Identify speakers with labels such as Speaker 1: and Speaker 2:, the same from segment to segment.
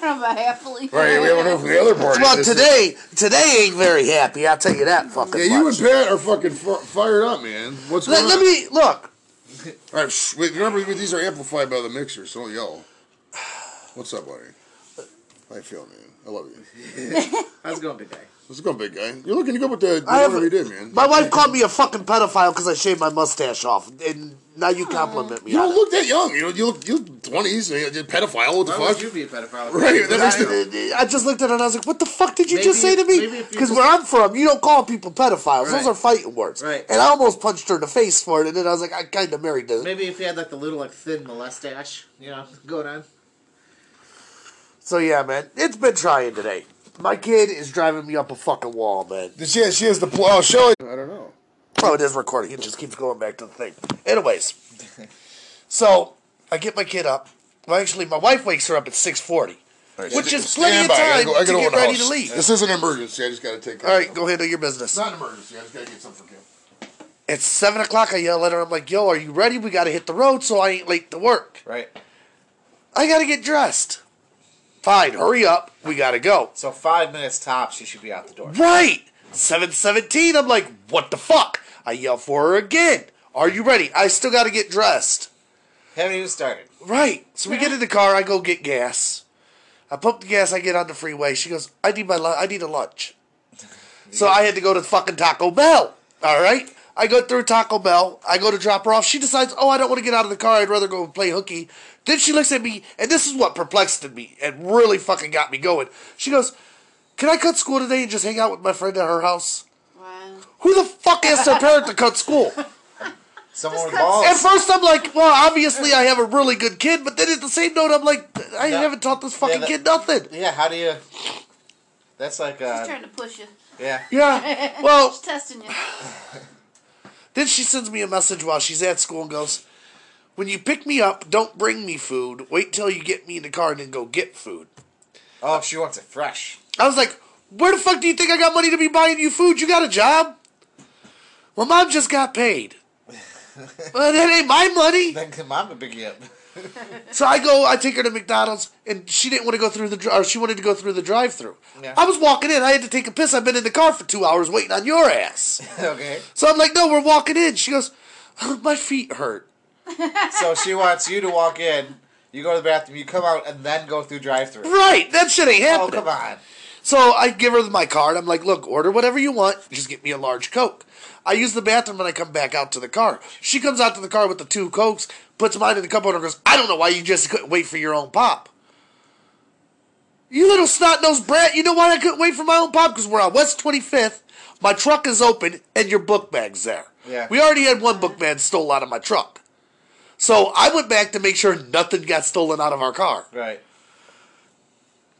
Speaker 1: I'm a happily.
Speaker 2: Right, we don't know from the other party.
Speaker 3: Well,
Speaker 2: This is-
Speaker 3: today, today ain't very happy. I'll tell you that fucking.
Speaker 2: Yeah, you and
Speaker 3: much.
Speaker 2: Pat are fucking f- fired up, man. What's
Speaker 3: Let,
Speaker 2: going
Speaker 3: let
Speaker 2: on?
Speaker 3: me look.
Speaker 2: All right, shh, wait, remember these are amplified by the mixer, so don't yell. What's up, buddy? How you feel, man? I love you.
Speaker 4: How's it going, big guy?
Speaker 2: Let's go, big guy. You're looking good with the
Speaker 3: I have-
Speaker 2: whatever you did, man.
Speaker 3: My wife called me a fucking pedophile because I shaved my mustache off, and now you compliment me.
Speaker 2: You
Speaker 3: on
Speaker 2: don't
Speaker 3: it.
Speaker 2: look that young. You know, you look you twenties. You know, pedophile. What the
Speaker 4: Why would
Speaker 2: fuck?
Speaker 4: you be a pedophile?
Speaker 2: Right, that makes the-
Speaker 3: I, I just looked at her and I was like, "What the fuck did you
Speaker 4: Maybe
Speaker 3: just say
Speaker 4: if-
Speaker 3: to
Speaker 4: maybe
Speaker 3: me?"
Speaker 4: if you
Speaker 3: Because
Speaker 4: just-
Speaker 3: where I'm from, you don't call people pedophiles;
Speaker 4: Right.
Speaker 3: those are fighting words.
Speaker 4: Right.
Speaker 3: And I almost punched her in the face for it, and then I was like, "I kind of married this."
Speaker 4: Maybe if you had like the little like thin molestache, you know, going on.
Speaker 3: So yeah, man, it's been trying today. My kid is driving me up a fucking wall, man.
Speaker 2: She has, she has the pl- oh, show it. I don't know.
Speaker 3: Oh, it is recording. It just keeps going back to the thing. Anyways, so I get my kid up. Well, actually, my wife wakes her up at six forty. Which is plenty of
Speaker 2: Stand by. I gotta
Speaker 3: time
Speaker 2: go- I gotta
Speaker 3: to
Speaker 2: go
Speaker 3: get
Speaker 2: in the
Speaker 3: ready
Speaker 2: house.
Speaker 3: to leave.
Speaker 2: This is an emergency. I just gotta take.
Speaker 3: All right, go handle your business.
Speaker 2: It's not an emergency. I just gotta get something for Kim.
Speaker 3: It's seven o'clock. I yell at her. I'm like, "Yo, are you ready? We gotta hit the road, so I ain't late to work.
Speaker 4: Right.
Speaker 3: I gotta get dressed. Fine, hurry up. We gotta go.
Speaker 4: So five minutes tops, you should be out the door.
Speaker 3: Right. Seven seventeen. I'm like, what the fuck? I yell for her again. Are you ready? I still gotta get dressed.
Speaker 4: Haven't even started.
Speaker 3: Right. So we get in the car. I go get gas. I pump the gas. I get on the freeway. She goes, I need my lu- I need a lunch. So I had to go to fucking Taco Bell. All right. I go through Taco Bell. I go to drop her off. She decides, oh, I don't want to get out of the car. I'd rather go and play hooky. Then she looks at me, and this is what perplexed me and really fucking got me going. She goes, Can I cut school today and just hang out with my friend at her house?
Speaker 1: Wow.
Speaker 3: Who the fuck asked their parent to cut school?
Speaker 4: Someone with
Speaker 1: cut-
Speaker 4: balls.
Speaker 3: At first, I'm like, well, obviously I have a really good kid, but then at the same note, I'm like, I
Speaker 4: Yeah.
Speaker 3: haven't taught this fucking
Speaker 4: Yeah, that-
Speaker 3: kid nothing.
Speaker 4: Yeah, how do you? That's like
Speaker 1: She's
Speaker 4: uh,
Speaker 1: trying to push you.
Speaker 4: yeah.
Speaker 3: Yeah. Well,
Speaker 1: She's testing you.
Speaker 3: then she sends me a message while she's at school and goes, when you pick me up, don't bring me food. Wait till you get me in the car and then go get food.
Speaker 4: Oh, she wants it fresh.
Speaker 3: I was like, where the fuck do you think I got money to be buying you food? You got a job? Well, mom just got paid. well, that ain't my money.
Speaker 4: Then come on, pick you up.
Speaker 3: So I go, I take her to McDonald's, and she didn't want to go through the, dri- or she wanted to go through the drive-through.
Speaker 4: Yeah.
Speaker 3: I was walking in, I had to take a piss. I've been in the car for two hours waiting on your ass.
Speaker 4: okay.
Speaker 3: So I'm like, no, we're walking in. She goes, my feet hurt.
Speaker 4: So she wants you to walk in. You go to the bathroom. You come out and then go through drive-through.
Speaker 3: Right, that shit ain't
Speaker 4: Oh,
Speaker 3: happening.
Speaker 4: come on.
Speaker 3: So I give her my card. I'm like, look, order whatever you want. Just get me a large Coke. I use the bathroom and I come back out to the car. She comes out to the car with the two Cokes, puts mine in the cup holder, and goes, I don't know why you just couldn't wait for your own pop. You little snot nosed brat, you know why I couldn't wait for my own pop? Because we're on West 25th, my truck is open, and your book bag's there.
Speaker 4: Yeah.
Speaker 3: We already had one book bag stole out of my truck. So I went back to make sure nothing got stolen out of our car
Speaker 4: Right.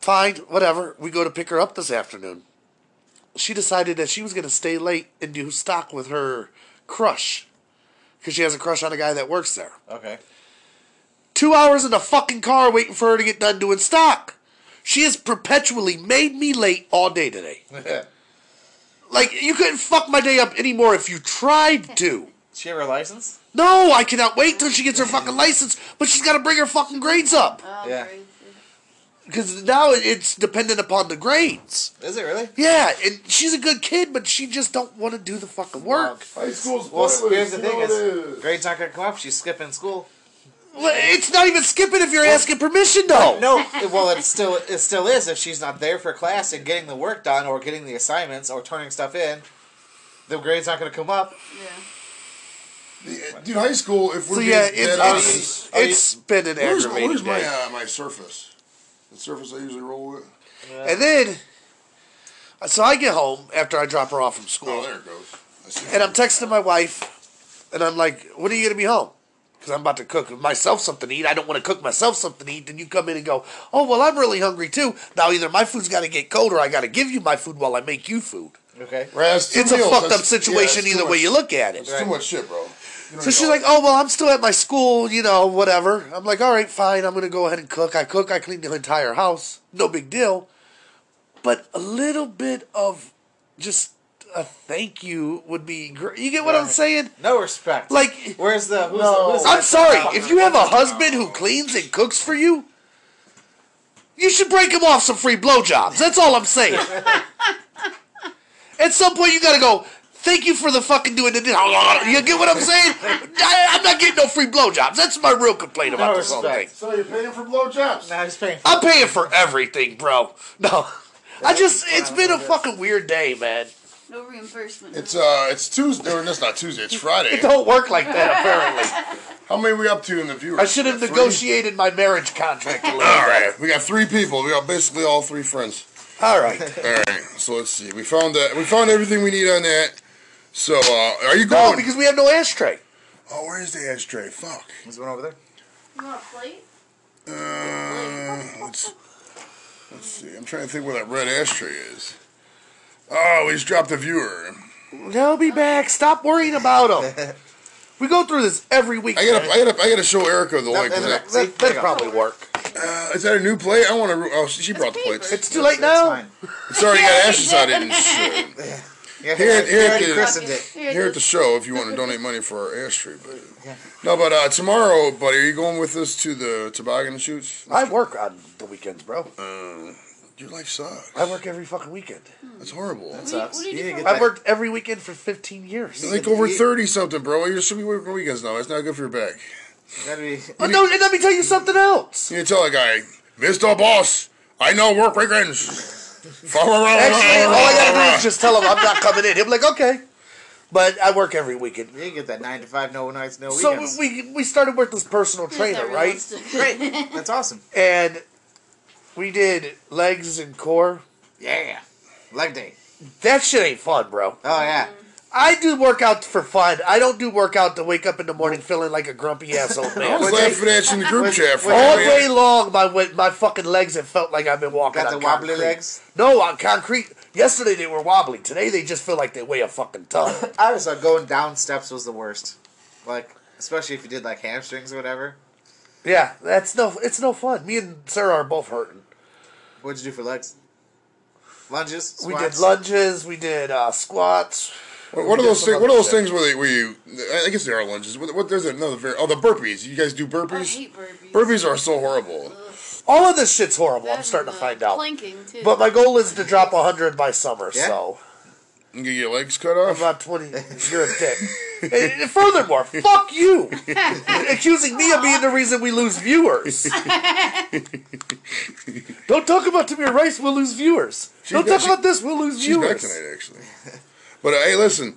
Speaker 3: fine, whatever. We go to pick her up this afternoon. She decided that she was going to stay late and do stock with her crush because she has a crush on a guy that works there.
Speaker 4: Okay.
Speaker 3: Two hours in the fucking car waiting for her to get done doing stock. She has perpetually made me late all day today. Like, you couldn't fuck my day up anymore if you tried to.
Speaker 4: she have her license?
Speaker 3: No, I cannot wait till she gets her fucking license, but she's got to bring her fucking grades up.
Speaker 1: Oh,
Speaker 4: Yeah.
Speaker 1: crazy.
Speaker 3: Because now it's dependent upon the grades.
Speaker 4: Is it really?
Speaker 3: Yeah, and she's a good kid, but she just don't want to do the fucking work.
Speaker 2: High school's
Speaker 4: Well,
Speaker 2: pointless.
Speaker 4: here's the
Speaker 2: You
Speaker 4: thing:
Speaker 2: know
Speaker 4: is
Speaker 2: it
Speaker 4: grades aren't gonna come up. She's skipping school.
Speaker 3: Well, It's not even skipping if you're asking permission, though.
Speaker 4: No, it- well, it still it still is if she's not there for class and getting the work done or getting the assignments or turning stuff in. The grade's not going to come up.
Speaker 1: Yeah.
Speaker 2: The- Dude, high school. If we're
Speaker 3: So yeah,
Speaker 2: being
Speaker 3: it,
Speaker 2: dead honest,
Speaker 3: it's
Speaker 4: are you-
Speaker 3: it's been an
Speaker 2: where's,
Speaker 3: aggravating
Speaker 2: where's my
Speaker 3: day.
Speaker 2: uh, my surface? The surface I usually roll with. Oh,
Speaker 3: and then, so I get home after I drop her off from
Speaker 2: Oh,
Speaker 3: school,
Speaker 2: there it goes. I see.
Speaker 3: and uh, I'm texting my wife, and I'm like, "When are you gonna be home?" Because I'm about to cook myself something to eat. I don't want to cook myself something to eat. Then you come in and go, "Oh well, I'm really hungry too." Now either my food's got to get cold, or I got to give you my food while I make you food.
Speaker 4: Okay.
Speaker 2: Right, that's two
Speaker 3: It's a
Speaker 2: meals.
Speaker 3: fucked up
Speaker 2: That's- yeah,
Speaker 3: situation
Speaker 2: that's too
Speaker 3: either way
Speaker 2: much-
Speaker 3: you look at it.
Speaker 2: It's too much shit, bro. You don't
Speaker 3: So she's
Speaker 2: know.
Speaker 3: like, "Oh well, I'm still at my school, you know, whatever." I'm like, "All right, fine. I'm gonna go ahead and cook. I cook. I clean the entire house. No big deal." But a little bit of just a thank you would be great. You get what I'm
Speaker 4: Right.
Speaker 3: saying?
Speaker 4: No respect.
Speaker 3: Like,
Speaker 4: where's the? Who's the who's
Speaker 3: I'm
Speaker 4: the-
Speaker 3: sorry if you have a husband who cleans and cooks for you. You should break him off some free blowjobs. That's all I'm saying. At some point, you gotta go. Thank you for the fucking doing the. You get what I'm saying? I, I'm not getting no free blowjobs. That's my real complaint about
Speaker 4: No
Speaker 3: this whole
Speaker 4: respect.
Speaker 3: thing.
Speaker 2: So you're paying for blowjobs?
Speaker 4: Now he's paying. For
Speaker 3: I'm paying for everything, bro. No, I just. It's been a fucking weird day, man.
Speaker 1: No reimbursement.
Speaker 2: It's uh, it's Tuesday. Or that's not Tuesday. It's Friday.
Speaker 3: It don't work like that. Apparently,
Speaker 2: How many we up to in the viewers?
Speaker 3: I should have
Speaker 2: Three?
Speaker 3: negotiated my marriage contract a little.
Speaker 2: All right, we got three people. We got basically all three friends.
Speaker 3: All right.
Speaker 2: All right, so let's see. We found that we found everything we need on that. So uh, are you going?
Speaker 3: No, because we have no ashtray.
Speaker 2: oh, where is the ashtray? Fuck.
Speaker 4: There's one over there.
Speaker 1: You want a plate?
Speaker 2: Uh, let's, let's see. I'm trying to think where that red ashtray is. Oh, we just dropped a viewer.
Speaker 3: They'll be back. Stop worrying about them. We go through this every week.
Speaker 2: I gotta, I gotta, I gotta show Erica the link.
Speaker 4: in the
Speaker 2: Is
Speaker 4: back.
Speaker 3: that, that'd probably work.
Speaker 2: that, uh, is that a new plate? I want to. Oh, she she brought the
Speaker 1: paper.
Speaker 2: plates.
Speaker 3: It's too late
Speaker 4: That's
Speaker 3: now.
Speaker 4: fine.
Speaker 2: It's already got ashes on it and shit.
Speaker 4: Yeah,
Speaker 2: Here-
Speaker 4: I
Speaker 2: here
Speaker 4: already
Speaker 2: it is.
Speaker 4: christened it.
Speaker 1: Here,
Speaker 2: here at the
Speaker 1: this-
Speaker 2: show if you want to donate money for our ashtray, buddy. No, but uh, tomorrow, buddy, are you going with us to the toboggan shoots?
Speaker 3: I work on the weekends, bro.
Speaker 2: Uh, your life sucks.
Speaker 3: I work every fucking weekend.
Speaker 2: That's horrible.
Speaker 1: What
Speaker 2: That's
Speaker 1: do you-
Speaker 4: Sucks.
Speaker 1: what do you
Speaker 4: You
Speaker 1: do
Speaker 4: didn't
Speaker 1: for
Speaker 4: get
Speaker 3: I've
Speaker 1: work?
Speaker 4: that.
Speaker 3: worked every weekend for 15 years.
Speaker 2: like over thirty something, bro. You should be working weekends now. That's not good for your back.
Speaker 4: That'd be.
Speaker 3: But no, and let me tell you something else.
Speaker 2: You tell a guy, Mr. Boss, I know work weekends. Actually, all
Speaker 3: Actually, all I gotta do is just tell him I'm not coming in. He'll be like, okay. But I work every weekend.
Speaker 4: You get that nine to five, no nights, no
Speaker 3: So
Speaker 4: weekends.
Speaker 3: we we started with this personal
Speaker 1: Is that
Speaker 3: trainer, right?
Speaker 1: realistic?
Speaker 4: Great. That's awesome.
Speaker 3: And we did legs and core.
Speaker 4: Yeah. Leg day.
Speaker 3: That shit ain't fun, bro.
Speaker 4: Oh
Speaker 1: Mm.
Speaker 4: yeah.
Speaker 3: I do workout for fun. I don't do workout to wake up in the morning feeling like a grumpy ass old
Speaker 2: I
Speaker 3: man.
Speaker 2: was
Speaker 4: Would
Speaker 2: laughing at you in the group chat. For
Speaker 3: All
Speaker 2: that.
Speaker 3: day long, my wa- my fucking legs have felt like I've been walking
Speaker 4: Got
Speaker 3: on
Speaker 4: the wobbly
Speaker 3: concrete.
Speaker 4: legs.
Speaker 3: No, on concrete. Yesterday they were wobbly. Today they just feel like they weigh a fucking ton.
Speaker 4: I always thought going down steps was the worst. Like, especially if you did like hamstrings or whatever.
Speaker 3: yeah, that's no. It's no fun. Me and Sarah are both hurting.
Speaker 4: What'd you do for legs? Lunges.
Speaker 3: We
Speaker 4: squats?
Speaker 3: did lunges. We did uh, squats.
Speaker 2: What are
Speaker 3: We did
Speaker 2: those
Speaker 3: some
Speaker 2: things?
Speaker 3: other
Speaker 2: What are those
Speaker 3: shit.
Speaker 2: things where they where you? I guess there are lunges. What, what there's another very. Oh, the burpees. You guys do
Speaker 1: I
Speaker 5: Oh,
Speaker 2: burpees.
Speaker 1: hate burpees.
Speaker 2: Burpees are so horrible.
Speaker 3: All of this shit's horrible. I'm
Speaker 1: That
Speaker 3: starting to
Speaker 1: and, uh,
Speaker 3: find out.
Speaker 1: Planking too.
Speaker 3: But my goal is to drop 100 by summer,
Speaker 4: Yeah.
Speaker 3: so
Speaker 2: You get your legs cut off.
Speaker 3: about 20. You're a dick. And- and furthermore, fuck you! Accusing me of being the reason we lose viewers. Don't talk about Tamir Rice, we'll lose viewers. Don't
Speaker 2: back-
Speaker 3: talk
Speaker 2: she-
Speaker 3: about this, we'll lose
Speaker 2: She's back
Speaker 3: viewers.
Speaker 2: tonight, actually. But uh, hey, listen.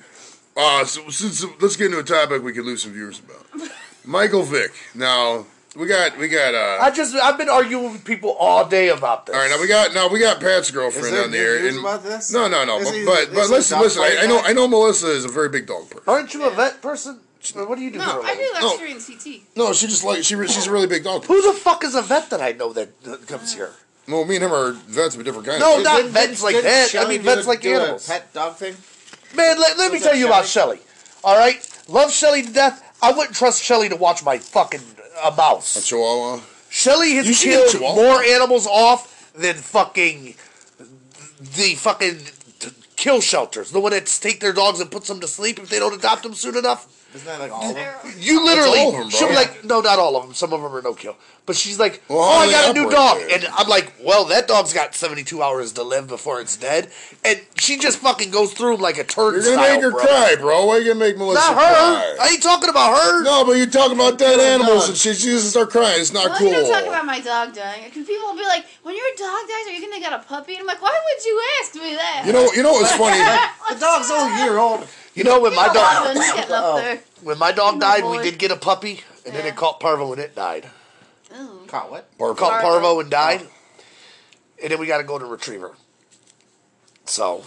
Speaker 2: Uh, so, since let's get into a topic we could lose some viewers about. Michael Vick. Now we got we got. Uh,
Speaker 3: I just, I've been arguing with people all day about this.
Speaker 2: all right, now we got now we got Pat's girlfriend
Speaker 4: Is there
Speaker 2: on the
Speaker 4: new
Speaker 2: air.
Speaker 4: news about this?
Speaker 2: No, no, no.
Speaker 4: Is
Speaker 2: But
Speaker 4: he-
Speaker 2: but,
Speaker 4: is
Speaker 2: but
Speaker 4: he
Speaker 2: listen,
Speaker 4: dog
Speaker 2: listen. I, I know
Speaker 4: fighting?
Speaker 2: I know Melissa is a very big dog person.
Speaker 3: Aren't you a vet person? Well, What do you do for
Speaker 1: no,
Speaker 3: a
Speaker 1: I
Speaker 3: living?
Speaker 1: do
Speaker 2: No.
Speaker 1: extra in CT.
Speaker 2: No, she just like she re- she's a really big dog. person.
Speaker 3: Who the fuck is a vet that I know that, that comes here?
Speaker 2: Well, me and him are vets of different kinds.
Speaker 3: No,
Speaker 2: But-
Speaker 3: not
Speaker 4: Didn't-
Speaker 3: vets like
Speaker 4: didn't
Speaker 3: that. I
Speaker 4: Shelley
Speaker 3: mean,
Speaker 4: do
Speaker 3: vets
Speaker 4: a-
Speaker 3: like
Speaker 4: do a
Speaker 3: animals.
Speaker 4: pet dog thing.
Speaker 3: Man, let, let me
Speaker 4: Was
Speaker 3: tell
Speaker 4: that
Speaker 3: you about Shelly. All right, love Shelly to death. I wouldn't trust Shelly to watch my fucking a mouse.
Speaker 2: Chihuahua.
Speaker 3: Shelly
Speaker 2: You
Speaker 3: has
Speaker 2: should get a
Speaker 3: killed
Speaker 2: Chihuahua.
Speaker 3: more animals off than fucking the fucking t- kill shelters. The one that take their dogs and puts them to sleep if they don't adopt them soon enough.
Speaker 4: Isn't that like all of them?
Speaker 3: You literally,
Speaker 2: all of 'em, bro.
Speaker 3: she'll be like, no, not all of them. Some of them are no kill. But she's like,
Speaker 2: Well,
Speaker 3: oh,
Speaker 2: how
Speaker 3: I
Speaker 2: do
Speaker 3: got a
Speaker 2: they
Speaker 3: new dog,
Speaker 2: operate
Speaker 3: and
Speaker 2: there?
Speaker 3: I'm like, well, that dog's got 72 hours to live before it's dead, and she just fucking goes through 'em like a
Speaker 2: You're
Speaker 3: turnstile.
Speaker 2: gonna make her
Speaker 3: bro.
Speaker 2: cry, bro. Why are you gonna make Melissa
Speaker 3: Not
Speaker 2: cry?
Speaker 3: her. I ain't talking about her.
Speaker 2: No, but you're talking about dead animals
Speaker 4: dog.
Speaker 2: and shit. She doesn't start crying. It's not
Speaker 1: Well,
Speaker 2: cool.
Speaker 1: you don't talk about my dog dying. Because people will be like, when your dog dies, are you going to get a puppy? And I'm like, why would you ask me that?
Speaker 2: You know, you know what's funny?
Speaker 4: The dog's only a year old.
Speaker 3: You know when my
Speaker 1: You're not
Speaker 3: dog
Speaker 1: gonna get up there.
Speaker 3: when my dog
Speaker 1: You're
Speaker 3: died,
Speaker 1: not
Speaker 3: we
Speaker 1: boy.
Speaker 3: did get a puppy, and then
Speaker 1: Yeah.
Speaker 3: it caught parvo and it died.
Speaker 1: Ooh.
Speaker 4: Caught what?
Speaker 2: Or-
Speaker 3: Caught
Speaker 1: Parvo.
Speaker 3: parvo and died,
Speaker 1: Oh.
Speaker 3: and then we got a golden retriever. So,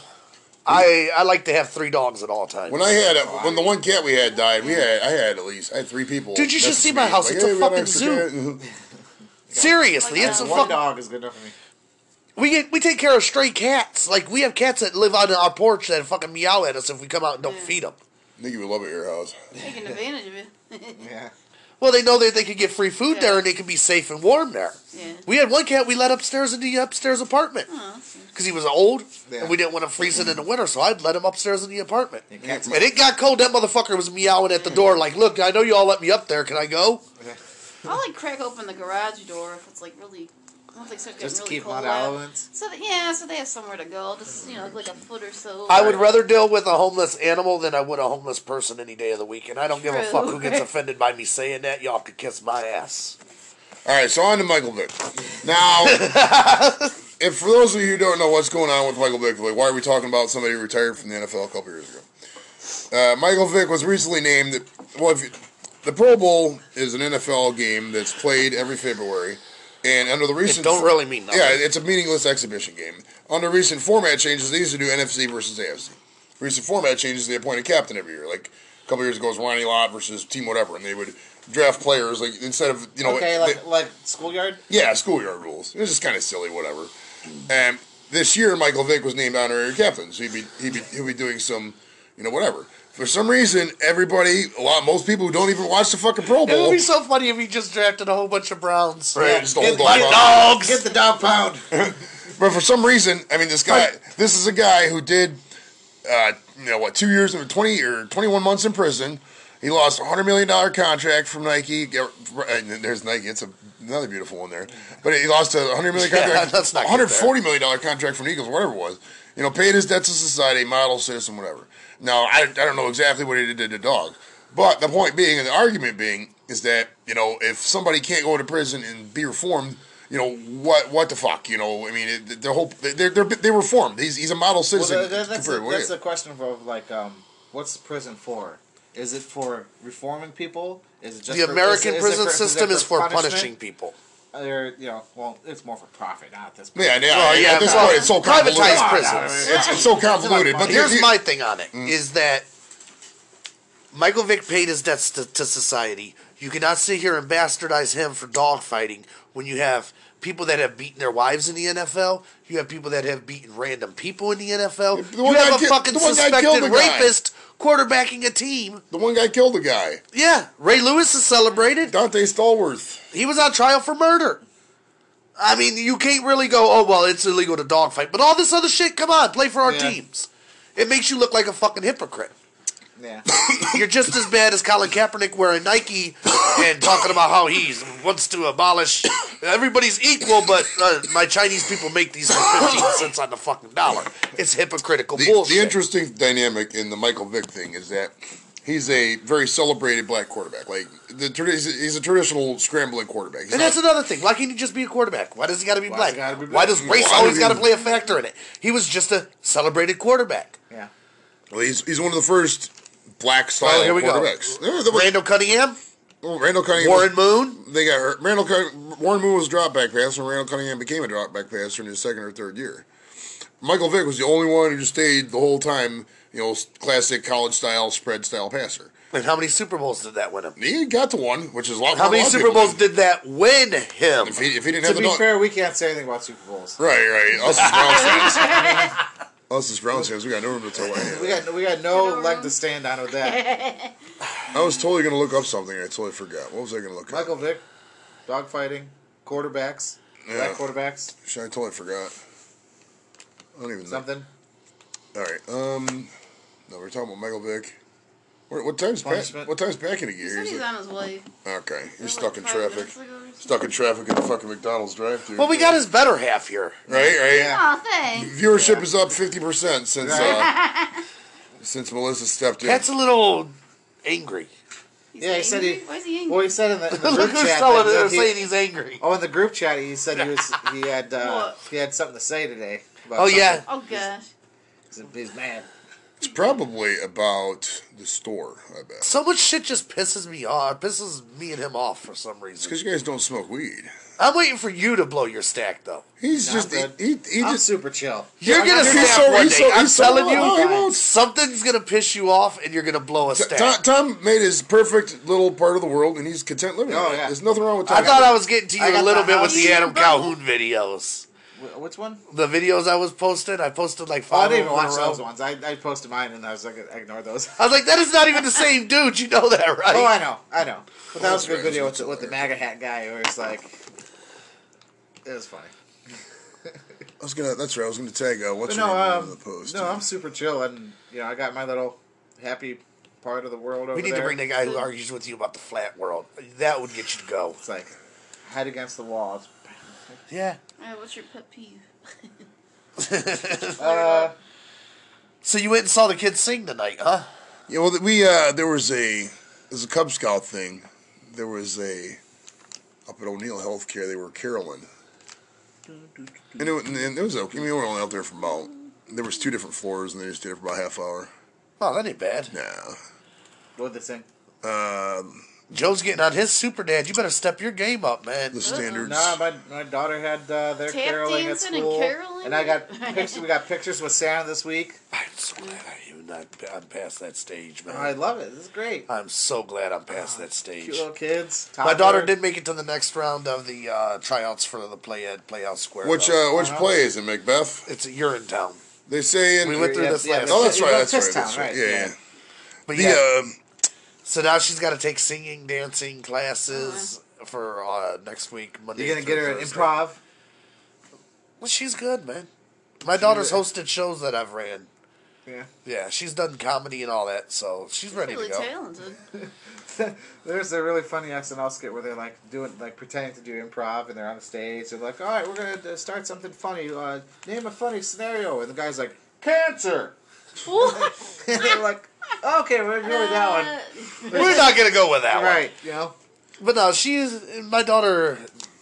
Speaker 3: I I like to have three dogs at all times.
Speaker 2: When I had a, when the one cat we had died, we had I had at least I had three people.
Speaker 3: Dude, you should
Speaker 2: next
Speaker 3: see
Speaker 2: to
Speaker 3: my
Speaker 2: me.
Speaker 3: house. It's a
Speaker 2: we got an
Speaker 3: fucking
Speaker 2: extra
Speaker 3: zoo.
Speaker 2: cat.
Speaker 3: Seriously,
Speaker 1: Yeah,
Speaker 3: it's a
Speaker 4: one
Speaker 3: fuck.
Speaker 4: dog is good enough for me.
Speaker 3: We get we take care of stray cats. Like we have cats that live on our porch that fucking meow at us if we come out and don't
Speaker 1: Yeah.
Speaker 3: feed them.
Speaker 2: I think you would love it at your house.
Speaker 1: Taking advantage of it.
Speaker 4: Yeah.
Speaker 3: Well, they know that they can get free food
Speaker 1: Yeah.
Speaker 3: there and they can be safe and warm there.
Speaker 1: yeah.
Speaker 3: We had one cat we let upstairs in the upstairs apartment because he was old
Speaker 4: Yeah.
Speaker 3: and we didn't want to freeze it in the winter, so I'd let him upstairs in the apartment.
Speaker 4: Your cat's
Speaker 3: And it got cold. That motherfucker was meowing at the door, like, "Look, I know you all let me up there. Can I go?"
Speaker 1: I'll like crack open the garage door if it's like really Once they start getting
Speaker 4: Just to
Speaker 1: really
Speaker 4: keep them
Speaker 1: cold
Speaker 4: on
Speaker 1: out.
Speaker 4: elements.
Speaker 1: So that, yeah, so they have somewhere to go. Just you know, like a foot or so.
Speaker 3: I would rather deal with a homeless animal than I would a homeless person any day of the week, and I don't give a
Speaker 1: True.
Speaker 3: fuck who gets offended by me saying that. Y'all could kiss my ass.
Speaker 2: All right, so on to Michael Vick. Now, if for those of you who don't know what's going on with Michael Vick, like why are we talking about somebody who retired from the NFL a couple years ago? Uh, Michael Vick was recently named. Well, if you, the Pro Bowl is an NFL game that's played every February, and under the
Speaker 3: It
Speaker 2: recent
Speaker 3: don't really mean nothing.
Speaker 2: yeah, it's a meaningless exhibition game. Under recent format changes, they used to do NFC versus AFC. Recent format changes, they appoint a captain every year. Like a couple years ago, it was Ronnie Lott versus team whatever, and they would draft players like instead of you know
Speaker 4: okay,
Speaker 2: they-
Speaker 4: like like schoolyard.
Speaker 2: yeah, schoolyard rules. It was just kind of silly, whatever. And this year, Michael Vick was named honorary captain, so he'd be he'd be he'll be doing some, you know, whatever. For some reason, everybody, a lot, most people who don't even watch the fucking Pro
Speaker 3: It
Speaker 2: Bowl,
Speaker 3: would be so funny if he just drafted a whole bunch of Browns.
Speaker 2: right, just a whole
Speaker 4: Get
Speaker 2: dog
Speaker 4: my
Speaker 2: pile.
Speaker 3: Dogs.
Speaker 4: Get the dog pound.
Speaker 2: But for some reason, I mean, this guy, this is a guy who did, uh, you know, what, two years or twenty or twenty-one months in prison. He lost a hundred million dollar contract from Nike. Get- and There's Nike. It's a, another beautiful one there. But he lost a hundred million
Speaker 3: Yeah,
Speaker 2: contract,
Speaker 3: let's not get
Speaker 2: hundred forty million dollar contract from the Eagles, whatever it was. You know, paid his debts to society, model citizen, whatever. Now, I, I don't know exactly what he did to Dog, but the point being, and the argument being, is that you know, if somebody can't go into prison and be reformed, you know what? What the fuck? You know, I mean, it, the whole they're, they're they were reformed. He's he's a model
Speaker 4: Well,
Speaker 2: citizen.
Speaker 4: that- that-
Speaker 2: compared
Speaker 4: that's the,
Speaker 2: to what
Speaker 4: that's
Speaker 2: he
Speaker 4: the question of like, um, what's prison for? Is it for reforming people? Is it just
Speaker 3: the
Speaker 4: for-
Speaker 3: American
Speaker 4: is it- is it
Speaker 3: prison
Speaker 4: for- it
Speaker 3: system is for
Speaker 4: punishment?
Speaker 3: punishing people.
Speaker 4: Or, you know, well, it's more for profit, not at this.
Speaker 2: is. yeah, yeah.
Speaker 3: Well, yeah,
Speaker 2: at this
Speaker 3: well,
Speaker 2: point, it's so
Speaker 3: privatized
Speaker 2: convoluted.
Speaker 3: prisons.
Speaker 2: It's, it's so convoluted. But Mm.
Speaker 3: Here's
Speaker 2: the-
Speaker 3: my thing on it: is that Michael Vick paid his debts to, to society. You cannot sit here and bastardize him for dogfighting when you have people that have beaten their wives in the NFL. You have people that have beaten random people in the NFL.
Speaker 2: The
Speaker 3: you
Speaker 2: one guy
Speaker 3: have a
Speaker 2: ki-
Speaker 3: fucking
Speaker 2: the one guy killed
Speaker 3: suspected
Speaker 2: the guy.
Speaker 3: rapist quarterbacking a team.
Speaker 2: the one guy killed the guy,
Speaker 3: Yeah, Ray Lewis is celebrated.
Speaker 2: Dante Stallworth.
Speaker 3: He was on trial for murder. I mean, you can't really go, oh, well, it's illegal to dogfight. But all this other shit, come on, play for our
Speaker 4: Yeah.
Speaker 3: teams. It makes you look like a fucking hypocrite.
Speaker 4: Yeah.
Speaker 3: You're just as bad as Colin Kaepernick wearing Nike and talking about how he wants to abolish everybody's equal, but uh, my Chinese people make these for 15 cents on the fucking dollar. It's hypocritical
Speaker 2: The,
Speaker 3: bullshit.
Speaker 2: the interesting dynamic in the Michael Vick thing is that he's a very celebrated black quarterback. Like the tradi- he's a- he's a traditional scrambling quarterback. He's
Speaker 3: and
Speaker 2: not-
Speaker 3: that's another thing. Why can't he just be a quarterback? Why does he got to be
Speaker 4: Why
Speaker 3: black?
Speaker 4: does he gotta be
Speaker 3: Why
Speaker 4: black?
Speaker 3: does race
Speaker 2: Why
Speaker 3: always
Speaker 2: do
Speaker 3: got to
Speaker 2: you-
Speaker 3: play a factor in it? He was just a celebrated quarterback.
Speaker 4: yeah.
Speaker 2: well, he's he's one of the first black style
Speaker 3: Oh, here we go.
Speaker 2: quarterbacks. Yeah, that was-
Speaker 3: Randall Cunningham,
Speaker 2: well, Randall Cunningham. was-
Speaker 3: Warren Moon.
Speaker 2: They got hurt. Randall Cun- Warren Moon was a drop back passer, and Randall Cunningham became a drop back passer in his second or third year. Michael Vick was the only one who stayed the whole time, you know, s- classic college style, spread style passer.
Speaker 3: And how many Super Bowls did that win him?
Speaker 2: He got to one, which is a lot.
Speaker 3: How
Speaker 2: more than a
Speaker 3: many
Speaker 2: lot of
Speaker 3: Super
Speaker 2: people
Speaker 3: Bowls did that win him?
Speaker 2: If he, if he didn't
Speaker 4: To
Speaker 2: have the
Speaker 4: be
Speaker 2: dog,
Speaker 4: fair, we can't say anything about Super Bowls.
Speaker 2: right, right. Us as Browns fans, us as Browns fans, we got no room to throw away.
Speaker 4: We got we got no leg to stand on with that.
Speaker 2: I was totally gonna look up something, and I totally forgot. What was I gonna look up?
Speaker 4: Michael Vick, dogfighting, quarterbacks,
Speaker 2: Yeah.
Speaker 4: black quarterbacks,
Speaker 2: Shit, I totally forgot. I don't even know.
Speaker 4: something.
Speaker 2: All right. Um, no, we're talking about Michael Vick. What, what time's Pat,
Speaker 4: Punishment.
Speaker 2: what time's Packing to get
Speaker 1: He
Speaker 2: here?
Speaker 1: said
Speaker 2: He's
Speaker 1: he's
Speaker 2: like-
Speaker 1: on his way.
Speaker 2: okay, you're
Speaker 1: Like
Speaker 2: stuck in
Speaker 1: five
Speaker 2: traffic.
Speaker 1: minutes ago or something.
Speaker 2: Stuck in traffic at the fucking McDonald's drive-through.
Speaker 3: Well, we got his better half here.
Speaker 2: right, right.
Speaker 4: Yeah.
Speaker 1: Aw, thanks.
Speaker 2: Viewership is up fifty percent since uh, since Melissa stepped in.
Speaker 3: That's a little angry.
Speaker 1: He's
Speaker 4: Yeah, he said he-
Speaker 1: angry? Why is he angry?
Speaker 4: Well, he said in the, in the
Speaker 3: Look
Speaker 4: group
Speaker 3: who's
Speaker 4: chat
Speaker 3: telling
Speaker 4: that
Speaker 3: her
Speaker 4: he-
Speaker 3: saying he's angry.
Speaker 4: Oh, in the group chat, he said he was he had uh,
Speaker 1: What?
Speaker 4: he had something to say today. About
Speaker 3: Oh yeah,
Speaker 1: oh gosh.
Speaker 4: something. he's, he's mad.
Speaker 2: it's probably about the store. I bet.
Speaker 3: so much shit just pisses me off. Pisses me and him off for some
Speaker 2: It's
Speaker 3: reason.
Speaker 2: because you guys don't smoke weed.
Speaker 3: I'm waiting for you to blow your stack though.
Speaker 2: He's
Speaker 4: No,
Speaker 2: just he,
Speaker 4: I'm good.
Speaker 2: he, he
Speaker 4: I'm
Speaker 2: just
Speaker 4: super chill.
Speaker 3: You're gonna
Speaker 2: He's
Speaker 3: snap
Speaker 2: so-
Speaker 3: one
Speaker 2: he's
Speaker 3: day.
Speaker 2: so-
Speaker 3: I'm
Speaker 2: he's so
Speaker 3: telling
Speaker 2: low. He
Speaker 3: you,
Speaker 2: won't-
Speaker 3: something's gonna piss you off, and you're gonna blow a stack.
Speaker 2: Tom, Tom made his perfect little part of the world, and he's content living.
Speaker 4: Oh,
Speaker 2: it.
Speaker 4: yeah.
Speaker 2: There's nothing wrong with Tom.
Speaker 3: I thought I was getting to
Speaker 4: I
Speaker 3: you a
Speaker 4: got
Speaker 3: little
Speaker 4: the
Speaker 3: bit with
Speaker 4: house.
Speaker 3: the Adam Calhoun videos.
Speaker 4: Wh- Which one?
Speaker 3: The videos I was posting, I posted like
Speaker 4: Oh, I
Speaker 3: five.
Speaker 4: didn't even
Speaker 3: of them in a
Speaker 4: watch
Speaker 3: row.
Speaker 4: those ones. I, I posted mine and I was like, I ignored those.
Speaker 3: I was like, that is not even the same dude. You know that, right?
Speaker 4: Oh, I know, I know. But that was
Speaker 2: that's
Speaker 4: a good
Speaker 2: right,
Speaker 4: video with
Speaker 2: that's
Speaker 4: the, with the MAGA hat guy where it's like, it was funny.
Speaker 2: I was gonna. That's right. I was gonna tag. Uh, what's
Speaker 4: But
Speaker 2: your
Speaker 4: no,
Speaker 2: name on
Speaker 4: um,
Speaker 2: the post?
Speaker 4: no, I'm super chill and you know I got my little happy part of the world over
Speaker 3: we need
Speaker 4: there.
Speaker 3: to bring the guy who argues with you about the flat world. That would get you to go.
Speaker 4: It's like head against the wall. It's
Speaker 3: Yeah.
Speaker 1: Alright, what's your pet peeve?
Speaker 4: Uh,
Speaker 3: So you went and saw the kids sing tonight, huh?
Speaker 2: Yeah, well, we uh, there was a there's a Cub Scout thing. There was a up at O'Neill Healthcare. They were caroling, and it, wa- and it was okay. I mean, we were only out there for about there was two different floors, and they just did it for about half hour.
Speaker 3: Oh, that ain't bad.
Speaker 2: Nah,
Speaker 4: what they sing?
Speaker 2: Um
Speaker 3: Joe's getting on his super dad. You better step your game up, man.
Speaker 2: the standards.
Speaker 4: No, my, my daughter had uh, their
Speaker 1: Tap
Speaker 4: caroling at
Speaker 1: dancing and
Speaker 4: school,
Speaker 1: caroling?
Speaker 4: I got pictures. We got pictures with Santa this week.
Speaker 3: I'm so glad I am not, I'm past that stage, man.
Speaker 4: I love it. This is great.
Speaker 3: I'm so glad I'm past that stage.
Speaker 4: Cute little kids.
Speaker 3: My
Speaker 4: toddler.
Speaker 3: daughter did make it to the next round of the uh, tryouts for the play at Playhouse Square.
Speaker 2: Which
Speaker 3: though.
Speaker 2: uh, which
Speaker 4: Uh-huh.
Speaker 2: play is it, Macbeth?
Speaker 3: it's a urine town.
Speaker 2: They say in
Speaker 3: We went through
Speaker 4: Yeah,
Speaker 3: this
Speaker 4: yeah,
Speaker 3: last.
Speaker 2: Oh, that's
Speaker 4: You
Speaker 2: right.
Speaker 4: go
Speaker 2: That's right.
Speaker 4: Fist
Speaker 2: That's
Speaker 4: Town,
Speaker 2: right.
Speaker 4: right,
Speaker 2: Yeah.
Speaker 4: yeah.
Speaker 2: yeah.
Speaker 3: But
Speaker 2: The
Speaker 3: yeah,
Speaker 2: um,
Speaker 3: so now she's got to take singing, dancing classes for uh, next week Monday.
Speaker 4: You gonna
Speaker 3: through
Speaker 4: get her an
Speaker 3: Thursday.
Speaker 4: improv?
Speaker 3: Well, she's good, man. My daughter's
Speaker 4: really-
Speaker 3: hosted shows that I've ran.
Speaker 4: Yeah.
Speaker 3: Yeah, she's done comedy and all that, so she's ready
Speaker 1: Really
Speaker 3: to go.
Speaker 1: talented.
Speaker 4: There's a really funny SNL skit where they're like doing, like pretending to do improv, and they're on the stage. They're like, "All right, we're gonna uh, start something funny. Uh, name a funny scenario." And the guy's like, "Cancer."
Speaker 1: What?
Speaker 4: and they're like, "Okay, we're gonna go with that
Speaker 1: Uh,
Speaker 4: one."
Speaker 3: We're not gonna go with that
Speaker 4: All
Speaker 3: one.
Speaker 4: right, you know.
Speaker 3: But no, she is. My daughter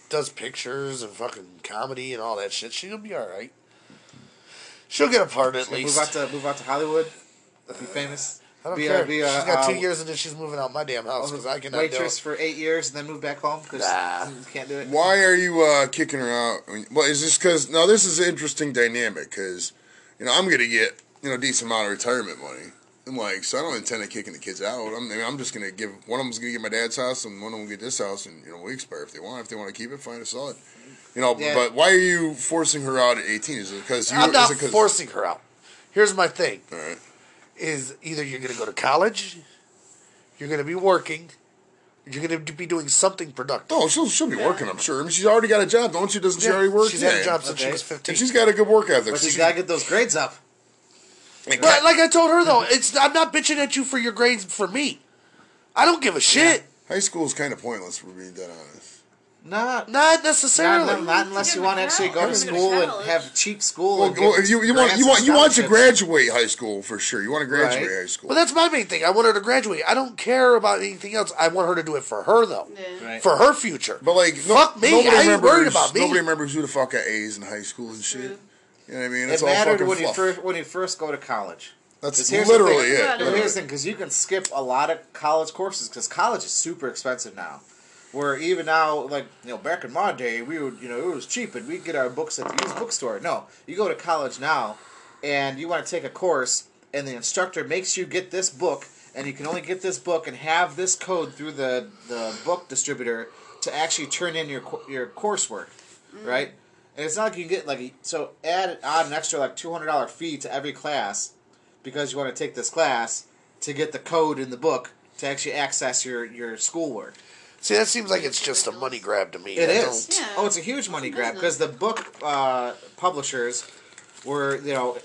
Speaker 3: does pictures and fucking comedy and all that shit. She'll be all right. She'll get a part at
Speaker 4: Move
Speaker 3: least.
Speaker 4: out to move out to Hollywood. Be famous.
Speaker 3: I don't
Speaker 4: be
Speaker 3: care.
Speaker 4: A, be a,
Speaker 3: she's got two
Speaker 4: uh,
Speaker 3: years and then she's moving out my damn house because I cannot do
Speaker 4: waitress
Speaker 3: it.
Speaker 4: for eight years and then move back home because
Speaker 3: Nah.
Speaker 4: you can't do it.
Speaker 2: why are you uh, kicking her out? I mean, Well, is this because now this is an interesting dynamic because you know I'm gonna get you know a decent amount of retirement money. I'm like, so I don't intend on kicking the kids out. I'm, I mean, I'm just gonna give one of them's gonna get my dad's house and one of them will get this house, and you know we expire if they want. If they want to keep it, fine, it's solid. You know,
Speaker 4: Yeah.
Speaker 2: but why are you forcing her out at 18? Is it because you?
Speaker 3: I'm not
Speaker 2: is it 'cause-
Speaker 3: forcing her out. Here's my thing:
Speaker 2: All right.
Speaker 3: is either you're gonna go to college, you're gonna be working, you're gonna be doing something productive.
Speaker 2: No, she'll she'll be working. I'm sure. I mean, she's already got a job, don't she? Doesn't she already work?
Speaker 3: She's had
Speaker 2: Yeah.
Speaker 3: a job since she
Speaker 4: Okay.
Speaker 3: was
Speaker 2: And
Speaker 3: 15.
Speaker 2: she's got a good work ethic.
Speaker 4: But
Speaker 2: so
Speaker 4: you
Speaker 2: she-
Speaker 4: gotta get those grades up.
Speaker 3: But like I told her though, it's I'm not bitching at you for your grades for me. I don't give a shit.
Speaker 2: High school is kind of pointless, for being that honest.
Speaker 3: Not
Speaker 4: Not not,
Speaker 3: necessarily.
Speaker 4: not, not unless you want to actually go to
Speaker 1: You're
Speaker 4: school and
Speaker 1: college.
Speaker 4: have cheap school.
Speaker 2: Well,
Speaker 4: and
Speaker 2: well,
Speaker 4: get
Speaker 2: you, you want you
Speaker 4: grants
Speaker 2: want
Speaker 4: and
Speaker 2: you want to
Speaker 4: scholarships.
Speaker 2: graduate high school for sure. You want to graduate
Speaker 4: Right.
Speaker 2: high school.
Speaker 3: well, that's my main thing. I want her to graduate. I don't care about anything else. I want her to do it for her though,
Speaker 1: Yeah.
Speaker 4: Right.
Speaker 3: for her future.
Speaker 2: but like,
Speaker 3: Fuck me, I ain't worried about me.
Speaker 2: Nobody remembers who the fuck got A's in high school and shit.
Speaker 1: True.
Speaker 2: You know what I mean? It's
Speaker 4: It
Speaker 2: all
Speaker 4: mattered
Speaker 2: fucking
Speaker 4: when you
Speaker 2: fluff.
Speaker 4: first when you first go to college.
Speaker 2: that's
Speaker 4: 'Cause here's the
Speaker 2: literally
Speaker 4: thing-
Speaker 2: it.
Speaker 1: Well,
Speaker 4: Well,
Speaker 2: literally.
Speaker 4: here's the thing, because you can skip a lot of college courses, because college is super expensive now. Where even now, like you know, back in my day, we would you know it was cheap, and we'd get our books at the used bookstore. No, you go to college now, and you want to take a course, and the instructor makes you get this book, and you can only get this book and have this code through the the book distributor to actually turn in your co- your coursework,
Speaker 2: Mm.
Speaker 4: right? And it's not like you can get like a- so add add an extra like two hundred dollar fee to every class because you want to take this class to get the code in the book to actually access your your schoolwork.
Speaker 3: See, that seems like it's just a money grab to me.
Speaker 4: It
Speaker 3: I
Speaker 4: is.
Speaker 3: don't-
Speaker 1: Yeah.
Speaker 4: Oh, it's a huge money grab
Speaker 1: business.
Speaker 4: because the book uh, publishers were you know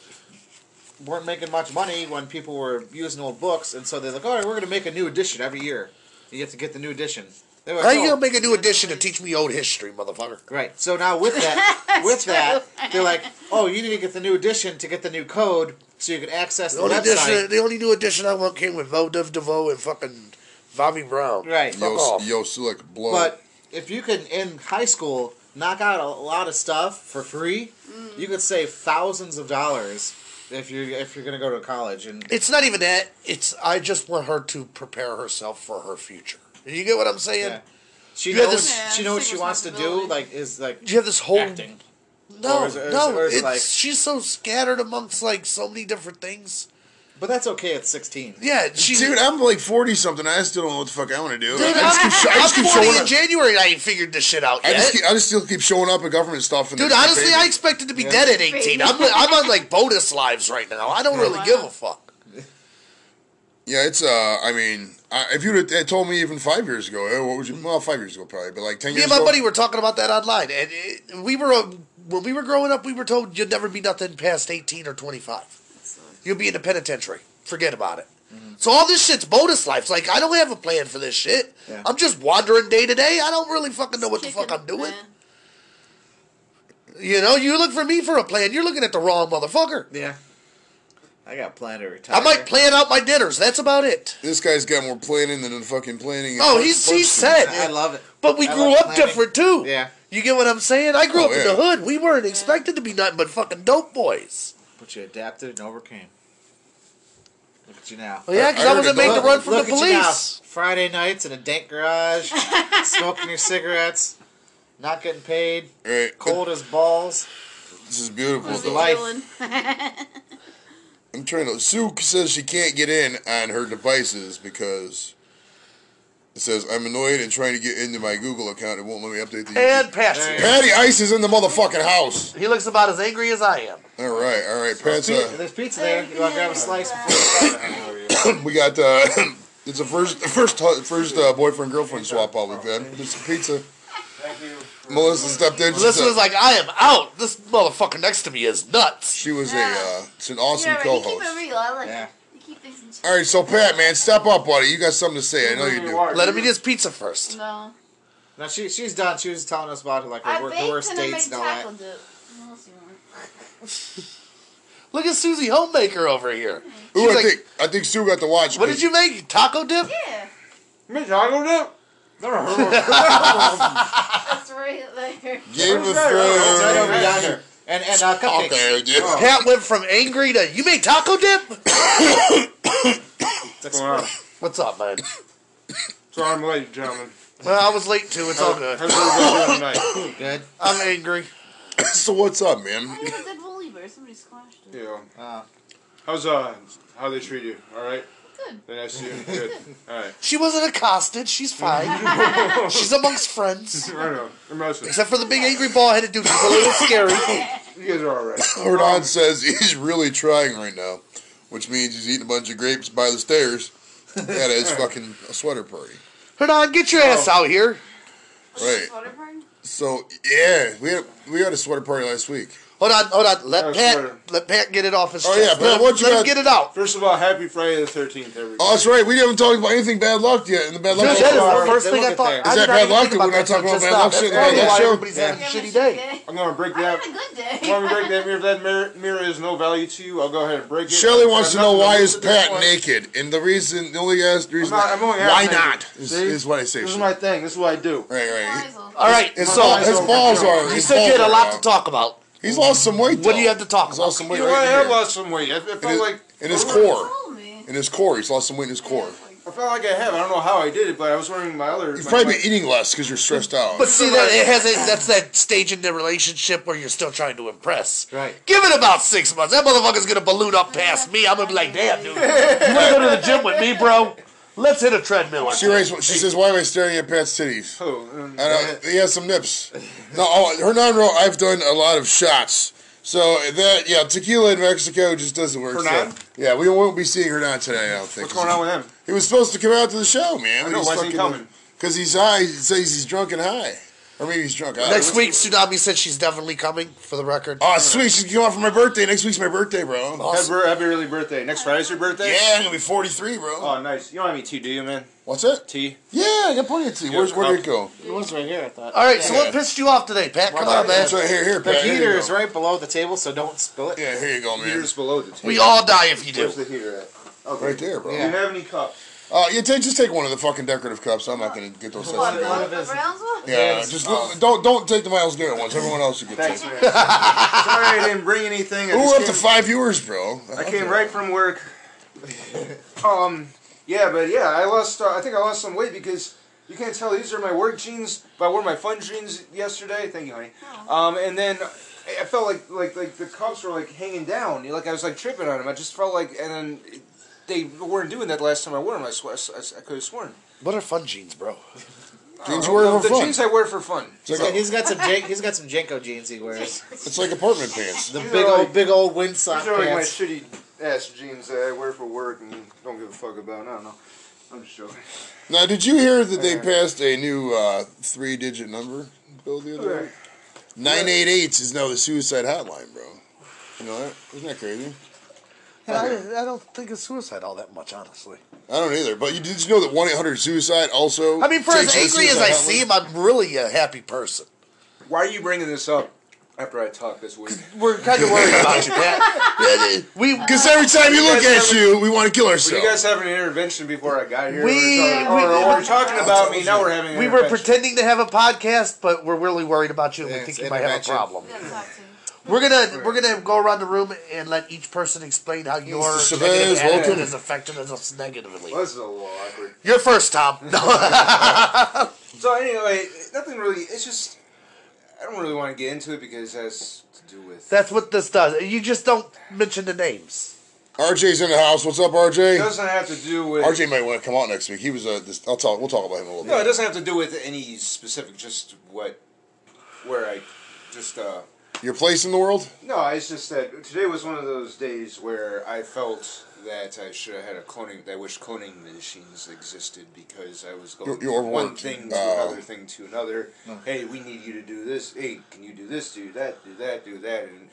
Speaker 4: weren't making much money when people were using old books, and so they're like, all right, we're going to make a new edition every year. You have to get the new edition. They were
Speaker 3: How
Speaker 4: like,
Speaker 3: you
Speaker 4: "Oh,
Speaker 3: gonna make a new edition to teach me old history, motherfucker?
Speaker 4: Right. So now with that, with that, they're like, oh, you need to get the new edition to get the new code so you can access the
Speaker 3: The only, edition,
Speaker 4: website.
Speaker 3: the only new edition I want came with Vo Dev DeVoe and fucking Bobby Brown.
Speaker 4: Right.
Speaker 3: Fuck
Speaker 2: Yo,
Speaker 3: off.
Speaker 2: yo, slick blow.
Speaker 4: But if you can in high school knock out a lot of stuff for free,
Speaker 3: Mm.
Speaker 4: you could save thousands of dollars if you if you're gonna go to college and
Speaker 3: It's not even that. It's I just want her to prepare herself for her future. You get what I'm saying?
Speaker 4: yeah. She
Speaker 3: You had
Speaker 4: knows
Speaker 3: this-
Speaker 1: Yeah,
Speaker 4: she knows what she
Speaker 1: single
Speaker 4: wants to do.
Speaker 1: responsibility.
Speaker 4: Like is like
Speaker 3: You have this whole
Speaker 4: acting.
Speaker 3: no,
Speaker 4: Or is- or is-
Speaker 3: no.
Speaker 4: or is
Speaker 3: it's,
Speaker 4: like-
Speaker 3: she's so scattered amongst like so many different things.
Speaker 4: But that's okay at sixteen.
Speaker 3: Yeah, she.
Speaker 2: dude, I'm like 40 something. I still don't know what the fuck I want to do.
Speaker 3: Dude,
Speaker 2: I just
Speaker 3: I'm,
Speaker 2: keep, sho- I just
Speaker 3: I'm
Speaker 2: keep
Speaker 3: 40
Speaker 2: showing
Speaker 3: in
Speaker 2: up.
Speaker 3: January. and I ain't figured this shit out
Speaker 2: I
Speaker 3: yet.
Speaker 2: just, keep, I just still keep showing up at government stuff. And
Speaker 3: Dude,
Speaker 2: they keep
Speaker 3: honestly,
Speaker 2: paying
Speaker 3: I
Speaker 2: me.
Speaker 3: expected to be dead at 18. I'm, I'm on like POTUS lives right now. I don't really
Speaker 1: Wow.
Speaker 3: give a fuck.
Speaker 2: Yeah, it's uh, I mean, I, if you would have told me even five years ago, eh, what would you? Well, five years ago probably, but like ten
Speaker 3: Me
Speaker 2: years
Speaker 3: and my
Speaker 2: ago.
Speaker 3: buddy were talking about that online, and it, we were uh, when we were growing up, we were told you'd never be nothing past 18 or 25. You'll be in the penitentiary. Forget about it.
Speaker 4: Mm-hmm.
Speaker 3: So all this shit's bonus life. It's Like I don't have a plan for this shit.
Speaker 4: Yeah.
Speaker 3: I'm just wandering day to day. I don't really fucking know what the fuck I'm doing. You know, you look for me for a plan. You're looking at the wrong motherfucker.
Speaker 4: Yeah. I got planned to retire.
Speaker 3: I might plan out my dinners. That's about it.
Speaker 2: This guy's got more planning than fucking planning.
Speaker 3: Oh, he's he said.
Speaker 4: I love it.
Speaker 3: But we
Speaker 4: I
Speaker 3: grew
Speaker 4: love
Speaker 3: up
Speaker 4: planning.
Speaker 3: different too.
Speaker 4: Yeah.
Speaker 3: You get what I'm saying? I grew
Speaker 2: Oh,
Speaker 3: up in
Speaker 2: yeah.
Speaker 3: the hood. We weren't expected to be nothing but fucking dope boys.
Speaker 4: But you adapted and overcame. Look at you now.
Speaker 3: Well, yeah, because
Speaker 2: I
Speaker 3: I,
Speaker 2: heard
Speaker 3: wasn't
Speaker 2: it
Speaker 3: made to
Speaker 2: does.
Speaker 3: run from the
Speaker 4: at you now.
Speaker 3: police.
Speaker 4: Friday nights in a dank garage, smoking your cigarettes, not getting paid,
Speaker 2: Right.
Speaker 4: cold as balls.
Speaker 2: This is beautiful.
Speaker 1: Was
Speaker 4: the
Speaker 1: he
Speaker 2: Though.
Speaker 4: life.
Speaker 1: chilling?
Speaker 2: I'm trying to. Sue says she can't get in on her devices because it says I'm annoyed and trying to get into my Google account. It won't let me update the.
Speaker 3: And
Speaker 4: Hey.
Speaker 3: Patsy.
Speaker 2: Patty Ice is in the motherfucking house.
Speaker 3: He looks about as angry as I am.
Speaker 2: All right, all right, Pat's.
Speaker 4: Pizza.
Speaker 2: Uh,
Speaker 4: There's pizza there. You want to grab a slice?
Speaker 2: we got. Uh, it's the first, first, hu- first uh, boyfriend girlfriend swap out we've had. There's some pizza.
Speaker 6: Thank you. For
Speaker 2: Melissa stepped in. She
Speaker 3: This was
Speaker 2: said-
Speaker 3: like, I am out. This motherfucker next to me is nuts.
Speaker 2: She was a.
Speaker 1: Yeah.
Speaker 2: Uh, it's an awesome
Speaker 1: yeah, right. You keep
Speaker 2: co-host.
Speaker 1: it real. I like
Speaker 4: Yeah.
Speaker 1: it. You keep things in check.
Speaker 2: All right, so Pat, man, step up, buddy. You got something to say? I know you do.
Speaker 6: are.
Speaker 3: Let him eat his pizza first.
Speaker 1: No.
Speaker 4: No, she, she's done. She was telling us about like
Speaker 1: I
Speaker 4: her, work, her
Speaker 1: baked
Speaker 4: worst
Speaker 1: and I
Speaker 4: dates
Speaker 1: made
Speaker 4: and all that.
Speaker 1: tackle dip. What else you want?
Speaker 3: Look at Susie Homemaker over here.
Speaker 2: Ooh,
Speaker 3: She's
Speaker 2: I
Speaker 3: like,
Speaker 2: think I think Sue got the watch.
Speaker 3: What did you make? Taco dip?
Speaker 1: Yeah.
Speaker 6: Miss Taco Dip? Never heard of it.
Speaker 1: That's right there.
Speaker 2: Game of
Speaker 6: Right, right,
Speaker 4: It's right over
Speaker 6: Yeah.
Speaker 2: Thrones.
Speaker 4: yonder. And and uh, cupcakes.
Speaker 2: Okay, yeah.
Speaker 3: Pat went from angry to, you make taco dip?
Speaker 4: It's exploding.
Speaker 3: What's up, man?
Speaker 6: Sorry I'm late, gentlemen.
Speaker 3: Well, I was late too. It's all good.
Speaker 6: How's everybody doing tonight?
Speaker 4: Good.
Speaker 3: I'm angry.
Speaker 2: So what's up, man?
Speaker 1: I think it's a dead woolly bear. Somebody squashed it.
Speaker 6: Yeah.
Speaker 4: Uh,
Speaker 2: Ah.
Speaker 6: How's uh how they treat you? All right.
Speaker 1: Good.
Speaker 6: They nice to see you. Good. All right.
Speaker 3: She wasn't accosted. She's fine. She's amongst friends.
Speaker 6: Right on. You're mostly.
Speaker 3: Except for the big angry ball headed dude. He's a little scary.
Speaker 6: You guys are all right.
Speaker 2: Hernan says he's really trying right now, which means he's eating a bunch of grapes by the stairs at his fucking sweater party.
Speaker 3: Hernan, get your
Speaker 2: Oh.
Speaker 3: ass out here.
Speaker 1: Was it a
Speaker 2: Right.
Speaker 1: sweater party?
Speaker 2: So yeah, we had we had a sweater party last week.
Speaker 3: Hold on, hold on. Let
Speaker 6: That's
Speaker 3: Pat
Speaker 6: better.
Speaker 3: let Pat get it off his
Speaker 2: Oh,
Speaker 3: chest.
Speaker 2: yeah, Pat,
Speaker 3: let him-
Speaker 2: what you
Speaker 3: let him
Speaker 2: got-
Speaker 3: get it out.
Speaker 6: First of all, happy Friday the 13th, everybody.
Speaker 2: Oh, that's right. We haven't talked about anything bad luck yet in the bad luck.
Speaker 3: Dude, that is
Speaker 6: Sorry.
Speaker 3: the first
Speaker 4: They
Speaker 3: thing
Speaker 4: will
Speaker 3: I
Speaker 4: get
Speaker 3: thought.
Speaker 4: there.
Speaker 3: I
Speaker 2: Is that
Speaker 3: did not
Speaker 2: bad
Speaker 3: even
Speaker 2: luck
Speaker 3: think
Speaker 2: that we're not
Speaker 3: about that
Speaker 2: talking
Speaker 3: until
Speaker 2: about bad
Speaker 3: just
Speaker 2: luck
Speaker 3: now.
Speaker 2: shit in
Speaker 3: That's
Speaker 2: the
Speaker 3: probably
Speaker 2: last
Speaker 3: why
Speaker 2: show?
Speaker 3: everybody's
Speaker 1: Yeah,
Speaker 3: having a
Speaker 1: it was
Speaker 3: shitty day.
Speaker 1: shitty
Speaker 6: I'm gonna break
Speaker 1: I'm
Speaker 6: that.
Speaker 1: having a good day.
Speaker 6: I'm gonna break that mirror. If that mirror, mirror is no value to you, I'll go ahead and break it.
Speaker 2: Shirley wants to
Speaker 6: I've got
Speaker 2: know
Speaker 6: nothing
Speaker 2: why
Speaker 6: lose
Speaker 2: is
Speaker 6: at this
Speaker 2: Pat
Speaker 6: point.
Speaker 2: naked, and the reason, the only asked
Speaker 6: I'm
Speaker 2: reason,
Speaker 6: not, I'm only half
Speaker 2: why
Speaker 6: naked.
Speaker 2: not, is,
Speaker 6: See?
Speaker 2: is what I say.
Speaker 6: This is
Speaker 2: Shirley.
Speaker 6: my thing. This is what I do.
Speaker 2: right, right.
Speaker 1: Liza.
Speaker 3: All right,
Speaker 2: His,
Speaker 6: My
Speaker 2: ball,
Speaker 6: eyes
Speaker 2: his
Speaker 6: are-
Speaker 2: balls are.
Speaker 3: you
Speaker 2: his
Speaker 3: said you had
Speaker 2: balls
Speaker 3: a
Speaker 2: are
Speaker 3: lot to
Speaker 2: out.
Speaker 3: talk about.
Speaker 2: He's lost some weight.
Speaker 3: What do you
Speaker 2: though.
Speaker 3: have to talk
Speaker 2: He's
Speaker 3: about?
Speaker 2: lost some weight
Speaker 6: You know, I
Speaker 2: right
Speaker 6: have
Speaker 2: here.
Speaker 6: lost some weight. I, I felt
Speaker 2: In his,
Speaker 6: like
Speaker 2: in his
Speaker 6: I
Speaker 1: You
Speaker 2: core,
Speaker 1: told me.
Speaker 2: in his core, he's lost some weight in his core.
Speaker 6: I felt like I have. I don't know how I did it, but I was wearing my other.
Speaker 2: You've
Speaker 6: my-
Speaker 2: probably
Speaker 6: my-
Speaker 2: been eating less because you're stressed out.
Speaker 3: But see that it has a, that's that stage in the relationship where you're still trying to impress.
Speaker 4: Right.
Speaker 3: Give it about six months. That motherfucker's gonna balloon up past me. I'm gonna be like, damn, dude. You wanna go to the gym with me, bro? Let's hit a treadmill.
Speaker 2: she, raised, she says, "Why am I staring at Pat's titties?"
Speaker 6: Oh, um,
Speaker 2: I don't, he has some nips. No, oh, Hernan wrote, "I've done a lot of shots." So that yeah, tequila in Mexico just doesn't work. so-
Speaker 6: Hernan?
Speaker 2: yeah, we won't be seeing Hernan today. I don't think.
Speaker 6: what's going on with him?
Speaker 2: He was supposed to come out to the show, man.
Speaker 6: I know, why isn't he coming?
Speaker 2: Because he's high. He says he's drunk and high, or maybe he's drunk. I
Speaker 3: Next
Speaker 2: don't know.
Speaker 3: week, Tsunami said she's definitely coming for the record.
Speaker 2: Oh, sweet! She's coming out for my birthday. Next week's my birthday, bro.
Speaker 6: Happy, happy early birthday. Next Friday's your birthday?
Speaker 2: Yeah, I'm gonna be 43, bro.
Speaker 6: Oh, nice. You don't have any tea, do you, man?
Speaker 2: What's it?
Speaker 6: Tea?
Speaker 2: Yeah, I got plenty of tea. Where's,
Speaker 6: Oh.
Speaker 2: where did it go?
Speaker 4: it was right here, I thought.
Speaker 3: All right, so
Speaker 2: Yeah.
Speaker 3: what pissed you off today, Pat? Come
Speaker 6: Well,
Speaker 3: on, man.
Speaker 2: It's right here, here,
Speaker 4: The
Speaker 2: Pat. Here you
Speaker 4: heater
Speaker 2: go.
Speaker 4: is right below the table, so don't spill it.
Speaker 2: Yeah, here you go, man.
Speaker 6: Heater's below the tea.
Speaker 3: We all die if you do.
Speaker 6: Where's the heater at? Okay.
Speaker 2: Right there, bro.
Speaker 6: Do you have any cups?
Speaker 2: Uh, you take, just take one of the fucking decorative cups. I'm not gonna get those.
Speaker 1: What,
Speaker 2: sets.
Speaker 1: the
Speaker 4: one of
Speaker 1: the
Speaker 4: his-
Speaker 1: Browns one?
Speaker 2: Yeah, just don't- don't don't take the Miles Garrett ones. Everyone else you can
Speaker 6: Thanks,
Speaker 2: take.
Speaker 6: man. Sorry I didn't bring anything. I
Speaker 2: Ooh,
Speaker 6: just
Speaker 2: we're up
Speaker 6: came-
Speaker 2: to five viewers, bro.
Speaker 6: I came right from work. um, yeah, but yeah, I lost. Uh, I think I lost some weight because you can't tell these are my work jeans, but I wore my fun jeans yesterday. Thank you, honey. Um, and then I- I felt like like like the cuffs were like hanging down. You know, Like I was like tripping on them. I just felt like, and then it- they weren't doing that last time I wore them. I swear, I, could have sworn.
Speaker 3: What are fun jeans, bro?
Speaker 2: Jeans
Speaker 6: Uh,
Speaker 2: wear
Speaker 6: the,
Speaker 2: for
Speaker 6: the
Speaker 2: fun.
Speaker 6: jeans I wear for fun.
Speaker 2: It's
Speaker 4: He's
Speaker 2: like,
Speaker 4: got,
Speaker 2: a-
Speaker 4: he's got some Jan- he's got some Jenko jeans he wears.
Speaker 2: it's like apartment pants.
Speaker 4: The
Speaker 6: These
Speaker 4: big
Speaker 6: are
Speaker 4: old
Speaker 6: like-
Speaker 4: big old windsock
Speaker 6: These are like my
Speaker 4: pants.
Speaker 6: shitty ass jeans that I wear for work and don't give a fuck about. I don't know. I'm just joking.
Speaker 2: Now, did you hear that they passed a new uh, three-digit number bill the other day? Nine eight eight is now the suicide hotline, bro. You know that? Isn't that crazy?
Speaker 3: I, I don't think it's suicide all that much, honestly.
Speaker 2: I don't either. But you, did you know that one eight hundred suicide also?
Speaker 3: I mean, for
Speaker 2: takes
Speaker 3: as
Speaker 2: the
Speaker 3: angry as
Speaker 2: suicide
Speaker 3: I
Speaker 2: hotline?
Speaker 3: seem, I'm really a happy person.
Speaker 6: Why are you bringing this up? after I talk this week.
Speaker 3: We're kind of worried about you, Pat. We
Speaker 2: Because every time you look
Speaker 6: You guys
Speaker 2: at you, we want to kill
Speaker 6: Were you
Speaker 2: ourselves.
Speaker 6: guys having an intervention before I got here?
Speaker 3: We-
Speaker 6: or,
Speaker 3: we-
Speaker 6: or, or we're talking about me. Now we're having. An
Speaker 3: we were
Speaker 6: intervention.
Speaker 3: pretending to have a podcast, but we're really worried about you, and we
Speaker 4: It's
Speaker 3: think you might have a
Speaker 4: intervention.
Speaker 3: problem.
Speaker 1: We gotta talk to him.
Speaker 3: We're gonna we're gonna go around the room and let each person explain how your
Speaker 2: Mr.
Speaker 3: negative
Speaker 2: Chavez,
Speaker 3: attitude
Speaker 2: welcome.
Speaker 3: has affected us negatively.
Speaker 6: Well, this is a little awkward.
Speaker 3: You're first, Tom. No.
Speaker 6: So anyway, nothing really. It's just I don't really want to get into it because it has to do with.
Speaker 3: That's what this does. You just don't mention the names.
Speaker 2: RJ's in the house. What's up,
Speaker 6: It
Speaker 2: RJ?
Speaker 6: doesn't have to do with.
Speaker 2: RJ might want to come out next week. He was uh, this, I'll talk. We'll talk about him in a little
Speaker 6: No, it
Speaker 2: bit.
Speaker 6: doesn't have to do with any specific. Just what, where I, just uh.
Speaker 2: Your place in the world?
Speaker 6: No, it's just that today was one of those days where I felt that I should have had a cloning. I wish cloning machines existed because I was going
Speaker 2: You're- you're
Speaker 6: from one
Speaker 2: overworked.
Speaker 6: thing to
Speaker 3: uh,
Speaker 2: Oh.
Speaker 6: another thing to another. Hey, we need you to do this. Hey, can you do this? Do that? Do that? Do that? And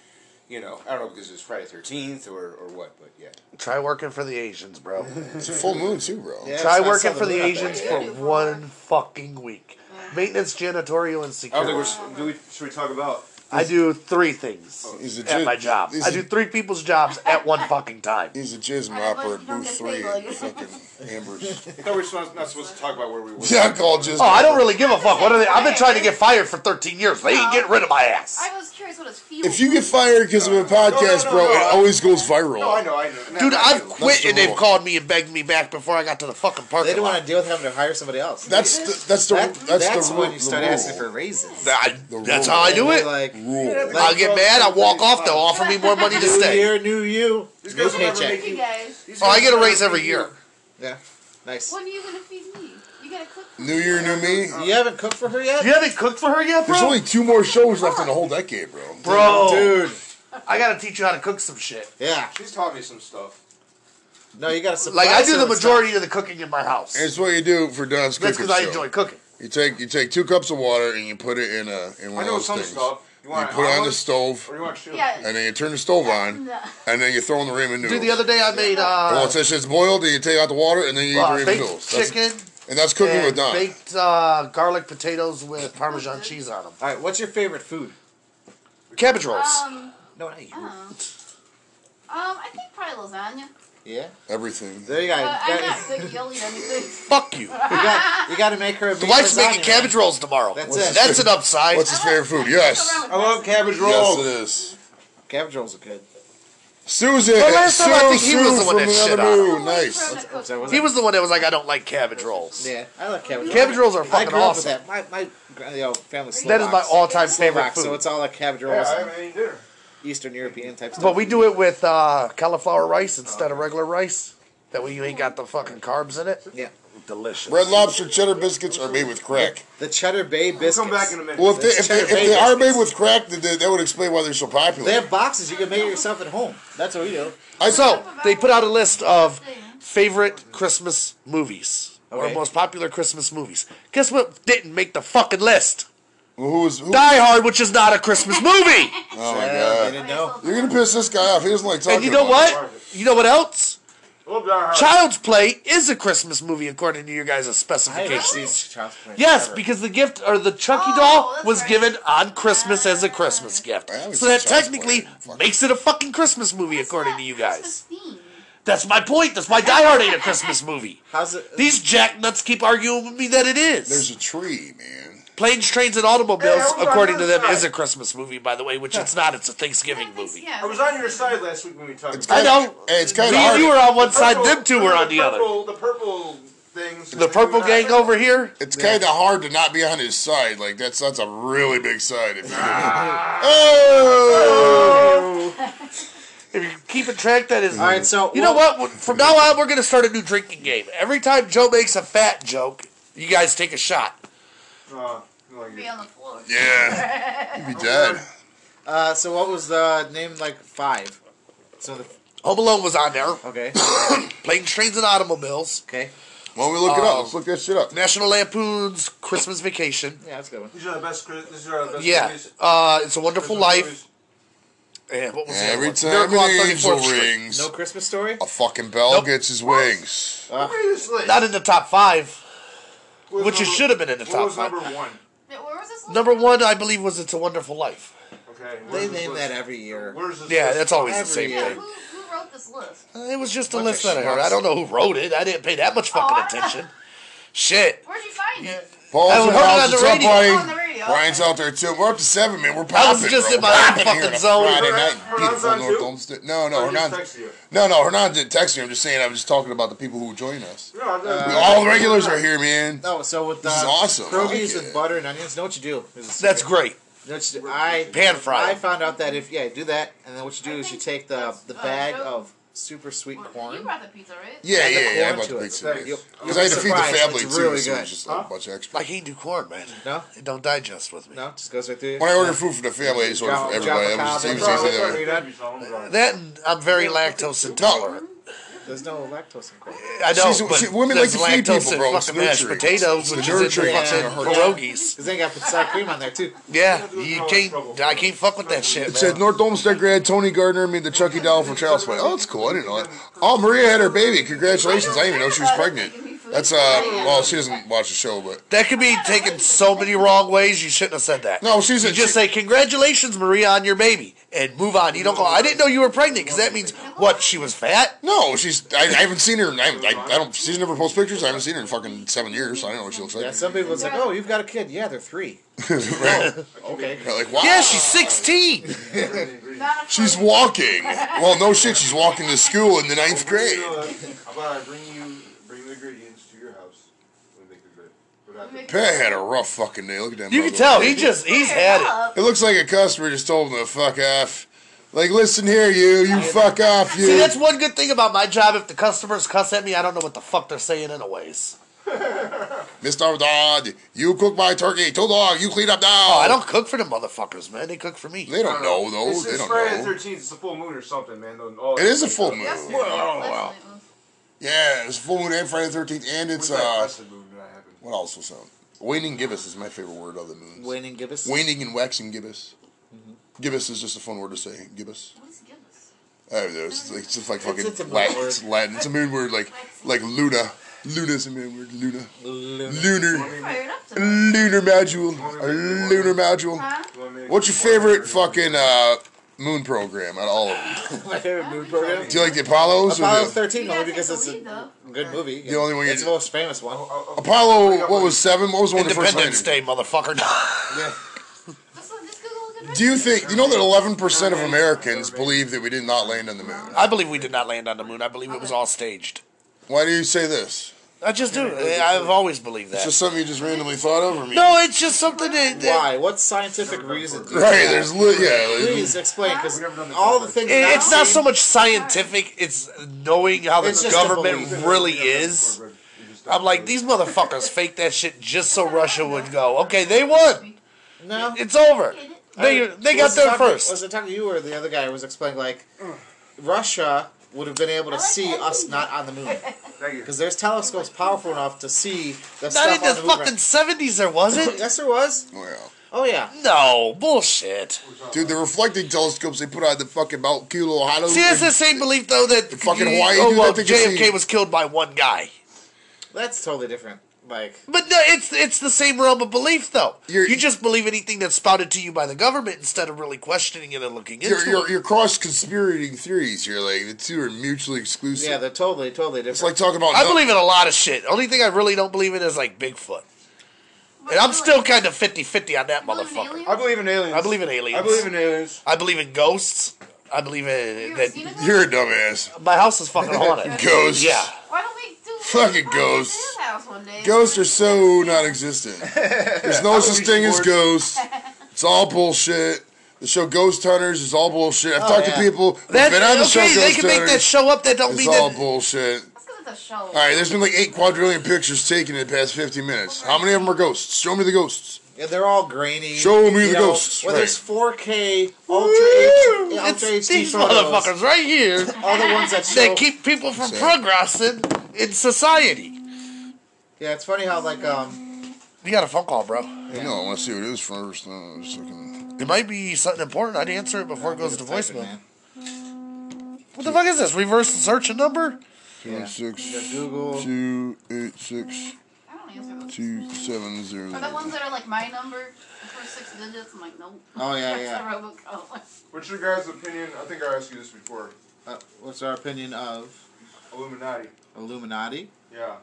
Speaker 6: you know, I don't know because it's Friday Thirteenth or or what, but yeah.
Speaker 3: Try working for the Asians, bro.
Speaker 2: It's a full moon too, bro.
Speaker 4: Yeah.
Speaker 3: Try
Speaker 4: it's not
Speaker 3: working for
Speaker 4: something
Speaker 3: the
Speaker 4: we're not
Speaker 3: Asians for
Speaker 1: doing. Yeah.
Speaker 3: one fucking week. Maintenance, janitorial, and
Speaker 6: I don't think we're.
Speaker 3: security.
Speaker 6: s- Do we, should we talk about?
Speaker 3: I do three things
Speaker 2: He's a
Speaker 3: at
Speaker 2: jizz-
Speaker 3: my job.
Speaker 2: He's
Speaker 3: I do
Speaker 2: a,
Speaker 3: three people's jobs at one fucking time.
Speaker 2: he's a jizz mopper at booth three. at Fucking Amber's.
Speaker 6: I thought we were not, not supposed to talk about where we were.
Speaker 2: yeah, I call jizz.
Speaker 3: Oh, I don't really give a fuck. What are they? I've been trying to get fired for 13 years. They ain't getting rid of my ass.
Speaker 1: I was curious what his feelings.
Speaker 2: If you get fired because of a podcast,
Speaker 6: no,
Speaker 2: bro,
Speaker 6: no,
Speaker 2: it
Speaker 6: I-
Speaker 2: always goes viral.
Speaker 6: No, I know, I know.
Speaker 3: Dude, I've quit
Speaker 2: the
Speaker 3: and they've
Speaker 2: rule.
Speaker 3: called me and begged me back before I got to the fucking
Speaker 4: They
Speaker 3: parking
Speaker 4: didn't want
Speaker 3: lot.
Speaker 4: to deal with having to hire somebody else.
Speaker 2: That's the, that's the
Speaker 4: That-
Speaker 2: that's,
Speaker 4: that's
Speaker 2: the
Speaker 4: when
Speaker 2: ru-
Speaker 4: you
Speaker 2: the
Speaker 4: start
Speaker 2: rule.
Speaker 4: asking for raises.
Speaker 3: I-
Speaker 2: The
Speaker 3: that's
Speaker 2: rule.
Speaker 3: how I do
Speaker 4: They're
Speaker 3: it.
Speaker 4: Like
Speaker 2: rule.
Speaker 3: I'll get mad. I'll walk off. They'll offer me more money to
Speaker 4: new
Speaker 3: stay.
Speaker 4: year, new you,
Speaker 6: These
Speaker 4: new
Speaker 6: guys will never
Speaker 1: Thank
Speaker 4: paycheck.
Speaker 6: make-
Speaker 1: you guys.
Speaker 6: These
Speaker 3: Oh, I
Speaker 6: guys
Speaker 3: get a
Speaker 6: are
Speaker 3: raise
Speaker 6: not
Speaker 3: every
Speaker 6: big
Speaker 3: year.
Speaker 4: Yeah, nice.
Speaker 1: When are you gonna feed me? You gotta cook. for
Speaker 2: New
Speaker 1: me.
Speaker 2: year, new me.
Speaker 4: You haven't cooked for her yet,
Speaker 3: You haven't cooked for her yet,
Speaker 2: There's
Speaker 3: bro?
Speaker 2: only two more shows left in the whole decade, bro.
Speaker 3: Bro,
Speaker 4: dude.
Speaker 3: I gotta teach you how to cook some shit.
Speaker 4: Yeah,
Speaker 6: She's taught me some stuff.
Speaker 4: no, you got to supply.
Speaker 3: Like I do
Speaker 4: some
Speaker 3: the
Speaker 4: stuff.
Speaker 3: majority of the cooking in my house.
Speaker 2: It's what you do for Don's
Speaker 3: That's
Speaker 2: cooking
Speaker 3: because I
Speaker 2: show.
Speaker 3: enjoy cooking.
Speaker 2: You take you take two cups of water and you put it in a in one
Speaker 6: I know
Speaker 2: of those
Speaker 6: some
Speaker 2: things.
Speaker 6: stuff. You
Speaker 2: You
Speaker 6: want
Speaker 2: put it on the
Speaker 6: this,
Speaker 2: stove
Speaker 6: or you want shit?
Speaker 1: Yeah.
Speaker 2: and then you turn the stove on
Speaker 1: No.
Speaker 2: and then you throw in the ramen noodles.
Speaker 3: Dude, the other day I made
Speaker 2: And
Speaker 3: uh,
Speaker 2: once that shit's boiled, then you take out the water and then you eat
Speaker 3: uh
Speaker 2: the ramen
Speaker 3: baked
Speaker 2: noodles. That's,
Speaker 3: chicken
Speaker 2: and that's cooking
Speaker 3: and
Speaker 2: with Don.
Speaker 3: baked uh, garlic potatoes with Parmesan cheese on them.
Speaker 4: All right, what's your favorite food?
Speaker 3: Cabbage rolls.
Speaker 1: Um.
Speaker 4: No, not you.
Speaker 1: Um. Um. I think probably lasagna.
Speaker 4: Yeah,
Speaker 2: Everything.
Speaker 4: there you
Speaker 1: But
Speaker 4: go.
Speaker 1: I'm not good. You'll eat anything.
Speaker 3: Fuck you.
Speaker 4: you got you got to make her a
Speaker 3: The
Speaker 4: meat
Speaker 3: wife's
Speaker 4: lasagna,
Speaker 3: making cabbage rolls tomorrow.
Speaker 4: That's
Speaker 3: That's,
Speaker 4: it.
Speaker 3: an upside.
Speaker 2: What's his favorite food? Yes.
Speaker 6: I love cabbage
Speaker 2: Yes, it
Speaker 6: rolls.
Speaker 2: is.
Speaker 4: man. Cabbage rolls are good.
Speaker 2: Susan,
Speaker 3: Well,
Speaker 2: it's
Speaker 3: last
Speaker 2: Sue,
Speaker 3: time I think he
Speaker 2: Sue
Speaker 3: was the one
Speaker 2: from
Speaker 3: that shit
Speaker 2: another
Speaker 3: on it.
Speaker 2: moon. Oh, Nice.
Speaker 4: I'm sorry,
Speaker 1: Nice.
Speaker 4: was
Speaker 3: he
Speaker 4: it-
Speaker 3: was the one that was like, I don't like cabbage rolls.
Speaker 4: Yeah, I love cabbage. rolls.
Speaker 3: Cabbage rolls are
Speaker 4: I
Speaker 3: fucking
Speaker 4: grew up with
Speaker 3: awesome.
Speaker 4: that. My my gra- you know, family.
Speaker 3: That is my
Speaker 4: Slovaks.
Speaker 3: all-time favorite
Speaker 4: Slovaks,
Speaker 3: food.
Speaker 4: So it's all like cabbage
Speaker 6: Yeah,
Speaker 4: rolls,
Speaker 6: I
Speaker 4: and
Speaker 6: haven't eaten dinner.
Speaker 4: Eastern European type stuff.
Speaker 3: But we do it with uh, cauliflower
Speaker 4: Oh.
Speaker 3: rice instead of regular rice. That way you ain't got the fucking carbs in it.
Speaker 4: Yeah.
Speaker 3: Delicious.
Speaker 2: Red lobster cheddar biscuits are made with crack.
Speaker 4: The Cheddar Bay biscuits.
Speaker 6: Come back in a minute.
Speaker 2: Well, if they,
Speaker 4: That's
Speaker 2: if they, if
Speaker 4: cheddar
Speaker 2: they are made
Speaker 4: biscuits.
Speaker 2: with crack, then they- that would explain why they're so popular.
Speaker 4: They have boxes. You can make it yourself at home. That's what we do.
Speaker 2: I
Speaker 3: So they put out a list of
Speaker 1: Thing.
Speaker 3: favorite Christmas movies or
Speaker 4: Okay.
Speaker 3: most popular Christmas movies. Guess what didn't make the fucking list?
Speaker 2: Who was who?
Speaker 3: Die Hard, which is not a Christmas movie.
Speaker 2: Oh my
Speaker 4: Yeah, They
Speaker 2: god!
Speaker 4: didn't know.
Speaker 2: You're gonna piss this guy off. He doesn't like talking.
Speaker 3: and you know
Speaker 2: about it.
Speaker 6: Die
Speaker 3: what?
Speaker 6: Hard.
Speaker 3: You know what else?
Speaker 6: Love Die Hard.
Speaker 3: Child's Play is a Christmas movie according to your guys'
Speaker 4: I haven't
Speaker 3: specifications.
Speaker 4: seen Child's Play
Speaker 3: Yes,
Speaker 4: ever.
Speaker 3: because the gift or the Chucky
Speaker 1: Oh,
Speaker 3: doll
Speaker 1: that's
Speaker 3: was
Speaker 1: right. Ah.
Speaker 3: given on Christmas as a Christmas gift.
Speaker 2: I always
Speaker 3: So that
Speaker 2: said Child's
Speaker 3: technically
Speaker 2: Play. Fuck.
Speaker 3: makes it a fucking Christmas movie
Speaker 1: It's
Speaker 3: according
Speaker 1: not
Speaker 3: to you guys.
Speaker 1: Christmas themed.
Speaker 3: That's my point. That's why Die Hard ain't a Christmas movie.
Speaker 4: how's it?
Speaker 3: These jacknuts keep arguing with me that it
Speaker 2: There's
Speaker 3: is.
Speaker 2: a tree, man.
Speaker 3: Planes, Trains, and Automobiles,
Speaker 6: Hey, I was on
Speaker 3: according to
Speaker 6: your
Speaker 3: them,
Speaker 6: side.
Speaker 3: is a Christmas movie, by the way, which it's not. It's a Thanksgiving
Speaker 1: I think-
Speaker 3: movie.
Speaker 1: Yeah.
Speaker 6: I was on your side last week when we talked.
Speaker 2: It's
Speaker 6: about
Speaker 3: I
Speaker 2: kinda,
Speaker 3: know.
Speaker 2: Hey, it's kind
Speaker 3: Me
Speaker 2: of
Speaker 3: and
Speaker 2: hard.
Speaker 3: you were on one side,
Speaker 6: purple-
Speaker 3: them two were on the other.
Speaker 6: purple- The purple things.
Speaker 3: The purple gang over here?
Speaker 2: it's kind of hard to not be on his side. Like that's that's a really big side. If you oh,
Speaker 3: If you're keeping track, that is
Speaker 4: All right, so
Speaker 3: You know
Speaker 4: well,
Speaker 3: what? From now on, we're going to start a new drinking game. Every time Joe makes a fat joke, you guys take a shot.
Speaker 6: Uh, like
Speaker 1: Be on the floor.
Speaker 2: yeah, you'd be dead.
Speaker 4: Uh, so what was the name like five? So the
Speaker 3: Home Alone was on there.
Speaker 4: okay,
Speaker 3: Planes, Trains, and Automobiles.
Speaker 4: okay,
Speaker 2: Why don't we look it
Speaker 3: Oh.
Speaker 2: up? Let's look that shit up.
Speaker 3: National Lampoon's Christmas Vacation.
Speaker 4: yeah, that's a good one.
Speaker 6: These are the best. cri- These are the best.
Speaker 3: Yeah.
Speaker 6: movies.
Speaker 3: Uh, it's a Wonderful
Speaker 6: Christmas
Speaker 3: Life.
Speaker 6: movies.
Speaker 3: And what was the other
Speaker 2: Every
Speaker 3: one?
Speaker 2: time
Speaker 3: Miracle on
Speaker 2: an angel
Speaker 3: 34th Street.
Speaker 2: rings,
Speaker 4: No Christmas story.
Speaker 2: a fucking bell
Speaker 3: Nope.
Speaker 2: gets his wings.
Speaker 6: Look at this list.
Speaker 3: Not in the top five,
Speaker 6: What was
Speaker 3: which it
Speaker 6: number-
Speaker 3: should have been in the
Speaker 6: What
Speaker 3: top
Speaker 6: was
Speaker 3: five.
Speaker 6: number one?
Speaker 1: Where was this?
Speaker 3: Number one, I believe, was It's a Wonderful Life.
Speaker 6: Okay.
Speaker 4: They name that every year.
Speaker 6: Where's this?
Speaker 3: Yeah,
Speaker 6: list?
Speaker 3: that's always the
Speaker 4: Every
Speaker 3: same
Speaker 4: year.
Speaker 5: Yeah, who,
Speaker 3: thing.
Speaker 5: who wrote this list?
Speaker 3: Uh, It was just a
Speaker 4: Bunch
Speaker 3: list
Speaker 4: of
Speaker 3: that I heard. I
Speaker 4: schmucks.
Speaker 3: don't know who wrote it. I didn't pay that much fucking
Speaker 5: Oh, I don't know.
Speaker 3: attention. Shit.
Speaker 5: Where'd you find it?
Speaker 3: I
Speaker 2: Paul's
Speaker 3: heard
Speaker 2: in
Speaker 3: it
Speaker 2: the house.
Speaker 3: on the
Speaker 2: It's up,
Speaker 3: radio.
Speaker 2: Brian.
Speaker 5: Oh, on the radio,
Speaker 2: Brian's
Speaker 5: okay.
Speaker 2: out there too. We're up to seven, man. We're popping.
Speaker 3: I was just
Speaker 2: bro.
Speaker 3: in my
Speaker 2: We're
Speaker 3: own
Speaker 2: popping
Speaker 3: fucking
Speaker 2: here on a
Speaker 3: zone.
Speaker 2: Friday
Speaker 6: Hernan-
Speaker 2: night, beautiful
Speaker 6: Hernan's on
Speaker 2: North
Speaker 6: too?
Speaker 2: Olmsted. No, no,
Speaker 6: Oh, he
Speaker 2: Hernan.
Speaker 6: texted you.
Speaker 2: No, no, Hernan didn't text me. I'm just saying. I'm just talking about the people who would join us.
Speaker 6: No, I'm
Speaker 3: Uh,
Speaker 6: not-
Speaker 2: All the regulars are here, man.
Speaker 4: No, so with the
Speaker 2: This is awesome. I
Speaker 4: pierogies
Speaker 2: like it.
Speaker 4: with butter and onions, know what you do. This is a
Speaker 3: That's
Speaker 4: secret.
Speaker 3: great.
Speaker 4: You know what you do? I
Speaker 3: Pan fry.
Speaker 4: I found out that if yeah, do that, and then what you do
Speaker 5: I
Speaker 4: is you
Speaker 5: think
Speaker 4: take the
Speaker 5: that's,
Speaker 4: the
Speaker 5: uh,
Speaker 4: bag
Speaker 5: dope.
Speaker 4: of super sweet
Speaker 5: You
Speaker 4: corn.
Speaker 5: brought the pizza, right?
Speaker 2: Yeah,
Speaker 4: Add the
Speaker 2: yeah, yeah. I'm
Speaker 4: corn
Speaker 2: about
Speaker 4: to
Speaker 2: to
Speaker 4: it.
Speaker 2: make some
Speaker 4: You'll-
Speaker 2: because
Speaker 4: you'll
Speaker 2: I had
Speaker 4: be
Speaker 2: to feed the
Speaker 4: surprised.
Speaker 2: family
Speaker 4: It's
Speaker 2: too,
Speaker 4: really
Speaker 2: so
Speaker 4: good.
Speaker 2: it's just a bunch extra.
Speaker 3: Like eating corn, man.
Speaker 4: No,
Speaker 3: It don't digest with me.
Speaker 4: no, just goes right through. you.
Speaker 2: When I ordered food for the family, I just ordered for
Speaker 4: Java-
Speaker 2: everybody. That
Speaker 4: Java
Speaker 2: was the same
Speaker 4: cobbler.
Speaker 2: same thing.
Speaker 4: Java
Speaker 2: that I-
Speaker 3: That and I'm very lactose intolerant.
Speaker 4: There's no lactose in corn.
Speaker 5: Mm-hmm.
Speaker 3: I know,
Speaker 2: She's-
Speaker 3: but
Speaker 2: she- women
Speaker 3: there's
Speaker 2: like to feed
Speaker 3: lactose
Speaker 2: people,
Speaker 3: in
Speaker 2: bro. It's
Speaker 3: fucking mashed
Speaker 2: nurturing.
Speaker 3: potatoes and
Speaker 2: nurturing.
Speaker 3: nurturing
Speaker 4: Yeah.
Speaker 3: fucking
Speaker 2: Yeah.
Speaker 3: pierogies.
Speaker 4: Cause they got the sour cream on there too.
Speaker 3: Yeah, you can't. I can't fuck with that shit,
Speaker 2: It says
Speaker 3: man.
Speaker 2: North Olmsted grad Tony Gardner made the Chucky doll from Child's Play. Oh, that's cool. I didn't know that. Oh, Maria had her baby. Congratulations. I didn't even know she was pregnant. That's uh. Well, she doesn't watch the show, but
Speaker 3: That could be taken so many wrong ways. You shouldn't have said that.
Speaker 2: no, she's
Speaker 3: You
Speaker 2: a,
Speaker 3: just say congratulations, Maria, on your baby, and move on. You don't go. I didn't know you were pregnant because that means what? She was fat.
Speaker 2: No, she's. I, I haven't seen her. I, haven't- I, I don't. She's never post pictures. I haven't seen her in fucking seven years. So I don't know what she looks like.
Speaker 4: Yeah, some people it's like, oh, you've got a kid. Yeah, they're three.
Speaker 2: Right?
Speaker 4: Okay.
Speaker 2: They're like, wow.
Speaker 3: Yeah, she's 16.
Speaker 5: Not a
Speaker 2: She's walking. Well, no shit. She's walking to school in the ninth grade.
Speaker 6: How about I bring you bring the ingredients to your house? We make a great. What
Speaker 5: We make-
Speaker 6: happened?
Speaker 2: Pat had a rough fucking day. Look at that.
Speaker 3: You can
Speaker 2: mother.
Speaker 3: tell he just he's had it.
Speaker 5: Up.
Speaker 2: It looks like a customer just told him to fuck off. Like, listen here, you. You fuck off, you.
Speaker 3: See, that's one good thing about my job. If the customers cuss at me, I don't know what the fuck they're saying, anyways.
Speaker 2: Mr. Dodd, you cook my turkey. Too long. You clean up now.
Speaker 3: Oh, I don't cook for the motherfuckers, man. They cook for me.
Speaker 2: They don't know though.
Speaker 6: It's,
Speaker 2: Oh, they
Speaker 6: it's
Speaker 2: don't
Speaker 6: Friday
Speaker 2: know.
Speaker 6: the 13th. It's a full moon or something, man. Don't- oh,
Speaker 2: It is a full moon.
Speaker 5: Yesterday.
Speaker 6: Wow, wow.
Speaker 5: Last night was-
Speaker 2: Yeah, it's full moon and Friday the Thirteenth, and it's uh,
Speaker 6: What
Speaker 2: what else was on? Waning gibbous is my favorite word of the moons.
Speaker 4: Wayne and Gibbous.
Speaker 2: Waning and waxing gibbous.
Speaker 3: Mm-hmm.
Speaker 2: Gibbous is just a fun word to say. Gibbous.
Speaker 5: What does it give us?
Speaker 2: I don't know. It's, like, it's just like fucking
Speaker 4: it's a moon
Speaker 2: Latin.
Speaker 4: word.
Speaker 2: It's Latin. It's a moon word like like Luna. Luna's a moon word. Luna.
Speaker 4: Luna.
Speaker 2: Lunar.
Speaker 5: Fired up tonight.
Speaker 2: Lunar module. A lunar module.
Speaker 5: Huh?
Speaker 2: What's your favorite fucking uh, moon program out of all of them?
Speaker 4: My favorite moon program.
Speaker 2: Do you like the Apollos? or
Speaker 4: Apollo
Speaker 2: the-
Speaker 4: 13
Speaker 5: You
Speaker 4: only
Speaker 5: gotta
Speaker 4: because
Speaker 5: take
Speaker 4: it's
Speaker 5: the lead,
Speaker 4: a
Speaker 5: though.
Speaker 4: good movie.
Speaker 2: The only one you-
Speaker 4: It's the most famous one.
Speaker 2: Apollo, what was seven? What was the one that first
Speaker 3: Independence
Speaker 2: landed?
Speaker 3: Day, motherfucker.
Speaker 4: Yeah.
Speaker 5: Just look- just Google look at
Speaker 2: Do you think you know that eleven percent of Americans believe that we did not land on the moon?
Speaker 3: I believe we did not land on the moon. I believe it was all staged.
Speaker 2: Why do you say this?
Speaker 3: I just do. I've always believed
Speaker 2: It's
Speaker 3: that.
Speaker 2: just something you just randomly thought of, or me?
Speaker 3: No, it's just something that. that-
Speaker 4: Why? What scientific reason? do you
Speaker 2: Right?
Speaker 4: have?
Speaker 2: There's li- yeah.
Speaker 4: Please explain, because
Speaker 6: We've never done this
Speaker 4: all
Speaker 6: before.
Speaker 4: the things.
Speaker 3: It-
Speaker 4: that
Speaker 3: it's not
Speaker 4: I've
Speaker 3: so
Speaker 4: seen-
Speaker 3: much scientific. It's knowing how the
Speaker 4: It's just a
Speaker 3: government
Speaker 4: belief.
Speaker 3: really is. I'm like these motherfuckers fake that shit just so Russia would go. Okay, they won.
Speaker 4: No.
Speaker 3: It's over. They they got
Speaker 4: Was it
Speaker 3: there
Speaker 4: talking-
Speaker 3: first.
Speaker 4: Was it talking to you or the other guy who was explaining like
Speaker 2: Mm.
Speaker 4: Russia would have been able to see us not on the moon because there's telescopes powerful enough to see the stuff
Speaker 3: Not
Speaker 4: on
Speaker 3: in the
Speaker 4: the moon.
Speaker 3: fucking seventies, there wasn't.
Speaker 4: yes, there was.
Speaker 2: Well,
Speaker 4: Oh yeah.
Speaker 3: No bullshit.
Speaker 2: dude, the reflecting telescopes they put on the fucking Mount Kilo
Speaker 3: See, it's the same belief though that
Speaker 2: fucking Hawaii
Speaker 3: oh
Speaker 2: dude,
Speaker 3: well,
Speaker 2: I think you see-
Speaker 3: JFK was killed by one guy.
Speaker 4: That's totally different. Like
Speaker 3: But no, it's it's the same realm of belief though.
Speaker 2: You're-
Speaker 3: you just believe anything that's spouted to you by the government instead of really questioning it and looking into
Speaker 2: You're,
Speaker 3: it.
Speaker 2: you're, you're cross conspirating theories. You're like the two are mutually exclusive.
Speaker 4: yeah, they're totally totally different.
Speaker 2: it's like talking about.
Speaker 3: I
Speaker 2: no-
Speaker 3: believe in a lot of shit. Only thing I really don't believe in is like Bigfoot. And I'm still kind of 50 50 on that motherfucker.
Speaker 6: I believe in aliens.
Speaker 3: I believe in aliens.
Speaker 6: I believe in aliens.
Speaker 3: I believe in ghosts. I believe in. That
Speaker 2: You're a dumbass.
Speaker 3: my house is fucking haunted.
Speaker 2: Ghosts.
Speaker 3: yeah.
Speaker 5: Why don't we do
Speaker 2: Fucking
Speaker 5: podcast
Speaker 2: ghosts.
Speaker 5: in his house one day?
Speaker 2: Ghosts are so non-existent. There's no such thing as
Speaker 6: bored.
Speaker 2: ghosts. It's all bullshit. The show Ghost Hunters is all bullshit. I've talked
Speaker 4: yeah.
Speaker 2: to people who've
Speaker 3: Oh, That's,
Speaker 2: been on the show
Speaker 3: okay,
Speaker 2: Ghost
Speaker 3: they can make
Speaker 2: Hunters.
Speaker 3: that show up. That don't
Speaker 2: it's
Speaker 3: mean
Speaker 2: all
Speaker 3: that.
Speaker 2: bullshit.
Speaker 5: That's 'cause it's a show.
Speaker 2: All right, there's been like eight quadrillion pictures taken in the past 15 minutes. How many of them are ghosts? Show me the ghosts.
Speaker 4: Yeah, they're all grainy.
Speaker 2: Show me
Speaker 4: you
Speaker 2: the
Speaker 4: know,
Speaker 2: ghosts,
Speaker 4: Well,
Speaker 2: right.
Speaker 4: there's 4K ultra HD,
Speaker 3: It's
Speaker 4: ultra HD
Speaker 3: these
Speaker 4: photos.
Speaker 3: motherfuckers right here
Speaker 4: All the ones that show.
Speaker 3: that keep people from
Speaker 2: Exactly.
Speaker 3: progressing in society.
Speaker 4: yeah, it's funny how like um.
Speaker 3: You got a phone call, bro.
Speaker 2: You know, I want to see what it is first. Uh, No, it's fucking-
Speaker 3: It might be something important. I'd answer it before it goes to
Speaker 4: type it,
Speaker 3: voicemail. What the fuck is this? Reverse search a number?
Speaker 4: Yeah.
Speaker 2: six,
Speaker 4: Google.
Speaker 2: two, eight, six.
Speaker 5: I don't many answer those.
Speaker 2: Two seven zero.
Speaker 5: Are the ones that are like my number, the first six digits? I'm like, nope.
Speaker 4: Oh, yeah,
Speaker 5: That's
Speaker 4: yeah.
Speaker 5: the Robocall.
Speaker 6: What's your guys' opinion? I think I asked you this before.
Speaker 4: Uh, what's our opinion of
Speaker 6: Illuminati.
Speaker 4: Illuminati?
Speaker 6: Yeah.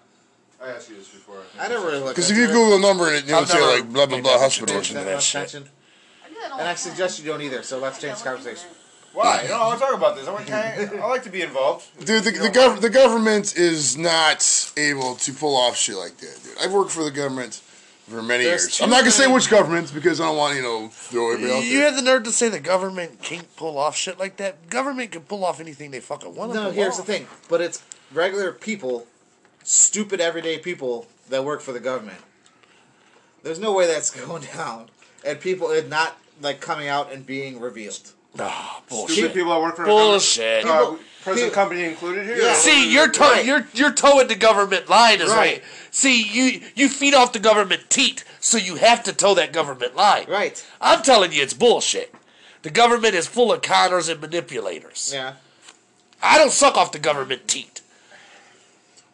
Speaker 6: I asked you this before. I think.
Speaker 4: I never really looked
Speaker 2: Because if
Speaker 4: into
Speaker 2: you
Speaker 4: it.
Speaker 2: Google a number and it, you know,
Speaker 3: I've
Speaker 2: say
Speaker 3: never
Speaker 2: like blah blah
Speaker 3: paid
Speaker 2: blah
Speaker 3: that much
Speaker 2: hospital or
Speaker 4: Attention,
Speaker 3: attention
Speaker 2: something.
Speaker 3: to that
Speaker 4: enough
Speaker 3: shit.
Speaker 4: attention.
Speaker 5: I do that all
Speaker 4: And
Speaker 5: the
Speaker 4: I
Speaker 5: time.
Speaker 4: suggest you don't either, so let's
Speaker 5: Yeah,
Speaker 4: change the
Speaker 5: look into
Speaker 4: conversation.
Speaker 6: Why? No, I want to talk about this. I, want, I, I like to be involved.
Speaker 2: Dude, the,
Speaker 6: You
Speaker 2: the,
Speaker 6: know,
Speaker 2: gov- the government is not able to pull off shit like that, dude. I've worked for the government for many
Speaker 4: There's
Speaker 2: years.
Speaker 4: too
Speaker 2: I'm not gonna say
Speaker 4: many-
Speaker 2: which government because I don't want you know throw everybody out
Speaker 3: You
Speaker 2: there.
Speaker 3: had the nerve to say the government can't pull off shit like that. Government can pull off anything they fucking want. to
Speaker 4: No,
Speaker 3: pull
Speaker 4: here's the
Speaker 3: off.
Speaker 4: thing. But it's regular people, stupid everyday people that work for the government. There's no way that's going down, and people it not like coming out and being revealed.
Speaker 3: Ah, bullshit.
Speaker 6: Stupid people that work for
Speaker 3: Bullshit.
Speaker 6: Uh, present
Speaker 4: people-
Speaker 6: company included here.
Speaker 4: Yeah.
Speaker 3: See, you're toe,
Speaker 4: Right.
Speaker 3: you're you're toeing the government line is
Speaker 4: Right.
Speaker 3: right. See, you you feed off the government teat, so you have to toe that government line.
Speaker 4: Right.
Speaker 3: I'm telling you, it's bullshit. The government is full of conners and manipulators.
Speaker 4: Yeah.
Speaker 3: I don't suck off the government teat.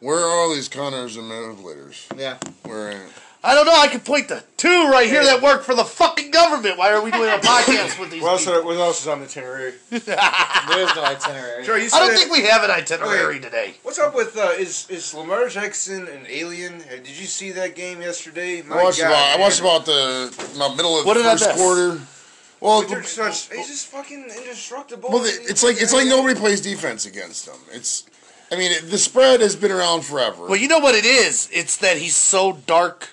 Speaker 2: Where are all these conners and manipulators?
Speaker 4: Yeah.
Speaker 2: Where?
Speaker 3: I don't know. I can point to two right here that work for the fucking government. Why are we doing a podcast with these?
Speaker 6: What else,
Speaker 3: people?
Speaker 6: are, what else is on the itinerary?
Speaker 4: There's no itinerary.
Speaker 6: Joe, you
Speaker 3: I don't
Speaker 6: said-
Speaker 3: think we have an itinerary
Speaker 6: Okay.
Speaker 3: today.
Speaker 6: What's up with uh, is is Lamar Jackson an alien? Uh, Did you see that game yesterday? My
Speaker 2: I watched
Speaker 6: God,
Speaker 2: about I
Speaker 6: man.
Speaker 2: watched about the my middle of
Speaker 3: What
Speaker 2: the
Speaker 3: did I
Speaker 2: first
Speaker 3: miss?
Speaker 2: quarter. Well,
Speaker 6: But they're such- he's just fucking indestructible.
Speaker 2: Well, the- it's like it's like nobody plays defense against them. It's, I mean, it, the spread has been around forever.
Speaker 3: Well, you know what it is? It's that he's so dark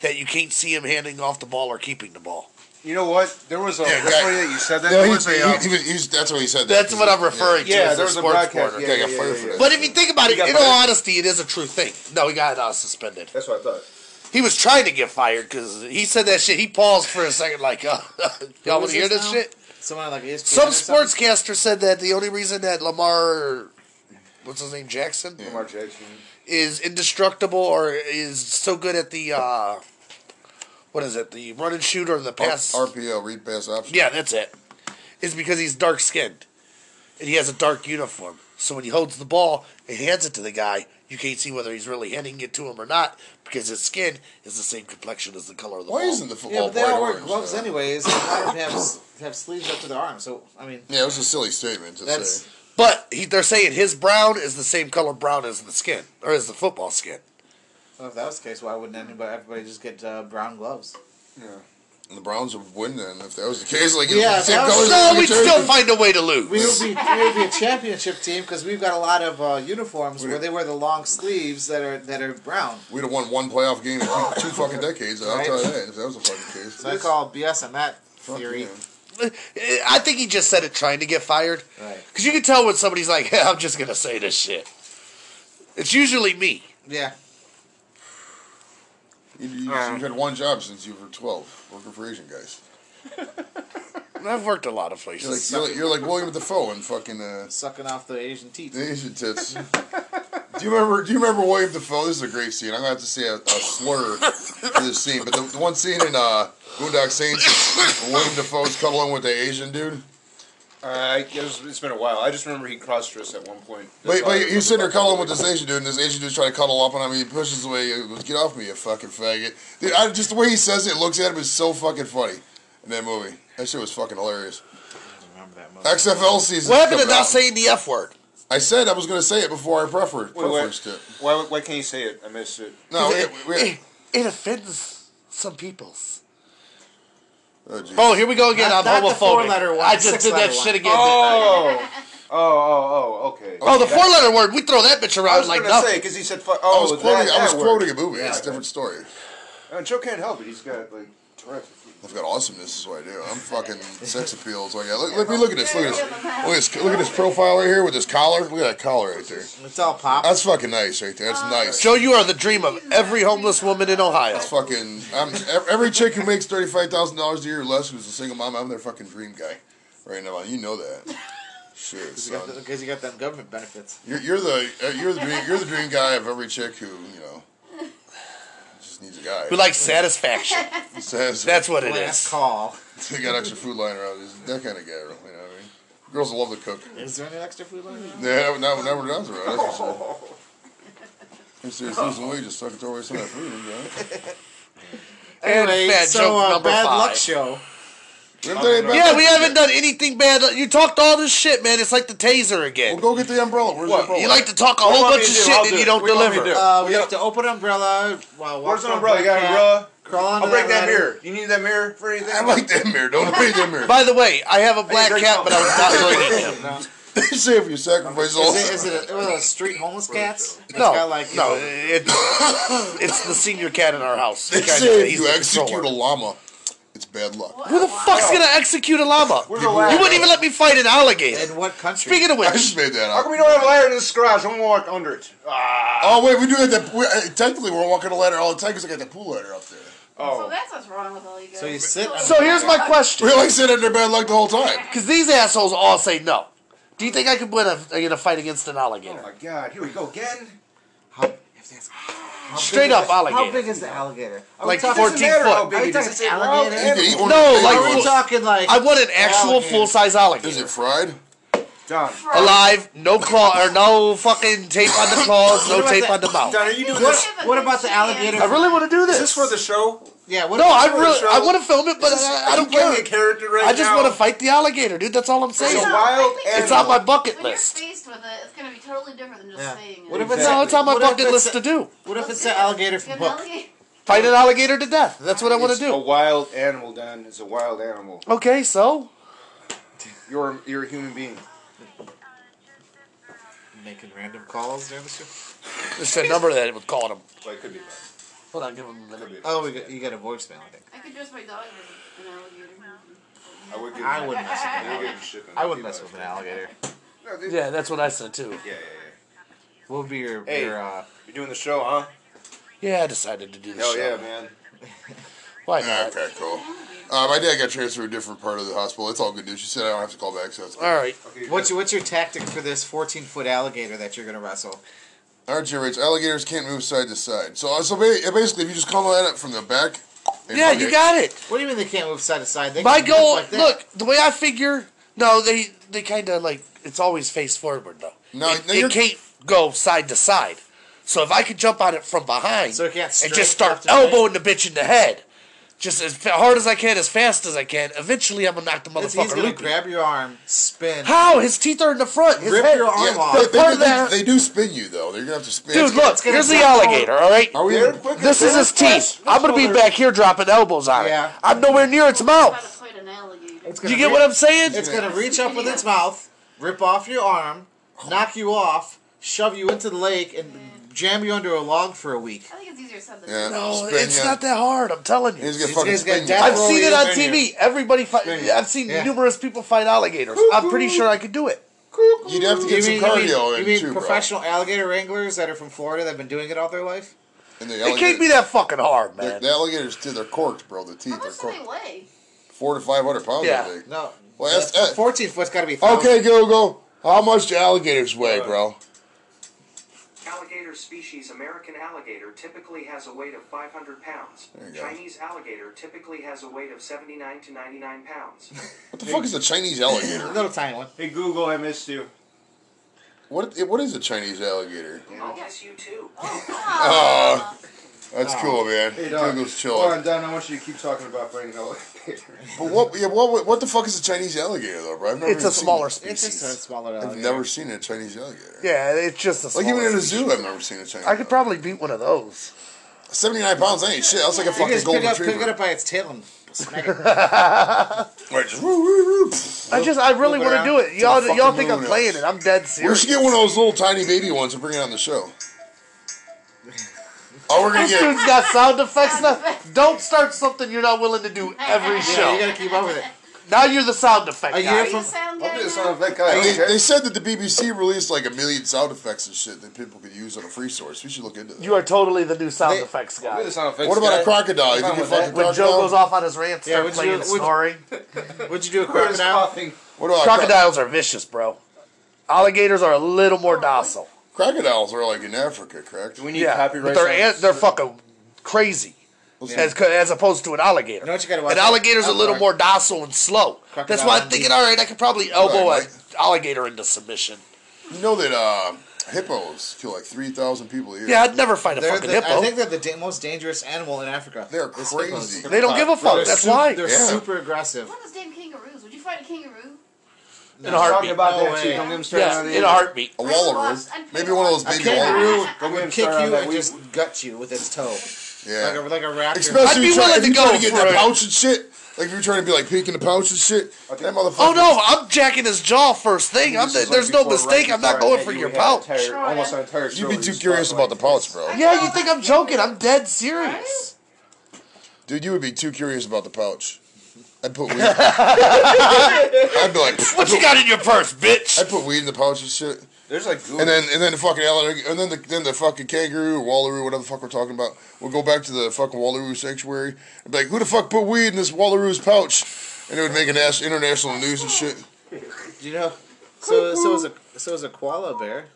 Speaker 3: that you can't see him handing off the ball or keeping the ball.
Speaker 6: You know what? There was a.
Speaker 2: Yeah,
Speaker 6: that's
Speaker 2: guy-
Speaker 6: funny that you said that.
Speaker 2: no,
Speaker 6: there
Speaker 2: he,
Speaker 6: was a.
Speaker 2: he-
Speaker 6: um,
Speaker 2: he was- he was- that's what he said.
Speaker 3: That's what I'm referring to.
Speaker 6: Yeah,
Speaker 3: as
Speaker 6: there was a
Speaker 3: sports
Speaker 6: broadcast,
Speaker 3: reporter.
Speaker 2: Yeah,
Speaker 6: yeah.
Speaker 2: I got fired for that.
Speaker 3: But if you think about
Speaker 6: He
Speaker 3: it,
Speaker 6: got
Speaker 3: in all
Speaker 6: fired.
Speaker 3: honesty, it is a true thing. No, he got uh, suspended.
Speaker 6: That's what I thought.
Speaker 3: He was trying to get fired because he said that shit. He paused for a second, like, uh, y'all want
Speaker 4: was
Speaker 3: to hear
Speaker 4: this
Speaker 3: this
Speaker 4: now?
Speaker 3: shit?
Speaker 4: Someone like E ESPN
Speaker 3: Some
Speaker 4: or something?
Speaker 3: sportscaster said that the only reason that Lamar, what's his name, Jackson,
Speaker 6: Lamar Jackson.
Speaker 3: is indestructible or is so good at the, uh, what is it, the run and shoot or the pass?
Speaker 2: R- RPO, read pass option.
Speaker 3: Yeah, that's it. Is because he's dark skinned. And he has a dark uniform. So when he holds the ball and hands it to the guy, you can't see whether he's really handing it to him or not because his skin is the same complexion as the color of the
Speaker 2: Why
Speaker 3: ball.
Speaker 2: isn't the
Speaker 4: Yeah,
Speaker 2: football
Speaker 4: but they
Speaker 2: bright
Speaker 4: all wear
Speaker 2: orange,
Speaker 4: gloves
Speaker 2: though?
Speaker 4: anyways. and A lot of them have, s- have sleeves up to their arms, so I mean
Speaker 2: Yeah, it was a silly statement to
Speaker 4: that's
Speaker 2: say.
Speaker 3: But he, they're saying his brown is the same color brown as the skin or as the football skin.
Speaker 4: well, if that was the case, why wouldn't anybody everybody just get uh, brown gloves?
Speaker 2: And the Browns would win then if that was the case. Like,
Speaker 4: Yeah,
Speaker 2: yeah,
Speaker 4: if
Speaker 2: same
Speaker 4: that was-
Speaker 2: colors.
Speaker 3: So
Speaker 2: as the
Speaker 3: we'd
Speaker 2: jersey.
Speaker 3: still find a way to lose.
Speaker 4: We would be we would be a championship team because we've got a lot of uh, uniforms where they wear the long sleeves that are that are brown.
Speaker 2: We'd have won one playoff game in two, two fucking decades. I'll
Speaker 4: Right.
Speaker 2: tell you that if that was the fucking case.
Speaker 4: So I call BS on that
Speaker 2: Fuck
Speaker 4: theory.
Speaker 2: yeah.
Speaker 3: I think he just said it trying to get fired.
Speaker 4: Right.
Speaker 3: Because you can tell when somebody's like, "Yeah, I'm just going to say this shit. It's usually me.
Speaker 4: Yeah.
Speaker 2: You, you, have had one job since you were twelve, working for Asian guys.
Speaker 3: I've worked a lot of
Speaker 2: You're
Speaker 3: places.
Speaker 2: like you're like, you're like William Defoe in fucking uh,
Speaker 4: Sucking off the Asian teeth.
Speaker 2: The Asian tits. do you remember? Do you remember William Defoe? This is a great scene. I'm gonna have to say a, a slur for this scene, but the, the one scene in uh, Boondock Saints, where William Defoe's cuddling with the Asian dude.
Speaker 6: Uh, I guess it's been a while. I just remember he crossed us at one point. That's
Speaker 2: But,
Speaker 6: all I
Speaker 2: but
Speaker 6: remember
Speaker 2: he's sitting there
Speaker 6: about that
Speaker 2: cuddling with
Speaker 6: movie.
Speaker 2: this Asian dude, and this Asian dude's trying to cuddle up on him. He pushes away. He goes, "Get off me, you fucking faggot!" Dude, I, just the way he says it, looks at him, is so fucking funny. In that movie, that shit was fucking hilarious.
Speaker 4: I don't remember that movie.
Speaker 2: XFL season.
Speaker 3: What happened to
Speaker 2: coming
Speaker 3: not
Speaker 2: out.
Speaker 3: saying the F word?
Speaker 2: I said I was gonna say it before I prefer-
Speaker 6: Wait, wait.
Speaker 2: preferenced it.
Speaker 6: Why, why can't you say it? I missed it.
Speaker 2: No, we,
Speaker 3: it,
Speaker 2: we,
Speaker 3: it- it offends some peoples.
Speaker 2: oh, geez.
Speaker 3: Oh, here we go again.
Speaker 4: Not-
Speaker 3: I'm
Speaker 4: not the
Speaker 3: homophobic.
Speaker 4: four-letter one,
Speaker 3: I just did
Speaker 4: six-letter
Speaker 3: that
Speaker 4: one.
Speaker 3: shit again. didn't I?
Speaker 6: Oh, oh, oh, oh. Okay.
Speaker 3: Oh, the four-letter word. We throw that bitch
Speaker 6: I
Speaker 3: around
Speaker 6: was
Speaker 3: like
Speaker 6: gonna
Speaker 3: nothing.
Speaker 6: say because he said, fu-
Speaker 2: I
Speaker 6: "Oh,
Speaker 2: was
Speaker 6: that-
Speaker 2: quoting. I was
Speaker 6: that word.
Speaker 2: quoting a movie. it's a
Speaker 6: Yeah.
Speaker 2: different story.
Speaker 6: And Joe can't help it. He's got like Tourette's.
Speaker 2: I've got awesomeness. Is what I do. I'm fucking sex appeal. Is what I got. Look, let me look at this. Look at this. Look at this. Look at this profile right here with this collar. Look at that collar right there.
Speaker 4: It's all pop.
Speaker 2: That's fucking nice right there.
Speaker 6: Uh,
Speaker 2: That's nice.
Speaker 3: Joe, you are the dream of every homeless woman in Ohio.
Speaker 2: That's fucking. I'm, ev- every chick who makes thirty five thousand dollars a year or less who's a single mom, I'm their fucking dream guy. Right now, you know that. Shit,
Speaker 4: Because you, got the-
Speaker 2: son.
Speaker 4: 'cause you got them government benefits.
Speaker 2: You're, you're the uh, you're the dream, you're the dream guy of every chick who you know just needs a guy.
Speaker 3: We like satisfaction.
Speaker 2: says
Speaker 3: That's what it
Speaker 4: Last
Speaker 3: is.
Speaker 4: call.
Speaker 2: They got extra food lying around. He's that kind of guy, you know what I mean? Girls love to cook.
Speaker 4: Is there any extra food left?
Speaker 2: Yeah, now, now we're down to it. That's for sure. He says losing weight just sucking away some of that food. Right?
Speaker 4: Anyway,
Speaker 3: bad
Speaker 4: so
Speaker 3: joke
Speaker 4: uh,
Speaker 3: number
Speaker 4: bad
Speaker 3: five.
Speaker 4: luck show.
Speaker 2: Remember that ain't bad?
Speaker 3: Yeah, we haven't done anything bad. You talked all this shit, man. It's like the taser again.
Speaker 2: Well, go get the umbrella. Where's the
Speaker 6: What?
Speaker 2: umbrella?
Speaker 3: You like to talk a
Speaker 6: What
Speaker 3: whole
Speaker 6: want
Speaker 3: bunch
Speaker 6: me
Speaker 3: of
Speaker 6: to do?
Speaker 3: shit
Speaker 6: I'll
Speaker 3: and
Speaker 6: do
Speaker 3: you
Speaker 6: it.
Speaker 3: don't
Speaker 6: What you want me to
Speaker 3: deliver.
Speaker 6: do?
Speaker 4: Uh, we
Speaker 2: Yeah.
Speaker 4: have to open umbrella. Wow, walk
Speaker 6: Where's an
Speaker 4: from
Speaker 6: umbrella? You got an
Speaker 4: cat,
Speaker 6: umbrella?
Speaker 4: Crawl under
Speaker 6: I'll break that
Speaker 4: ladder.
Speaker 6: mirror. You need that mirror for anything?
Speaker 2: I like that mirror. Don't break that mirror.
Speaker 3: By the way, I have a black
Speaker 6: drink
Speaker 3: cat,
Speaker 6: milk.
Speaker 3: but I was not looking at him.
Speaker 2: They say if you sacrifice all.
Speaker 4: Is it, is it, a, one of those street homeless cats? It's
Speaker 3: No,
Speaker 4: got like, you
Speaker 3: no,
Speaker 4: know,
Speaker 3: it, it's the senior cat in our house.
Speaker 2: They
Speaker 3: The guy
Speaker 2: say
Speaker 3: that-
Speaker 2: if
Speaker 3: he's
Speaker 2: you
Speaker 3: the
Speaker 2: execute
Speaker 3: controller.
Speaker 2: a llama, it's bad luck.
Speaker 3: Who the fuck's gonna execute a llama?
Speaker 6: Where's
Speaker 3: You
Speaker 6: the ladder?
Speaker 3: wouldn't even let me fight an alligator.
Speaker 4: in what country?
Speaker 3: Speaking of
Speaker 2: I
Speaker 3: which,
Speaker 2: just made that
Speaker 6: How
Speaker 2: up.
Speaker 6: come we don't have a ladder in this garage? I'm gonna walk under it. Ah.
Speaker 2: Oh wait, we do have that. We, uh, technically, we're walking a ladder all the time because I got that pool ladder up there.
Speaker 6: Oh.
Speaker 5: So that's what's wrong with all you guys.
Speaker 4: So you sit on
Speaker 3: so here's my question:
Speaker 2: We're like sitting under bad luck the whole time.
Speaker 3: because these assholes all say no. Do you think I could win a, in a fight against an
Speaker 6: Oh
Speaker 3: alligator?
Speaker 6: my god, here we go again.
Speaker 3: Straight up
Speaker 4: How big
Speaker 3: alligator.
Speaker 4: is the alligator? Are
Speaker 3: Like
Speaker 4: we talking,
Speaker 6: It doesn't
Speaker 3: 14
Speaker 6: matter
Speaker 3: foot.
Speaker 6: how big
Speaker 4: Are you
Speaker 6: it is.
Speaker 4: talking
Speaker 6: It's a raw
Speaker 4: alligator?
Speaker 6: animal.
Speaker 2: You could eat one
Speaker 3: No,
Speaker 2: of the
Speaker 3: like-
Speaker 2: big
Speaker 4: are we
Speaker 2: ones.
Speaker 4: talking like
Speaker 3: I want an actual
Speaker 4: Alligator.
Speaker 3: full size
Speaker 2: Is
Speaker 3: alligator.
Speaker 2: it fried?
Speaker 6: Don,
Speaker 3: Alive, no claw or no fucking tape on the claws, no
Speaker 4: What about
Speaker 3: tape
Speaker 4: the-
Speaker 3: on the mouth.
Speaker 6: Don, are you doing
Speaker 4: What-
Speaker 6: this?
Speaker 4: what about the alligator?
Speaker 3: I really want to do this.
Speaker 6: Is this for the show?
Speaker 4: yeah? What
Speaker 3: no,
Speaker 4: about-
Speaker 3: I
Speaker 6: for the
Speaker 3: really,
Speaker 6: show?
Speaker 3: I want to film it, but
Speaker 6: Is this-
Speaker 3: I,
Speaker 6: are
Speaker 3: I
Speaker 6: you
Speaker 3: don't
Speaker 6: playing
Speaker 3: care.
Speaker 6: a character right
Speaker 3: I just
Speaker 6: now?
Speaker 3: want to fight the alligator, dude. That's all I'm saying.
Speaker 6: a wild
Speaker 3: It's
Speaker 6: animal.
Speaker 3: on my bucket
Speaker 5: When you're
Speaker 3: list.
Speaker 5: faced with it, it's gonna be totally different than just
Speaker 4: Yeah.
Speaker 5: saying it.
Speaker 4: What if
Speaker 6: Exactly.
Speaker 4: it's
Speaker 3: No, it's on my
Speaker 4: what if
Speaker 3: bucket
Speaker 4: it's
Speaker 3: list
Speaker 4: a-
Speaker 3: to do.
Speaker 4: What if
Speaker 5: Let's
Speaker 4: it's
Speaker 5: do
Speaker 4: an
Speaker 5: it.
Speaker 4: alligator from
Speaker 5: An
Speaker 4: Book?
Speaker 5: alligator-
Speaker 3: Fight an alligator to death. That's what I want to
Speaker 6: It's A
Speaker 3: do.
Speaker 6: wild animal, Don. It's a wild animal.
Speaker 3: Okay, so
Speaker 6: You're you're a human being.
Speaker 4: Making random calls during the show.
Speaker 3: it's a number that it would call him.
Speaker 6: Well, it could be. bad.
Speaker 3: Hold on, give him a
Speaker 6: It could
Speaker 3: minute.
Speaker 6: be.
Speaker 4: Oh, we got, you got a voicemail. I think
Speaker 5: I could dress my dog as an alligator.
Speaker 6: I would give.
Speaker 4: I wouldn't mess with an
Speaker 6: I would
Speaker 4: alligator.
Speaker 6: give a shit.
Speaker 4: I wouldn't mess with an alligator.
Speaker 6: No, dude.
Speaker 3: Yeah, that's what I said too.
Speaker 6: Yeah, yeah,
Speaker 4: What would be your,
Speaker 6: Hey.
Speaker 4: your uh,
Speaker 6: yeah. You're doing the show, huh?
Speaker 3: Yeah, I decided to do the
Speaker 6: Hell
Speaker 3: show.
Speaker 6: yeah, man.
Speaker 3: Why
Speaker 2: Yeah,
Speaker 3: not?
Speaker 2: okay, cool. Uh, my dad got transferred to a different part of the hospital. It's all good news. She said I don't have to call back, so that's good.
Speaker 3: All right.
Speaker 6: Okay.
Speaker 4: what's your, what's your tactic for this fourteen foot alligator that you're gonna wrestle?
Speaker 2: RJ rates alligators can't move side to side. So, uh, so ba- basically, if you just come at it from the back. and
Speaker 3: Yeah,
Speaker 2: hug
Speaker 3: you
Speaker 2: it-
Speaker 3: got it.
Speaker 4: What do you mean they can't move side to side? They
Speaker 3: My
Speaker 4: can move
Speaker 3: goal.
Speaker 4: like that.
Speaker 3: look, the way I figure. No, they they kind of like it's always face forward though.
Speaker 2: No,
Speaker 3: it,
Speaker 2: no,
Speaker 3: it
Speaker 2: you're-
Speaker 3: can't go side to side. So if I could jump on it from behind
Speaker 4: So it can't
Speaker 3: and
Speaker 4: straight
Speaker 3: just start
Speaker 4: left and right?
Speaker 3: elbowing the bitch in the head, just as fa- hard as I can, as fast as I can, eventually I'm gonna knock the
Speaker 4: It's- he's
Speaker 3: motherfucker
Speaker 4: gonna
Speaker 3: loopy.
Speaker 4: grab your arm, spin.
Speaker 3: How? His teeth are in the front. His
Speaker 4: Rip
Speaker 3: head.
Speaker 4: your arm
Speaker 2: Yeah,
Speaker 4: off.
Speaker 2: but they,
Speaker 3: Part
Speaker 2: do-
Speaker 3: of that-
Speaker 2: they do spin you though. They're gonna have to spin.
Speaker 3: Dude, look.
Speaker 4: gonna
Speaker 3: Here's the
Speaker 4: jump over.
Speaker 3: alligator. All right.
Speaker 2: Are we?
Speaker 6: They're quick
Speaker 3: This is his teeth. I'm gonna be back here dropping elbows on
Speaker 4: Yeah.
Speaker 3: it. I'm nowhere near its
Speaker 5: How
Speaker 3: mouth.
Speaker 5: to fight an alligator.
Speaker 4: It's gonna
Speaker 3: You get
Speaker 4: re-
Speaker 3: what I'm saying?
Speaker 4: It's gonna reach up with its mouth, rip off your arm, knock you off, shove you into the lake, and jam you under a log for a week.
Speaker 5: I think it's easier said than
Speaker 2: Yeah.
Speaker 5: done.
Speaker 3: No,
Speaker 2: Spin
Speaker 3: it's
Speaker 2: you.
Speaker 3: not that hard. I'm telling you.
Speaker 2: He's gonna
Speaker 4: He's
Speaker 2: fucking
Speaker 4: gonna
Speaker 2: spin
Speaker 4: get
Speaker 2: you.
Speaker 4: down.
Speaker 3: I've seen it on
Speaker 4: Spin
Speaker 3: TV. Everybody fight.
Speaker 6: Spin.
Speaker 3: I've seen
Speaker 4: Yeah.
Speaker 3: numerous people fight alligators. I'm pretty sure I could do it.
Speaker 2: You'd have to get some cardio
Speaker 4: you
Speaker 2: in
Speaker 4: mean
Speaker 2: too, bro.
Speaker 4: professional alligator wranglers that are from Florida that have been doing it all their life?
Speaker 2: And the
Speaker 3: It can't be
Speaker 2: alligators-
Speaker 3: that fucking hard,
Speaker 2: The,
Speaker 3: man.
Speaker 2: the alligators, dude, they're corked, bro. The teeth
Speaker 5: How
Speaker 2: are
Speaker 5: much do they
Speaker 2: corked.
Speaker 5: weigh?
Speaker 2: Four to five hundred pounds,
Speaker 3: Yeah.
Speaker 2: I think.
Speaker 4: No.
Speaker 2: Well, that's- that-
Speaker 4: 14 foot's gotta be thousand.
Speaker 2: Okay, Google. How much do alligators weigh, bro?
Speaker 7: Alligator species American alligator typically has a weight of 500 pounds.
Speaker 2: There you go.
Speaker 7: Chinese alligator typically has a weight of 79 to 99 pounds.
Speaker 2: What the fuck is a Chinese
Speaker 4: A
Speaker 2: alligator?
Speaker 4: little tiny one.
Speaker 6: Hey Google, I missed you.
Speaker 2: What what is a Chinese alligator?
Speaker 7: I'll guess Oh, you too.
Speaker 2: Uh, that's cool, man.
Speaker 6: Hey Don.
Speaker 2: Google's
Speaker 6: Hold
Speaker 2: chilling.
Speaker 6: on, Don. I want you to keep talking about fighting an alligator.
Speaker 2: But what, yeah, what what the fuck is a Chinese alligator though, bro? I've never
Speaker 3: It's
Speaker 2: even
Speaker 3: a
Speaker 2: seen
Speaker 3: smaller
Speaker 2: it.
Speaker 4: It's just a
Speaker 3: species.
Speaker 4: smaller
Speaker 2: I've
Speaker 4: alligator.
Speaker 2: never seen a Chinese alligator.
Speaker 3: Yeah, it's just a
Speaker 2: Like
Speaker 3: smaller.
Speaker 2: even in a
Speaker 3: species.
Speaker 2: zoo, I've never seen a Chinese.
Speaker 3: I could probably beat one of those.
Speaker 2: seventy nine pounds. I ain't shit. That's like a
Speaker 4: You
Speaker 2: fucking
Speaker 4: just pick,
Speaker 2: golden
Speaker 4: up, pick it
Speaker 2: retriever.
Speaker 4: up by its tail and smack it.
Speaker 2: Right, just woo, woo, woo.
Speaker 3: I just, I really
Speaker 4: move it
Speaker 3: want to
Speaker 4: around
Speaker 3: do it.
Speaker 2: the
Speaker 3: Y'all,
Speaker 2: fucking
Speaker 3: y'all think I'm
Speaker 2: moon
Speaker 3: playing
Speaker 2: house.
Speaker 3: it? I'm dead
Speaker 2: We
Speaker 3: serious.
Speaker 2: should get one of those little tiny baby ones and bring it on the show. Oh, we're gonna
Speaker 3: This
Speaker 2: get.
Speaker 3: dude's got sound effects now. Don't start something you're not willing to do every
Speaker 4: Yeah, you
Speaker 3: show.
Speaker 4: gotta keep up with it.
Speaker 3: Now you're the sound effect
Speaker 4: A
Speaker 3: guy.
Speaker 4: year
Speaker 5: Are you
Speaker 4: from
Speaker 5: the sound
Speaker 6: I'll
Speaker 5: guy
Speaker 6: do the sound
Speaker 5: now?
Speaker 6: effect guy.
Speaker 2: They,
Speaker 6: okay?
Speaker 2: they said that the BBC released like a million sound effects and shit that people could use on a free source. We should look into that.
Speaker 3: You are totally the new sound
Speaker 4: They-
Speaker 3: effects
Speaker 6: I'll do
Speaker 3: guy.
Speaker 6: the sound effects
Speaker 2: what about
Speaker 6: guy.
Speaker 2: a crocodile? You
Speaker 6: Fine
Speaker 2: think you
Speaker 6: with that.
Speaker 2: fucking
Speaker 3: When Joe goes
Speaker 2: crocodile?
Speaker 3: off on his rant,
Speaker 4: Yeah,
Speaker 3: start
Speaker 4: would
Speaker 3: playing
Speaker 4: you-
Speaker 3: and
Speaker 4: would-
Speaker 3: snoring.
Speaker 4: Would you do a
Speaker 6: Who's
Speaker 4: crocodile?
Speaker 6: coughing?
Speaker 2: What about a cro-
Speaker 3: Crocodiles are vicious, bro. Alligators are a little more docile.
Speaker 2: crocodiles are like in Africa, correct?
Speaker 6: Do we need
Speaker 3: Yeah, but
Speaker 6: copyright?
Speaker 3: they're
Speaker 6: on this?
Speaker 3: they're fucking crazy. As, co- as opposed to an alligator.
Speaker 4: You know what you gotta watch
Speaker 3: an
Speaker 4: out-
Speaker 3: alligator's a
Speaker 4: I'm
Speaker 3: little
Speaker 4: sorry.
Speaker 3: more docile and slow. That's
Speaker 4: Crocodile
Speaker 3: why I'm
Speaker 4: and
Speaker 3: thinking, all right, I could probably elbow
Speaker 2: Sorry,
Speaker 3: an alligator into submission.
Speaker 2: You know that uh, Hippos kill like 3,000 people a year.
Speaker 3: Yeah, I'd never find a
Speaker 4: They're
Speaker 3: fucking
Speaker 4: the,
Speaker 3: hippo.
Speaker 4: I think they're the da- most dangerous animal in Africa.
Speaker 2: They're
Speaker 4: It's
Speaker 2: crazy.
Speaker 4: hippos.
Speaker 2: They
Speaker 3: they don't give a fuck.
Speaker 4: They're
Speaker 3: That's
Speaker 4: su-
Speaker 3: why.
Speaker 4: They're
Speaker 2: Yeah.
Speaker 4: super aggressive.
Speaker 5: What is damn kangaroos? Would you fight a kangaroo?
Speaker 3: In a heartbeat.
Speaker 6: Talking about
Speaker 4: No
Speaker 6: that too.
Speaker 4: way.
Speaker 6: Don't get him started
Speaker 3: Yeah,
Speaker 6: on
Speaker 3: in a heartbeat.
Speaker 2: A
Speaker 5: I'd
Speaker 2: wallaroo.
Speaker 5: lost- I'd
Speaker 2: Maybe one of those
Speaker 5: lost.
Speaker 4: A
Speaker 2: baby walruses.
Speaker 4: kangaroo
Speaker 6: Don't get him
Speaker 4: would kick
Speaker 6: started on
Speaker 4: you
Speaker 6: that.
Speaker 4: and
Speaker 6: We-
Speaker 4: just gut you with its toe, like a
Speaker 2: Yeah.
Speaker 4: like a raptor.
Speaker 2: Especially
Speaker 3: I'd
Speaker 2: if
Speaker 3: be
Speaker 2: you try,
Speaker 3: willing
Speaker 2: if
Speaker 3: to
Speaker 2: you're
Speaker 3: go
Speaker 2: trying to get in
Speaker 3: for
Speaker 2: that
Speaker 3: it.
Speaker 2: pouch and shit. Like if you're trying to be like peeking the pouch and shit. That motherfucker.
Speaker 3: Oh no, I'm jacking his jaw first thing. I'm
Speaker 6: This is like
Speaker 3: there's no
Speaker 6: before- right
Speaker 3: mistake. I'm not
Speaker 6: before I
Speaker 3: going
Speaker 6: met
Speaker 3: for
Speaker 6: you,
Speaker 3: your
Speaker 6: we had an
Speaker 3: pouch.
Speaker 6: entire- Almost an entire.
Speaker 3: Oh.
Speaker 2: You'd be
Speaker 6: show
Speaker 2: too
Speaker 6: we
Speaker 2: curious
Speaker 6: spotlight
Speaker 2: about the pouch,
Speaker 6: this.
Speaker 2: bro.
Speaker 3: Yeah, you think I'm joking? I'm dead serious.
Speaker 2: Dude, you would be too curious about the pouch. I'd put weed. I'd be like,
Speaker 3: What you got in your purse, bitch?
Speaker 2: I'd put weed in the pouch and shit.
Speaker 6: There's like goo.
Speaker 2: And then and then the fucking alligator, and then the then the fucking kangaroo, or wallaroo, whatever the fuck we're talking about, we'll go back to the fucking wallaroo sanctuary and be like, who the fuck put weed in this wallaroo's pouch? And it would make an ass international news and shit.
Speaker 4: you know. So so is a so is a koala bear.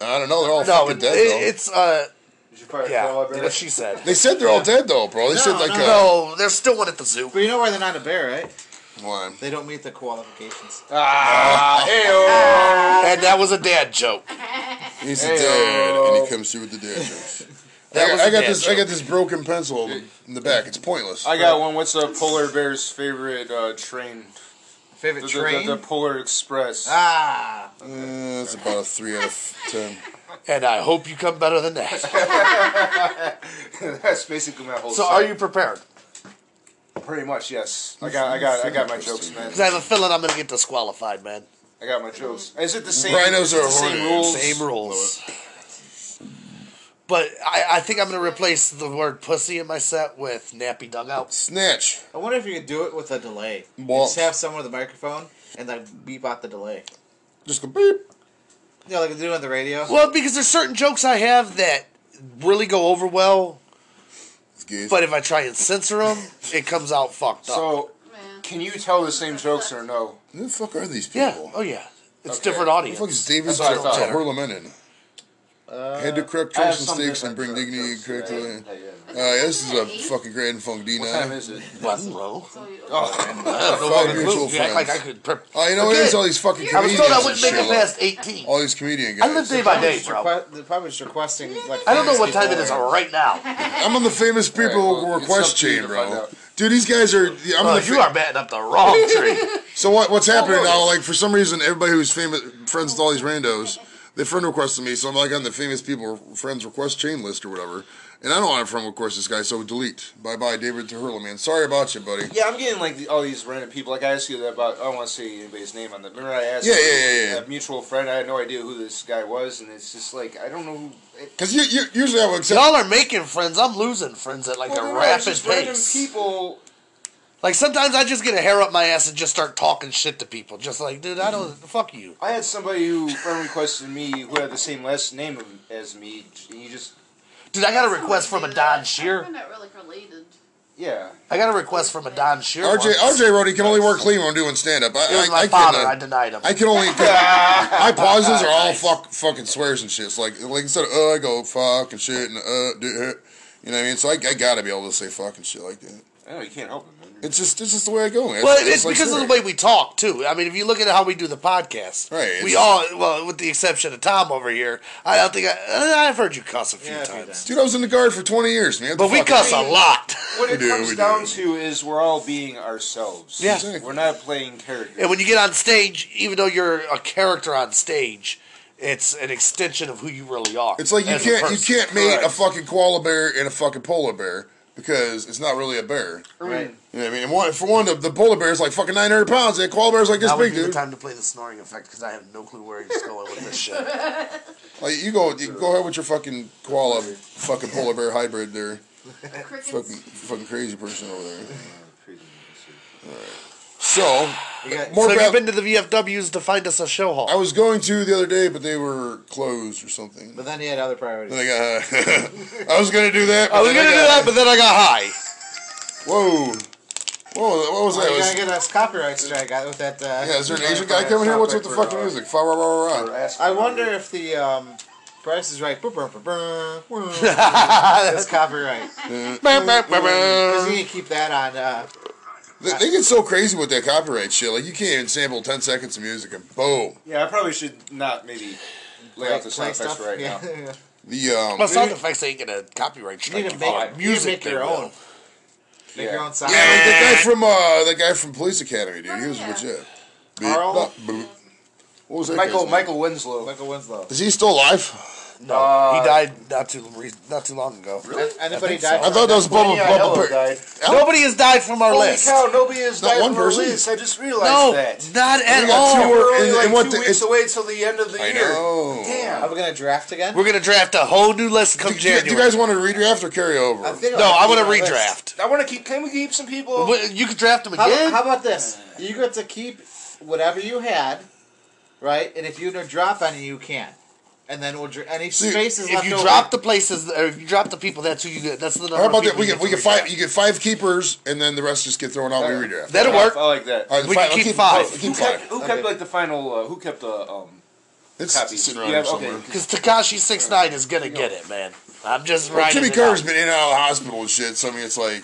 Speaker 2: I don't know. They're all
Speaker 3: No,
Speaker 2: fucking
Speaker 3: it,
Speaker 2: dead
Speaker 3: it-
Speaker 2: though.
Speaker 3: it's uh
Speaker 6: Did you fire a
Speaker 3: yeah,
Speaker 6: koala bear?
Speaker 3: what she said.
Speaker 2: they said they're all dead though, bro. They
Speaker 4: No,
Speaker 2: said like
Speaker 4: no.
Speaker 2: uh,
Speaker 3: No, there's still one at the zoo.
Speaker 4: But you know why they're not a bear, right?
Speaker 2: why?
Speaker 4: They don't meet the qualifications.
Speaker 6: Ah, ayo.
Speaker 3: And that was a dad joke.
Speaker 2: He's
Speaker 6: Hey,
Speaker 2: a dad,
Speaker 6: yo.
Speaker 2: and he comes through with the dad jokes.
Speaker 3: oh. That
Speaker 2: I,
Speaker 3: was
Speaker 2: I
Speaker 3: a
Speaker 2: got
Speaker 3: dad
Speaker 2: this. I
Speaker 3: joke.
Speaker 2: got this broken pencil in the back. It's pointless.
Speaker 6: I got one. What's a polar bear's favorite uh, train? The,
Speaker 4: Favorite
Speaker 6: the,
Speaker 4: train?
Speaker 6: the, the Polar Express.
Speaker 4: ah,
Speaker 2: Uh, it's about a three out of ten.
Speaker 3: And I hope you come better than that.
Speaker 6: That's basically my whole.
Speaker 3: So
Speaker 6: set.
Speaker 3: are you prepared?
Speaker 6: Pretty much, yes. I got, I got, I got my jokes, man.
Speaker 3: Because I have a feeling I'm gonna get disqualified, man.
Speaker 6: I got my jokes. Is it the same?
Speaker 2: Rhinos
Speaker 6: is it
Speaker 2: are
Speaker 6: the same
Speaker 2: horny.
Speaker 6: rules.
Speaker 3: Same rules. But I, I think I'm gonna replace the word pussy in my set with nappy dugouts.
Speaker 2: Snatch.
Speaker 4: I wonder if you could do it with a delay. You
Speaker 2: Well-
Speaker 4: Just have someone with a microphone and like beep out the delay.
Speaker 2: Just go beep.
Speaker 4: Yeah, like they do on the radio.
Speaker 3: Well, because there's certain jokes I have that really go over well,
Speaker 2: It's gays.
Speaker 3: but if I try and censor them, it comes out fucked up.
Speaker 6: So,
Speaker 5: Man.
Speaker 6: can you tell the same jokes or no?
Speaker 2: Who the fuck are these people?
Speaker 3: yeah, oh yeah, it's
Speaker 6: Okay.
Speaker 3: different
Speaker 2: Who the
Speaker 3: audience.
Speaker 2: fuck is David
Speaker 6: That's what I thought.
Speaker 2: Hurlemenon?
Speaker 3: Uh,
Speaker 2: Head to correct
Speaker 6: I have
Speaker 2: choice
Speaker 6: some
Speaker 2: mistakes and
Speaker 6: different
Speaker 2: bring
Speaker 6: jokes,
Speaker 2: dignity
Speaker 6: yeah.
Speaker 2: correctly.
Speaker 6: Yeah,
Speaker 2: Uh,
Speaker 6: yeah.
Speaker 2: this is a
Speaker 5: Hey.
Speaker 2: fucking grand funk D9.
Speaker 6: What time is it?
Speaker 3: Buffalo.
Speaker 5: So you-
Speaker 3: Oh, I don't know
Speaker 2: Fuck
Speaker 3: what
Speaker 2: mutual
Speaker 3: to do. You act
Speaker 2: friends.
Speaker 3: Like I could. Prep-
Speaker 2: Oh, you know what it
Speaker 3: Again,
Speaker 2: is? All these fucking
Speaker 3: I
Speaker 2: comedians.
Speaker 3: was told I wouldn't
Speaker 2: and
Speaker 3: make
Speaker 2: shit.
Speaker 3: it past 18.
Speaker 2: All these comedian guys.
Speaker 3: I live day by day, bro.
Speaker 4: Requ- the publisher's requesting like.
Speaker 3: I don't know what
Speaker 4: famous
Speaker 3: time it is
Speaker 4: people.
Speaker 3: right now.
Speaker 2: I'm on the famous people
Speaker 6: Alright, well, it's
Speaker 2: request
Speaker 6: up to you
Speaker 2: chain,
Speaker 6: to find
Speaker 2: bro.
Speaker 6: out.
Speaker 2: Dude, these guys are. I'm
Speaker 3: Oh,
Speaker 2: on the
Speaker 3: you
Speaker 2: fa-
Speaker 3: are Oh, batting up the wrong tree.
Speaker 2: So what, what's happening now? Like for some reason, everybody who's famous friends with all these randos, they friend requested me. So I'm like on the famous people friends request chain list or whatever. And I don't want to friend request this guy, so delete. Bye bye, David Tahurla, man. Sorry about you, buddy.
Speaker 6: Yeah, I'm getting like the, all these random people. Like I asked you that about. I don't want to say anybody's name on the. Remember I asked
Speaker 2: Yeah,
Speaker 6: you,
Speaker 2: yeah, yeah, yeah.
Speaker 6: that mutual friend. I had no idea who this guy was, and it's just like I don't know. who... It,
Speaker 2: Because you, you, usually I would accept.
Speaker 3: Y'all are making friends. I'm losing friends at like
Speaker 6: well,
Speaker 3: a
Speaker 6: they're not
Speaker 3: rapid
Speaker 6: just random
Speaker 3: pace.
Speaker 6: people.
Speaker 3: Like sometimes I just get a hair up my ass and just start talking shit to people. Just like, dude, I don't fuck you.
Speaker 6: I had somebody who friend requested me who had the same last name as me. And you just
Speaker 3: Dude, I got a request
Speaker 5: Someone
Speaker 3: from a
Speaker 5: did
Speaker 3: Don
Speaker 5: that. I
Speaker 3: Shear.
Speaker 5: find that really related.
Speaker 6: yeah.
Speaker 3: I got a request from a Don Shear.
Speaker 2: RJ,
Speaker 3: once.
Speaker 2: RJ Roddy can only work clean when doing stand up. I,
Speaker 3: It was
Speaker 2: I,
Speaker 3: my
Speaker 2: I
Speaker 3: father. I
Speaker 2: Can, uh,
Speaker 3: denied him.
Speaker 2: I can only. my pauses are all fuck, fucking swears and shit. So like, like instead of uh, I go fuck and shit and uh, dude, uh, you know what I mean? So I, I gotta be able to say fuck and shit like that.
Speaker 6: I don't know, you can't help it, man.
Speaker 2: It's just, it's just the way I go, man.
Speaker 3: well,
Speaker 2: just
Speaker 3: it's
Speaker 2: like
Speaker 3: because of the
Speaker 2: swearing.
Speaker 3: way we talk too. I mean, if you look at how we do the podcast,
Speaker 2: Right, it's-
Speaker 3: we all, well, with the exception of Tom over here, I don't think I, uh, I've heard you cuss a few
Speaker 4: Yeah, a few
Speaker 3: times,
Speaker 2: Dude, I was in the guard for 20 years, man.
Speaker 3: but we
Speaker 2: Fuck
Speaker 3: cuss
Speaker 2: it.
Speaker 3: a lot.
Speaker 6: What it
Speaker 2: We do,
Speaker 6: comes
Speaker 2: we
Speaker 6: down
Speaker 2: do.
Speaker 6: to is we're all being ourselves.
Speaker 3: Yeah.
Speaker 2: Exactly.
Speaker 6: We're not playing characters.
Speaker 3: And when you get on stage, even though you're a character on stage, it's an extension of who you really are.
Speaker 2: It's like you
Speaker 3: as a
Speaker 2: can't you
Speaker 3: person.
Speaker 2: can't mate a
Speaker 6: Correct.
Speaker 2: fucking koala bear and a fucking polar bear because it's not really a bear.
Speaker 4: Right.
Speaker 2: You know what I mean? And one, for one, the, the polar bear is like fucking 900 pounds. That koala bear is like this
Speaker 3: Now would
Speaker 2: big,
Speaker 3: be the
Speaker 2: dude.
Speaker 3: time to play the snoring effect because I have no clue where he's going with this shit.
Speaker 2: Like you go you go ahead with your fucking koala fucking polar bear hybrid there. Fucking
Speaker 5: Crickets.
Speaker 2: fucking crazy person over there. So
Speaker 4: You got-
Speaker 2: more
Speaker 3: so have
Speaker 2: bad-
Speaker 3: you been to the VFWs to find us a show hall?
Speaker 2: I was going to the other day, but they were closed or something.
Speaker 4: but then he had other priorities.
Speaker 2: Then I got. I was gonna do that. but
Speaker 3: I was
Speaker 2: then
Speaker 3: gonna do
Speaker 2: got-
Speaker 3: that, but then I got high.
Speaker 2: Whoa. Whoa, what was
Speaker 4: Well,
Speaker 2: that?
Speaker 4: you
Speaker 2: It was-
Speaker 4: gotta get us copyright strike out with that. Uh,
Speaker 2: Yeah, is there an
Speaker 4: uh,
Speaker 2: Asian guy coming here? What's with the fucking music? Fa ra ra ra. ra.
Speaker 4: I wonder if the um, Price is Right. That's copyright. Because you need to keep that on. Uh,
Speaker 2: They, they get so crazy with that copyright shit. Like you can't even sample ten seconds of music and boom.
Speaker 6: Yeah, I probably should not maybe lay out the
Speaker 4: Play
Speaker 6: sound effects
Speaker 4: stuff.
Speaker 6: right
Speaker 4: yeah.
Speaker 6: now.
Speaker 2: The um,
Speaker 3: Well, sound effects ain't gonna copyright
Speaker 4: You need
Speaker 3: strike
Speaker 4: to
Speaker 3: you
Speaker 4: make,
Speaker 3: for
Speaker 4: you
Speaker 3: it.
Speaker 4: need
Speaker 3: music.
Speaker 4: to make your
Speaker 3: they
Speaker 4: own.
Speaker 3: will.
Speaker 4: Make your own sound.
Speaker 2: yeah, like the guy from uh, the guy from Police Academy, dude.
Speaker 4: Oh,
Speaker 2: He was
Speaker 5: Yeah.
Speaker 2: legit.
Speaker 4: Carl?
Speaker 2: Bop, boop. What was that?
Speaker 6: Michael
Speaker 2: guy's name?
Speaker 6: Michael Winslow.
Speaker 4: Michael Winslow.
Speaker 2: Is he still alive?
Speaker 3: No,
Speaker 6: Uh,
Speaker 3: he died not too re- not too long ago.
Speaker 4: An- Anybody
Speaker 3: I think so.
Speaker 4: died?
Speaker 2: I thought that was Bubba
Speaker 6: Yeah, Hello
Speaker 2: Bubba Pig.
Speaker 6: died.
Speaker 3: Nobody has died from our
Speaker 6: Holy
Speaker 3: list.
Speaker 6: cow! Nobody has
Speaker 2: Not
Speaker 6: died
Speaker 2: one
Speaker 6: from our
Speaker 2: person?
Speaker 6: list. I just realized
Speaker 3: No,
Speaker 6: that.
Speaker 3: not at
Speaker 2: We got
Speaker 3: all.
Speaker 2: two
Speaker 6: We're only
Speaker 2: And-
Speaker 6: like
Speaker 2: and what
Speaker 6: two
Speaker 2: the-
Speaker 6: weeks
Speaker 2: it's-
Speaker 6: away till the end of the
Speaker 2: I
Speaker 6: year.
Speaker 2: know.
Speaker 4: Are we gonna draft again?
Speaker 3: We're gonna draft a whole new list come
Speaker 2: Do, do- do you
Speaker 3: January.
Speaker 2: guys want to redraft or carry over?
Speaker 4: think
Speaker 3: No,
Speaker 4: I'll
Speaker 3: I want to
Speaker 4: keep my list.
Speaker 3: redraft.
Speaker 6: I want to keep. Can we keep some people?
Speaker 3: Well, You could draft them
Speaker 4: How,
Speaker 3: again.
Speaker 4: how about this? You get to keep whatever you had, right? And if you no drop any, you can. And then we'll dr- any
Speaker 2: See,
Speaker 4: spaces
Speaker 3: if
Speaker 4: left
Speaker 3: you
Speaker 4: over.
Speaker 3: drop the places, or if you drop the people, that's who you get. That's the number.
Speaker 2: How about
Speaker 3: of
Speaker 2: that?
Speaker 3: people
Speaker 2: We
Speaker 3: you
Speaker 2: get we
Speaker 3: to
Speaker 2: get five.
Speaker 3: redraft.
Speaker 2: You get five keepers, and then the rest just get thrown out. We redraft.
Speaker 3: That'll work.
Speaker 6: I like that. Oh,
Speaker 2: All right,
Speaker 3: We
Speaker 2: fi-
Speaker 3: can keep
Speaker 2: I'll
Speaker 3: five.
Speaker 2: I'll
Speaker 6: Who
Speaker 2: Keep
Speaker 6: kept,
Speaker 2: five.
Speaker 6: who
Speaker 4: Okay.
Speaker 6: kept like the final? Uh, who kept the um,
Speaker 2: It's
Speaker 6: copies?
Speaker 2: sitting around
Speaker 6: Yeah,
Speaker 2: here somewhere.
Speaker 6: okay.
Speaker 3: Because Takashi Six Nine is gonna get it, man. I'm just
Speaker 2: Well,
Speaker 3: writing.
Speaker 2: Jimmy
Speaker 3: it
Speaker 2: Carter's
Speaker 3: out.
Speaker 2: been in and out of the hospital and shit. So I mean, it's like,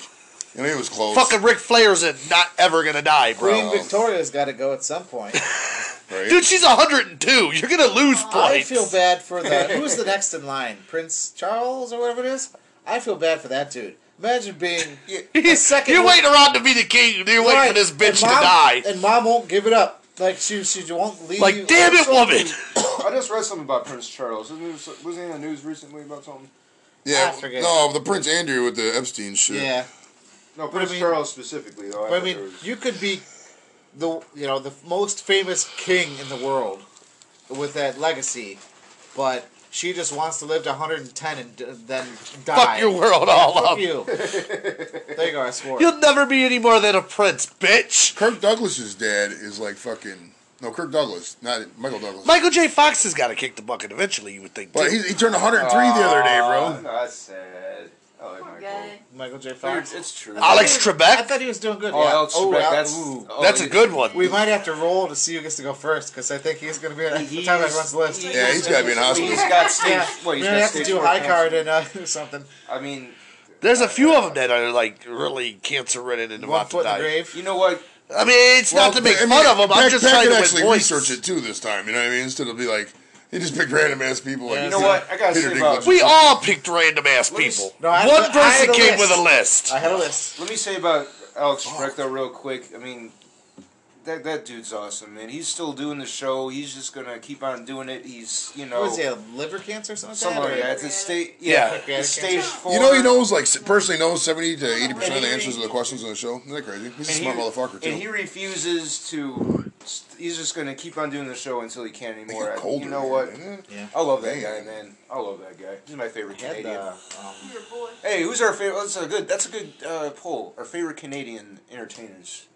Speaker 2: you know, he was close.
Speaker 3: Fucking Ric Flair's in, not ever gonna die, bro.
Speaker 4: Queen Victoria's got to go at some point.
Speaker 2: right?
Speaker 3: Dude, she's 102. You're gonna lose points.
Speaker 4: I feel bad for the who's the next in line, Prince Charles or whatever it is. I feel bad for that dude. Imagine being the second.
Speaker 3: You're
Speaker 4: one-
Speaker 3: waiting around to be the king. You're waiting for
Speaker 4: Right,
Speaker 3: this bitch
Speaker 4: and
Speaker 3: to
Speaker 4: mom,
Speaker 3: die.
Speaker 4: and mom won't give it up. Like she, she won't leave.
Speaker 3: Like, damn it, woman.
Speaker 6: I just read something about Prince Charles. Wasn't there- wasn't he in the news recently about something?
Speaker 2: yeah.
Speaker 4: I forget.
Speaker 2: No, the Prince Andrew with the Epstein shit.
Speaker 4: Yeah,
Speaker 6: No, Prince
Speaker 4: I mean-
Speaker 6: Charles specifically. Though,
Speaker 4: but I
Speaker 6: thought
Speaker 4: mean,
Speaker 6: there was-
Speaker 4: you could be the you know the most famous king in the world with that legacy, but she just wants to live to 110 and d- then die.
Speaker 3: Fuck your world all
Speaker 4: Fuck
Speaker 3: up.
Speaker 4: you. there you go. I swore.
Speaker 3: You'll never be any more than a prince, bitch.
Speaker 2: Kirk Douglas's dad is like fucking no Kirk Douglas, not Michael Douglas.
Speaker 3: Michael J. Fox has got to kick the bucket eventually. You would think.
Speaker 2: but
Speaker 3: too.
Speaker 2: he, he turned 103 the other day,
Speaker 6: Oh,
Speaker 2: bro.
Speaker 6: no, that's sad. I like
Speaker 5: Poor
Speaker 6: Michael.
Speaker 5: guy.
Speaker 4: Michael J. Fox.
Speaker 6: Dude, oh, it's true.
Speaker 3: Alex
Speaker 4: I
Speaker 3: Trebek.
Speaker 4: thought he was doing good.
Speaker 6: Oh,
Speaker 4: yeah.
Speaker 6: Alex
Speaker 4: oh,
Speaker 6: Trebek,
Speaker 4: Al-
Speaker 6: that's
Speaker 4: ooh.
Speaker 6: oh,
Speaker 3: That's a good one.
Speaker 4: We might have to roll to see who gets to go first because I think he's going to be at the top of everyone's list.
Speaker 6: he's-
Speaker 2: Yeah, he's got to be in hospital.
Speaker 6: He's got stage.
Speaker 4: Yeah,
Speaker 6: What, he's
Speaker 4: we're gonna
Speaker 6: got
Speaker 4: have to
Speaker 6: stage
Speaker 4: do
Speaker 6: four
Speaker 4: high
Speaker 6: cancer.
Speaker 4: card and uh, something.
Speaker 6: I mean,
Speaker 3: There's a few of them that are like really cancer ridden and
Speaker 4: One
Speaker 3: about to
Speaker 4: foot in the
Speaker 3: die.
Speaker 4: grave.
Speaker 6: you know what?
Speaker 3: I mean, it's
Speaker 2: Well,
Speaker 3: not to make
Speaker 2: I mean,
Speaker 3: fun of them. I'm
Speaker 2: Peck-
Speaker 3: just
Speaker 2: Peck
Speaker 3: trying
Speaker 2: could
Speaker 3: to win
Speaker 2: actually
Speaker 3: points.
Speaker 2: research it too this time. You know what I mean? Instead of be like, he just picked random ass people. Like
Speaker 4: Yeah,
Speaker 6: You know what? I gotta
Speaker 2: Peter
Speaker 6: say about.
Speaker 2: Dinklage.
Speaker 3: We all picked random ass
Speaker 6: Let me s-
Speaker 3: people.
Speaker 4: No, I- I
Speaker 3: One
Speaker 4: had
Speaker 3: person
Speaker 4: a
Speaker 3: came
Speaker 4: list.
Speaker 3: with a list.
Speaker 4: I had a list.
Speaker 6: Let me say about Alex Trebek though, real quick. I mean, that that dude's awesome, man. He's still doing the show. He's just gonna keep on doing it. He's you know
Speaker 4: What was he? have Liver cancer or something?
Speaker 6: something
Speaker 4: like
Speaker 6: like
Speaker 4: that?
Speaker 6: that. It's a state.
Speaker 3: Yeah.
Speaker 6: Yeah,
Speaker 4: Pancreatic
Speaker 6: it's stage
Speaker 4: cancer.
Speaker 6: four.
Speaker 2: You know he knows like personally knows seventy to eighty percent of the
Speaker 6: And he-
Speaker 2: answers to the questions on the show. Isn't that crazy? He's a
Speaker 6: And
Speaker 2: smart
Speaker 6: he-
Speaker 2: motherfucker
Speaker 6: And he
Speaker 2: too.
Speaker 6: refuses to. He's just gonna keep on doing the show until he can't
Speaker 2: They
Speaker 6: anymore.
Speaker 2: get
Speaker 6: I-
Speaker 2: colder.
Speaker 6: you know what?
Speaker 2: man.
Speaker 6: I love that
Speaker 2: Man.
Speaker 6: guy, man. I love that guy. He's my favorite
Speaker 4: He had
Speaker 6: Canadian.
Speaker 4: the, um,
Speaker 5: Your boy.
Speaker 6: Hey, who's our favorite? That's a good. That's a good uh, poll. Our favorite Canadian entertainers.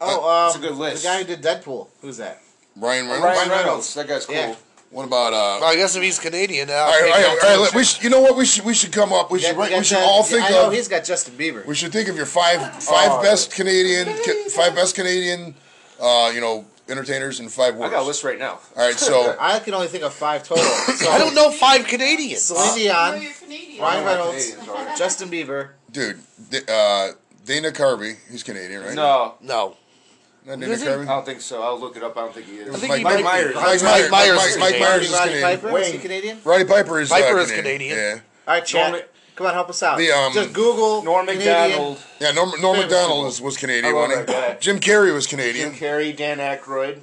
Speaker 4: oh, um,
Speaker 6: It's a good list.
Speaker 4: the guy who did Deadpool. Who's that?
Speaker 2: Ryan Reynolds.
Speaker 6: Ryan Reynolds. That guy's cool.
Speaker 4: Yeah.
Speaker 2: What about uh?
Speaker 3: Well, I guess if he's Canadian, I'll
Speaker 2: All right, all
Speaker 3: take
Speaker 2: right,
Speaker 3: that
Speaker 2: all
Speaker 3: too.
Speaker 2: right, let- we should, you know what? We should we should come up. We
Speaker 4: Yeah,
Speaker 2: should
Speaker 4: we
Speaker 2: we
Speaker 4: got
Speaker 2: should
Speaker 4: that-
Speaker 2: all
Speaker 4: yeah,
Speaker 2: think
Speaker 4: I know
Speaker 2: of.
Speaker 4: he's got Justin Bieber.
Speaker 2: We should think of your five five
Speaker 6: Oh.
Speaker 2: best Canadian ca- five best Canadian, uh, you know, entertainers and five
Speaker 6: I
Speaker 2: worst.
Speaker 6: got a list right now.
Speaker 2: All right, so
Speaker 4: I can only think of five total. So
Speaker 3: I don't know five Canadians.
Speaker 4: Celine
Speaker 5: No,
Speaker 4: Dion,
Speaker 5: you're Canadian.
Speaker 4: Ryan
Speaker 6: Why am I
Speaker 4: Reynolds,
Speaker 6: Canadian? Sorry.
Speaker 4: Justin Bieber.
Speaker 2: dude, D- uh, Dana Carvey, he's Canadian, right?
Speaker 6: No,
Speaker 3: No.
Speaker 2: Not Dana
Speaker 3: Is he?
Speaker 6: I
Speaker 2: Carvey.
Speaker 6: don't think so. I'll look it up. I don't think he is.
Speaker 3: I think
Speaker 2: Mike-
Speaker 3: he
Speaker 6: Mike
Speaker 3: might
Speaker 6: Myers.
Speaker 3: Be.
Speaker 2: Mike
Speaker 3: Mike,
Speaker 2: Myers.
Speaker 3: Myers
Speaker 2: Mike-
Speaker 3: is
Speaker 2: Mike
Speaker 3: Canadian.
Speaker 2: Myers
Speaker 4: Roddy
Speaker 2: is
Speaker 4: Roddy
Speaker 2: Canadian.
Speaker 4: Piper. Is he
Speaker 6: Wayne.
Speaker 4: Canadian?
Speaker 2: Roddy Piper is
Speaker 3: Piper
Speaker 2: uh,
Speaker 3: is Canadian.
Speaker 2: Yeah,
Speaker 4: All right, chat.
Speaker 6: Norm-
Speaker 4: Come on, help us out.
Speaker 2: The, um,
Speaker 4: Just Google
Speaker 6: Norm
Speaker 4: Canadian.
Speaker 6: Macdonald,
Speaker 2: yeah. Norm, Norm
Speaker 4: Favorite
Speaker 2: Macdonald
Speaker 4: people.
Speaker 2: is, was
Speaker 6: I
Speaker 2: Canadian.
Speaker 6: love
Speaker 2: Wasn't
Speaker 6: that
Speaker 2: he?
Speaker 6: guy.
Speaker 2: Jim Carrey was
Speaker 6: Jim
Speaker 2: Canadian.
Speaker 6: Carrey, Dan Aykroyd.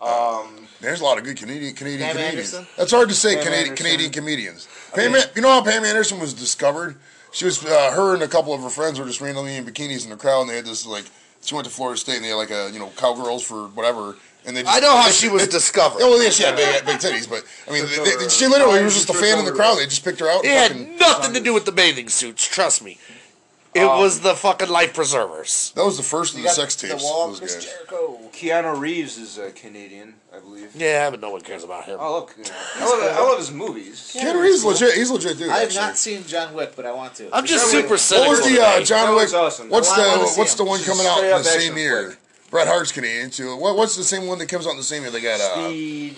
Speaker 6: Um,
Speaker 2: There's a lot of good Canadian Canadian
Speaker 4: Pam
Speaker 2: comedians.
Speaker 4: Anderson?
Speaker 2: That's hard to say.
Speaker 6: Pam
Speaker 2: Canadian
Speaker 6: Anderson.
Speaker 2: Canadian comedians. Pam, An- you know how Pam Anderson was discovered? She was uh, her and a couple of her friends were just randomly in bikinis in the crowd, and they had this like she went to Florida State, and they had like a you know cowgirls for whatever, and they. Just,
Speaker 3: I know how
Speaker 2: they-
Speaker 3: she was
Speaker 2: they-
Speaker 3: discovered.
Speaker 2: Oh, well, yeah, she had big, big titties, but I mean, they, they, she literally was just a fan in the crowd. They just picked her out.
Speaker 3: It
Speaker 2: And fucking,
Speaker 3: had nothing to do with the bathing suits. Trust me. It was the fucking life preservers.
Speaker 2: that was the first of
Speaker 4: You
Speaker 2: the
Speaker 4: got
Speaker 2: sex tapes.
Speaker 4: The wall,
Speaker 2: those
Speaker 4: Chris
Speaker 2: guys.
Speaker 4: Jericho.
Speaker 6: Keanu Reeves is a Canadian, I believe.
Speaker 3: Yeah, but no one cares about him.
Speaker 6: I love Keanu. I love, I love his movies.
Speaker 2: Keanu Reeves is legit. He's legit, dude.
Speaker 4: I have
Speaker 2: actually.
Speaker 4: not seen John Wick, but I want to.
Speaker 3: I'm just super cynical.
Speaker 2: What was the
Speaker 3: today.
Speaker 2: uh, John
Speaker 6: That
Speaker 2: Wick?
Speaker 6: was awesome.
Speaker 2: What's
Speaker 4: Well, I wanna
Speaker 2: the
Speaker 4: see
Speaker 2: What's
Speaker 4: him.
Speaker 2: the one
Speaker 6: Just
Speaker 2: coming out in
Speaker 6: straight
Speaker 2: the
Speaker 6: up
Speaker 2: same
Speaker 6: action
Speaker 2: year?
Speaker 6: flick.
Speaker 2: Bret Hart's Canadian too. What, what's the same one that comes out in the same year? They got uh,
Speaker 6: Speed.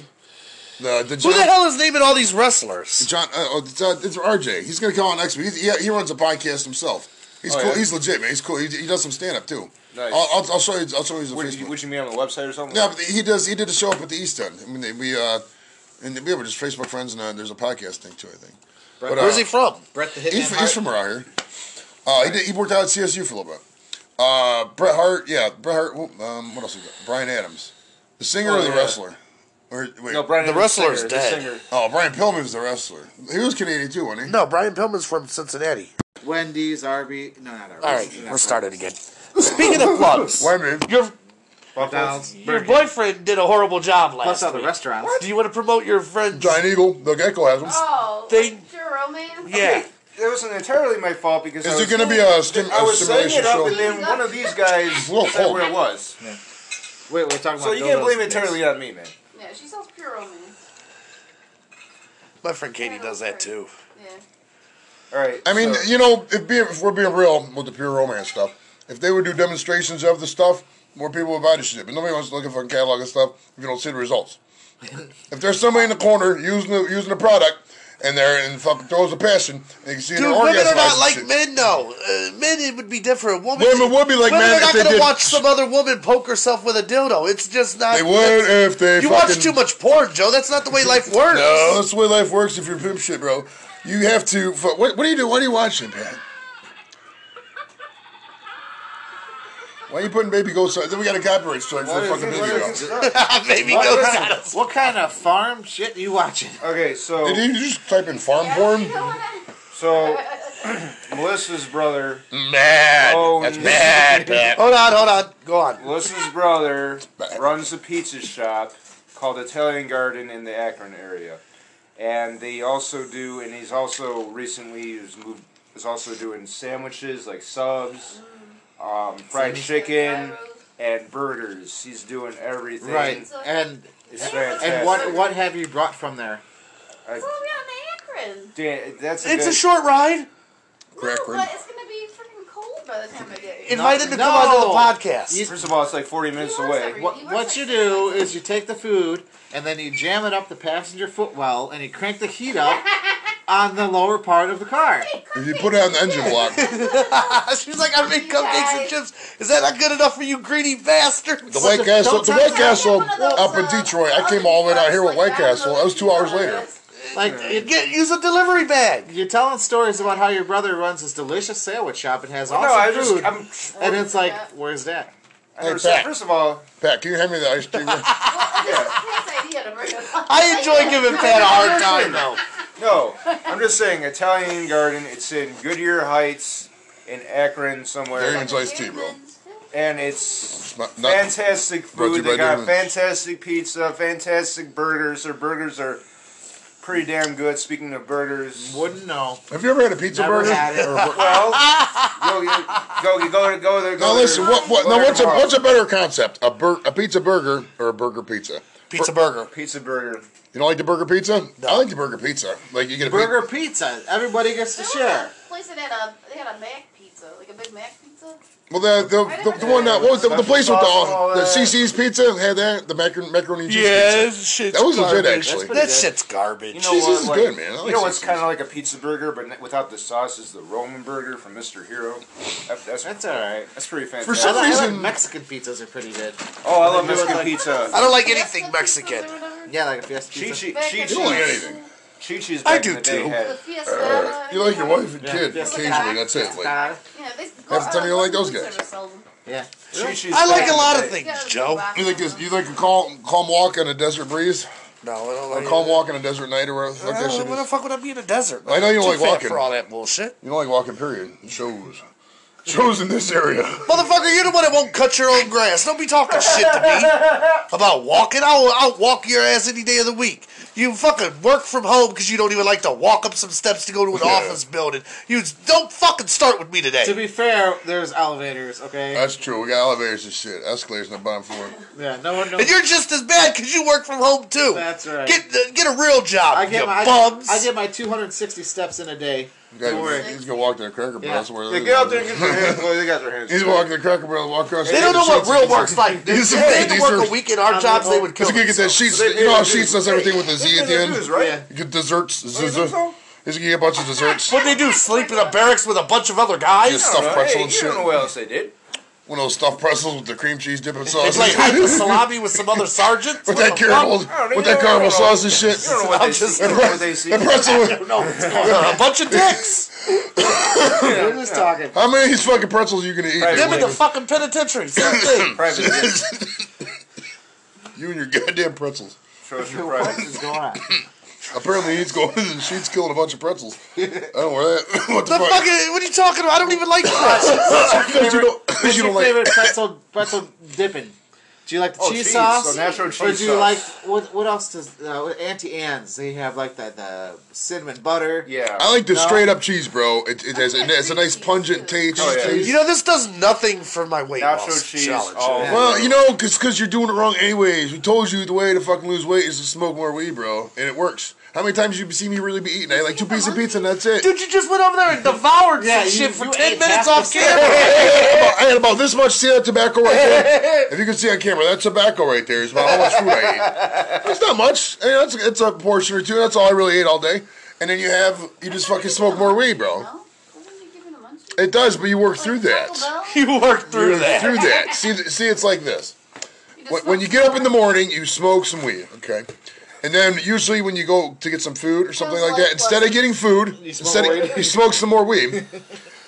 Speaker 2: the the John.
Speaker 3: Who the hell is naming all these wrestlers?
Speaker 2: John uh, oh, it's, uh, it's RJ. He's gonna come out next week. He's, he, he runs a podcast himself. He's
Speaker 6: Oh,
Speaker 2: cool.
Speaker 6: yeah?
Speaker 2: He's legit, man. He's cool. He, he does some stand up too.
Speaker 6: Nice.
Speaker 2: I'll, I'll, I'll show you. I'll show you his
Speaker 6: Would
Speaker 2: Facebook.
Speaker 6: you, would you mean on the website or something?
Speaker 2: yeah, but he does. He did a show up at the East End. I mean, they, we uh, And we ever just Facebook friends and uh, there's a podcast thing too. I think. But,
Speaker 3: Where's he
Speaker 2: uh,
Speaker 3: from?
Speaker 4: Brett the Hitman
Speaker 2: He's, from-
Speaker 4: Hart.
Speaker 2: he's from around here. Uh, he, did, he worked out at CSU for a little bit. Uh, Bret Hart, yeah, Bret Hart. who- Um, what else? We got? Brian Adams, the singer
Speaker 6: Oh,
Speaker 2: or the
Speaker 6: yeah.
Speaker 2: wrestler? Or wait,
Speaker 6: No, Brian
Speaker 3: The
Speaker 6: Adams,
Speaker 3: wrestler's
Speaker 6: singer,
Speaker 3: dead.
Speaker 6: The singer.
Speaker 2: oh, Brian Pillman was the wrestler. He was Canadian too, wasn't he?
Speaker 3: No, Brian Pillman's from Cincinnati.
Speaker 4: Wendy's, Arby. No, not Arby.
Speaker 3: All right, let's start it again. Speaking of plugs,
Speaker 2: Wait a minute.
Speaker 3: your
Speaker 4: McDonald's.
Speaker 3: your boyfriend did a horrible job last
Speaker 4: Plus all the
Speaker 3: week.
Speaker 4: restaurants.
Speaker 3: Do you want to promote your friend?
Speaker 2: Giant Eagle, the Gecko has him.
Speaker 6: Ah,
Speaker 5: Oh,
Speaker 3: Thing-
Speaker 5: like your romance?
Speaker 3: Yeah,
Speaker 6: It wasn't entirely my fault because I
Speaker 2: Is
Speaker 6: was,
Speaker 2: it going to be a, stim-
Speaker 6: I
Speaker 2: a
Speaker 6: was setting
Speaker 2: stimulation
Speaker 6: it up,
Speaker 2: show?
Speaker 6: and then one of these guys
Speaker 2: Whoa,
Speaker 6: said where
Speaker 2: whoa.
Speaker 6: it was.
Speaker 4: Wait, we're talking about.
Speaker 6: So you can't
Speaker 4: dildos
Speaker 6: blame it
Speaker 4: and dicks.
Speaker 6: entirely on me, man.
Speaker 5: Yeah, she sells pure romance.
Speaker 3: my friend Katie does that too.
Speaker 5: Yeah.
Speaker 6: All right.
Speaker 2: I mean,
Speaker 6: so-
Speaker 2: you know, if, being, if we're being real with the pure romance stuff, if they would do demonstrations of the stuff, more people would buy the shit. But nobody wants to look at fucking catalog and stuff if you don't see the results. if there's somebody in the corner using the using the product and they're and fucking throws a passion, and you can see
Speaker 3: Dude,
Speaker 2: their
Speaker 3: women
Speaker 2: orgasm.
Speaker 3: are not
Speaker 2: eyes
Speaker 3: like
Speaker 2: and shit.
Speaker 3: men, though. Uh, men, it would be different. Women,
Speaker 2: Women would be like
Speaker 3: women
Speaker 2: men
Speaker 3: are
Speaker 2: if
Speaker 3: not
Speaker 2: they
Speaker 3: gonna
Speaker 2: did-
Speaker 3: watch some other woman poke herself with a dildo. It's just not.
Speaker 2: They would if they
Speaker 3: You
Speaker 2: fucking.
Speaker 3: watch too much porn, Joe. That's not the way life works.
Speaker 2: No, that's the way life works. If you're pimp shit, bro, you have to. fu- What, what are you doing? What are you watching, Pat? Why are you putting baby goats? on- Then we got a copyright strike for
Speaker 6: What
Speaker 2: the
Speaker 6: is
Speaker 2: fucking
Speaker 6: it? What
Speaker 2: video.
Speaker 6: is it?
Speaker 3: Maybe
Speaker 4: What,
Speaker 3: go
Speaker 4: kind of, what kind of farm shit you watching?
Speaker 6: Okay, so
Speaker 2: Did you just type in farm
Speaker 5: Yeah,
Speaker 2: porn?
Speaker 5: you know what?
Speaker 6: so Melissa's brother,
Speaker 2: Mad.
Speaker 6: Oh,
Speaker 2: That's
Speaker 6: no.
Speaker 2: mad, Pat.
Speaker 3: Hold on, hold on. Go on.
Speaker 6: Melissa's brother runs a pizza shop called Italian Garden in the Akron area, and they also do, and he's also recently has moved, is also doing sandwiches like subs, um, fried chicken, and burgers. He's doing everything.
Speaker 4: Right, and
Speaker 6: It's fantastic.
Speaker 4: and what what have you brought from there?
Speaker 6: I-
Speaker 5: Well, we're out in Akron.
Speaker 6: Dan- that's a
Speaker 3: It's a
Speaker 6: good-
Speaker 3: short ride.
Speaker 2: Crack
Speaker 5: no,
Speaker 2: room.
Speaker 5: but it's gonna be freaking cold by the time I get here.
Speaker 3: Invite him to
Speaker 4: No.
Speaker 3: come onto the podcast.
Speaker 4: You-
Speaker 6: First of all, it's like forty minutes
Speaker 5: He works
Speaker 6: away.
Speaker 5: every-
Speaker 4: What,
Speaker 5: he works
Speaker 4: what
Speaker 5: like
Speaker 4: you
Speaker 5: six
Speaker 4: do
Speaker 5: hours.
Speaker 4: is you take the food and then you jam it up the passenger footwell and you crank the heat up on the lower part of the car.
Speaker 2: If you put it on the engine block, the
Speaker 3: She's like, I make cupcakes and chips. Is that not good enough for you greedy bastards?
Speaker 2: White Castle, the White Castle up in
Speaker 5: Uh,
Speaker 2: Detroit. I came all the way down here with White Castle. That was two hours later.
Speaker 4: Like
Speaker 3: You
Speaker 4: it,
Speaker 3: Get, use a delivery bag.
Speaker 4: you're telling stories about how your brother runs this delicious sandwich shop and has
Speaker 6: No,
Speaker 4: awesome
Speaker 6: I
Speaker 4: food,
Speaker 6: just I'm.
Speaker 4: and it's like,
Speaker 5: Yeah.
Speaker 4: where's that?
Speaker 6: I never
Speaker 2: Hey,
Speaker 6: said-
Speaker 2: Pat.
Speaker 6: first of all,
Speaker 2: Pat, can you hand me the ice cream?
Speaker 5: His idea to bring it up.
Speaker 3: I enjoy giving Pat a hard time, though.
Speaker 6: No, I'm just saying Italian Garden. It's in Goodyear Heights in Akron
Speaker 2: Very
Speaker 6: somewhere,
Speaker 2: nice iced tea, bro.
Speaker 6: and it's
Speaker 2: Not- not-
Speaker 6: fantastic
Speaker 2: Brought to you
Speaker 6: food. They
Speaker 2: by
Speaker 6: got
Speaker 2: Goodman.
Speaker 6: fantastic pizza, fantastic burgers. Their burgers are pretty damn good. Speaking of burgers,
Speaker 4: Wouldn't know.
Speaker 2: Have you ever had a pizza
Speaker 4: Never
Speaker 2: burger?
Speaker 4: had it.
Speaker 2: Or-
Speaker 6: well, go go go go there. Go
Speaker 2: Now
Speaker 6: there.
Speaker 2: listen, what, what,
Speaker 6: Go
Speaker 2: now
Speaker 6: there
Speaker 2: what's a,
Speaker 6: tomorrow.
Speaker 2: what's a better concept? A, bur- a pizza burger or a burger pizza?
Speaker 3: Pizza burger.
Speaker 6: pizza burger?
Speaker 2: You don't like the burger pizza? I like the burger pizza. Like you get a burger.
Speaker 4: Burger pizza. Everybody gets to
Speaker 5: There was
Speaker 4: share.
Speaker 5: a place that had a they had a Mac pizza, like a Big Mac
Speaker 2: Uh,
Speaker 5: pizza.
Speaker 2: well, the the, the, the one that what was the, the place with the,
Speaker 6: Special sauce,
Speaker 2: the
Speaker 6: uh,
Speaker 2: CC's pizza had that the macaroni, macaroni and cheese pizza.
Speaker 3: shit's
Speaker 2: That was legit,
Speaker 3: garbage.
Speaker 2: actually.
Speaker 3: That shit's garbage.
Speaker 6: You know
Speaker 2: Cheese
Speaker 6: what?
Speaker 2: is
Speaker 6: like-
Speaker 2: good, man. I like
Speaker 6: you know what's
Speaker 2: cheese.
Speaker 6: kind of like a pizza burger, but n- without the sauce, is the Roman burger from Mister Hero. That, that's
Speaker 4: That's all right.
Speaker 6: that's pretty fantastic.
Speaker 2: For
Speaker 4: I
Speaker 2: some
Speaker 4: like, I like
Speaker 2: reason,
Speaker 4: Mexican pizzas are pretty good.
Speaker 6: oh, I love Mexican pizza.
Speaker 3: I don't like
Speaker 5: Fiesta
Speaker 3: anything
Speaker 5: pizzas
Speaker 3: Mexican.
Speaker 5: or whatever.
Speaker 4: Yeah, like a fiesta
Speaker 6: Chi
Speaker 4: pizza.
Speaker 6: Chi
Speaker 5: Mac
Speaker 6: Chi
Speaker 5: and
Speaker 2: You don't like
Speaker 6: Chi
Speaker 5: cheese.
Speaker 2: anything. Uh,
Speaker 6: Chi Chi's
Speaker 3: I
Speaker 6: back
Speaker 3: do
Speaker 6: in the day
Speaker 3: too.
Speaker 6: had
Speaker 5: The Fiesta.
Speaker 2: you like your wife and
Speaker 4: Yeah,
Speaker 2: kid
Speaker 4: yes.
Speaker 2: occasionally. That's it. Like,
Speaker 4: Uh,
Speaker 5: Yeah, they,
Speaker 2: Half the time you like those guys.
Speaker 4: yeah.
Speaker 6: Chi Chi's
Speaker 3: I like
Speaker 6: back
Speaker 3: a
Speaker 6: in
Speaker 3: lot
Speaker 6: the
Speaker 3: of
Speaker 6: day.
Speaker 3: things, Joe.
Speaker 2: you like this? You like a calm calm walk on a desert breeze?
Speaker 3: No, I don't
Speaker 2: A
Speaker 3: like.
Speaker 2: calm walk on a desert night or whatever. the fuck that shit
Speaker 3: Oh, Uh, What the
Speaker 2: is?
Speaker 3: fuck would I be in a desert?
Speaker 2: I know you don't
Speaker 3: Too
Speaker 2: like
Speaker 3: fat
Speaker 2: walking.
Speaker 3: for all that bullshit.
Speaker 2: You don't like walking. Period. It shows. Shows in this area.
Speaker 3: Motherfucker, you're the one that won't cut your own grass. Don't be talking shit to me about walking. I'll, I'll walk your ass any day of the week. You fucking work from home because you don't even like to walk up some steps to go to an
Speaker 2: Yeah.
Speaker 3: office building. You don't fucking start with me today.
Speaker 4: To be fair, there's elevators. Okay.
Speaker 2: That's true. We got elevators and shit. Escalators in the bottom floor.
Speaker 4: yeah. No one
Speaker 3: and
Speaker 4: knows.
Speaker 3: you're just as bad because you work from home too.
Speaker 4: That's right.
Speaker 3: Get the- get a real job,
Speaker 4: I get
Speaker 3: you
Speaker 4: my I-
Speaker 3: bums.
Speaker 4: I get my 260 steps in a day.
Speaker 2: You guys-
Speaker 4: Don't worry.
Speaker 2: he's gonna walk to the Cracker Barrel.
Speaker 4: Yeah.
Speaker 2: That's where
Speaker 6: They get out there and get their hands. Oh, they got their hands.
Speaker 2: He's walking to the Cracker Barrel, walk across.
Speaker 3: they don't know what real work's like. They
Speaker 2: These are-
Speaker 3: had to
Speaker 2: these
Speaker 3: work
Speaker 2: are-
Speaker 3: a week in our jobs. They would kill.
Speaker 2: Because you can get that
Speaker 3: themselves.
Speaker 2: sheets.
Speaker 6: They pay
Speaker 2: you know how
Speaker 6: their
Speaker 2: sheets
Speaker 6: dues.
Speaker 2: does everything with the Z at the
Speaker 6: They
Speaker 2: end.
Speaker 6: do this, right?
Speaker 4: Yeah.
Speaker 2: You get desserts.
Speaker 6: Don't you think
Speaker 2: Zzz.
Speaker 6: so?
Speaker 2: He's gonna get a bunch of desserts.
Speaker 3: What they do? Sleep in a barracks with a bunch of other guys?
Speaker 2: Yes.
Speaker 6: I don't
Speaker 2: Stuffed
Speaker 6: know.
Speaker 2: pretzel
Speaker 6: Hey,
Speaker 2: and
Speaker 6: you
Speaker 2: shit.
Speaker 6: don't know what else they did.
Speaker 2: one of those stuffed pretzels with the cream cheese dipping sauce.
Speaker 3: It's like hyper salami with some other sergeants.
Speaker 2: with
Speaker 3: What
Speaker 2: that
Speaker 3: the fuck?
Speaker 2: caramel,
Speaker 6: I don't know,
Speaker 2: with
Speaker 6: you
Speaker 2: that
Speaker 6: don't
Speaker 2: caramel
Speaker 6: know.
Speaker 2: sauce and shit.
Speaker 6: You don't know what they
Speaker 3: I'm just-
Speaker 6: see. You don't know what they see.
Speaker 2: The pretzel. with-
Speaker 3: No, it's a bunch of dicks.
Speaker 4: We're just talking.
Speaker 2: How many of these fucking pretzels are you gonna eat?
Speaker 6: Right,
Speaker 2: dude?
Speaker 3: Them in the fucking penitentiary. Same thing.
Speaker 6: Private dick.
Speaker 2: You and your goddamn pretzels.
Speaker 6: Show us your
Speaker 4: What
Speaker 6: private.
Speaker 4: is going on?
Speaker 2: Apparently he's going and she's killing a bunch of pretzels. I don't wear that. what the,
Speaker 3: The
Speaker 2: fuck?
Speaker 3: fucking, what are you talking about? I don't even like pretzels.
Speaker 2: Because you don't, because
Speaker 4: What's
Speaker 2: you
Speaker 4: your
Speaker 2: don't like.
Speaker 4: favorite pretzel pretzel dipping? Do you like the
Speaker 6: Oh,
Speaker 4: cheese
Speaker 6: cheese,
Speaker 4: sauce?
Speaker 6: so natural
Speaker 4: or
Speaker 6: cheese
Speaker 4: do you
Speaker 6: sauce.
Speaker 4: like what? What else does uh, Auntie Anne's? They have like the, the cinnamon butter.
Speaker 6: Yeah.
Speaker 2: I like the
Speaker 4: No.
Speaker 2: straight up cheese, bro. It, it has, it has a nice pungent taste.
Speaker 6: Oh, yeah.
Speaker 2: taste.
Speaker 3: You know, this does nothing for my weight
Speaker 6: Nacho
Speaker 3: loss
Speaker 6: cheese.
Speaker 3: challenge.
Speaker 6: Oh,
Speaker 2: Well, you know, because cause you're doing it wrong anyways. We told you the way to fucking lose weight is to smoke more weed, bro. And it works. How many times you see me really be eating? I like two pieces of pizza and that's it.
Speaker 3: Dude, you just went over there and devoured
Speaker 4: Yeah,
Speaker 3: some
Speaker 4: you-
Speaker 3: shit for
Speaker 4: you
Speaker 3: 10
Speaker 4: ate
Speaker 3: minutes
Speaker 4: half
Speaker 3: off
Speaker 4: the
Speaker 3: camera.
Speaker 2: about, I had about this much. See that tobacco right there? If you can see on camera, that tobacco right there is about how much food I ate. It's not much. I mean, that's it's a portion or two. That's all I really ate all day. And then you have you just fucking smoke more weed, bro.
Speaker 5: No? Wasn't he giving a munchie?
Speaker 2: It does, but you work through
Speaker 5: Like
Speaker 2: that.
Speaker 5: Taco Bell?
Speaker 3: You worked through that.
Speaker 2: Through that. See, th- see, it's like this.
Speaker 5: He just
Speaker 2: When, when you
Speaker 5: smoked
Speaker 2: get up in the
Speaker 5: cigar.
Speaker 2: morning, you smoke some weed, okay? And then usually when you go to get some food or something
Speaker 5: Sounds
Speaker 2: like
Speaker 5: like
Speaker 2: that, instead of
Speaker 5: pleasant.
Speaker 2: getting food,
Speaker 4: You smoke
Speaker 2: instead
Speaker 4: weed.
Speaker 2: of, you smoke some more weed,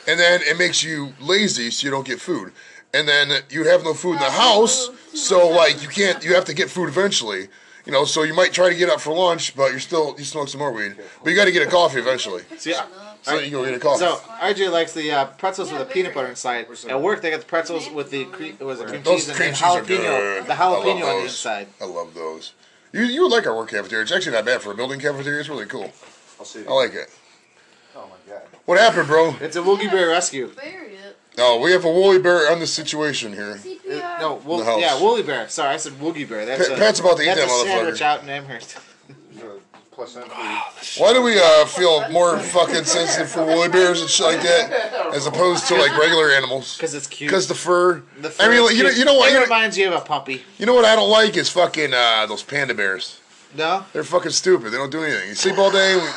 Speaker 2: and then it makes you lazy, so you don't get food. And then you have no food in the house, so like you can't. You have to get food eventually, you know. So you might try to get up for lunch, but you're still you smoke some more weed. But you got to get a coffee eventually,
Speaker 4: See, I-
Speaker 2: so you go get a coffee.
Speaker 4: So RJ likes the uh, pretzels
Speaker 5: Yeah,
Speaker 4: with the peanut
Speaker 5: very.
Speaker 4: butter inside. At work, they got the pretzels with the cre- it was a cream
Speaker 2: Those
Speaker 4: cheese and
Speaker 2: cream
Speaker 4: and
Speaker 2: cheese are
Speaker 4: jalapeno.
Speaker 2: good.
Speaker 4: The
Speaker 2: I love
Speaker 4: jalapeno on the
Speaker 2: those.
Speaker 4: inside.
Speaker 2: I love those. You you would like our work cafeteria. It's actually not bad for a building cafeteria. It's really cool.
Speaker 6: I'll see.
Speaker 2: I like it.
Speaker 6: Oh my god.
Speaker 2: What happened, bro?
Speaker 4: It's a Woogie Bear rescue.
Speaker 5: Bury it.
Speaker 2: Oh, we have a woolly bear on the situation here.
Speaker 4: It-
Speaker 5: CPR.
Speaker 4: no, wool,
Speaker 2: The house.
Speaker 4: yeah, Woolly Bear. Sorry, I said Woogie Bear. That's
Speaker 2: Pa-
Speaker 4: a,
Speaker 2: Pat's about to eat
Speaker 4: that's
Speaker 2: that
Speaker 4: a sandwich
Speaker 2: motherfucker.
Speaker 4: out in Amherst.
Speaker 6: Plus, I'm
Speaker 2: Why do we uh, feel more fucking sensitive for woolly bears and shit like that, as opposed to like regular animals?
Speaker 4: Because it's cute.
Speaker 2: Because the fur.
Speaker 4: The
Speaker 2: I mean,
Speaker 4: fur
Speaker 2: like,
Speaker 4: is
Speaker 2: you know,
Speaker 4: cute.
Speaker 2: you know what?
Speaker 4: It
Speaker 2: You know,
Speaker 4: reminds you of a puppy.
Speaker 2: you know what I don't like is fucking uh, those panda bears.
Speaker 4: No,
Speaker 2: They're fucking stupid. They don't do anything. You sleep all day. we-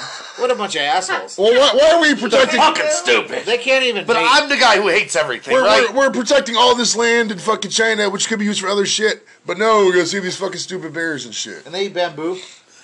Speaker 4: what a bunch of assholes.
Speaker 2: Well, why, why are we protecting?
Speaker 3: Fucking stupid.
Speaker 4: They can't even.
Speaker 3: But
Speaker 4: mate.
Speaker 3: I'm the guy who hates everything,
Speaker 2: We're,
Speaker 3: right?
Speaker 2: we're, we're protecting all this land in fucking China, which could be used for other shit. But no, we're gonna see these fucking stupid bears and shit.
Speaker 4: and they eat bamboo.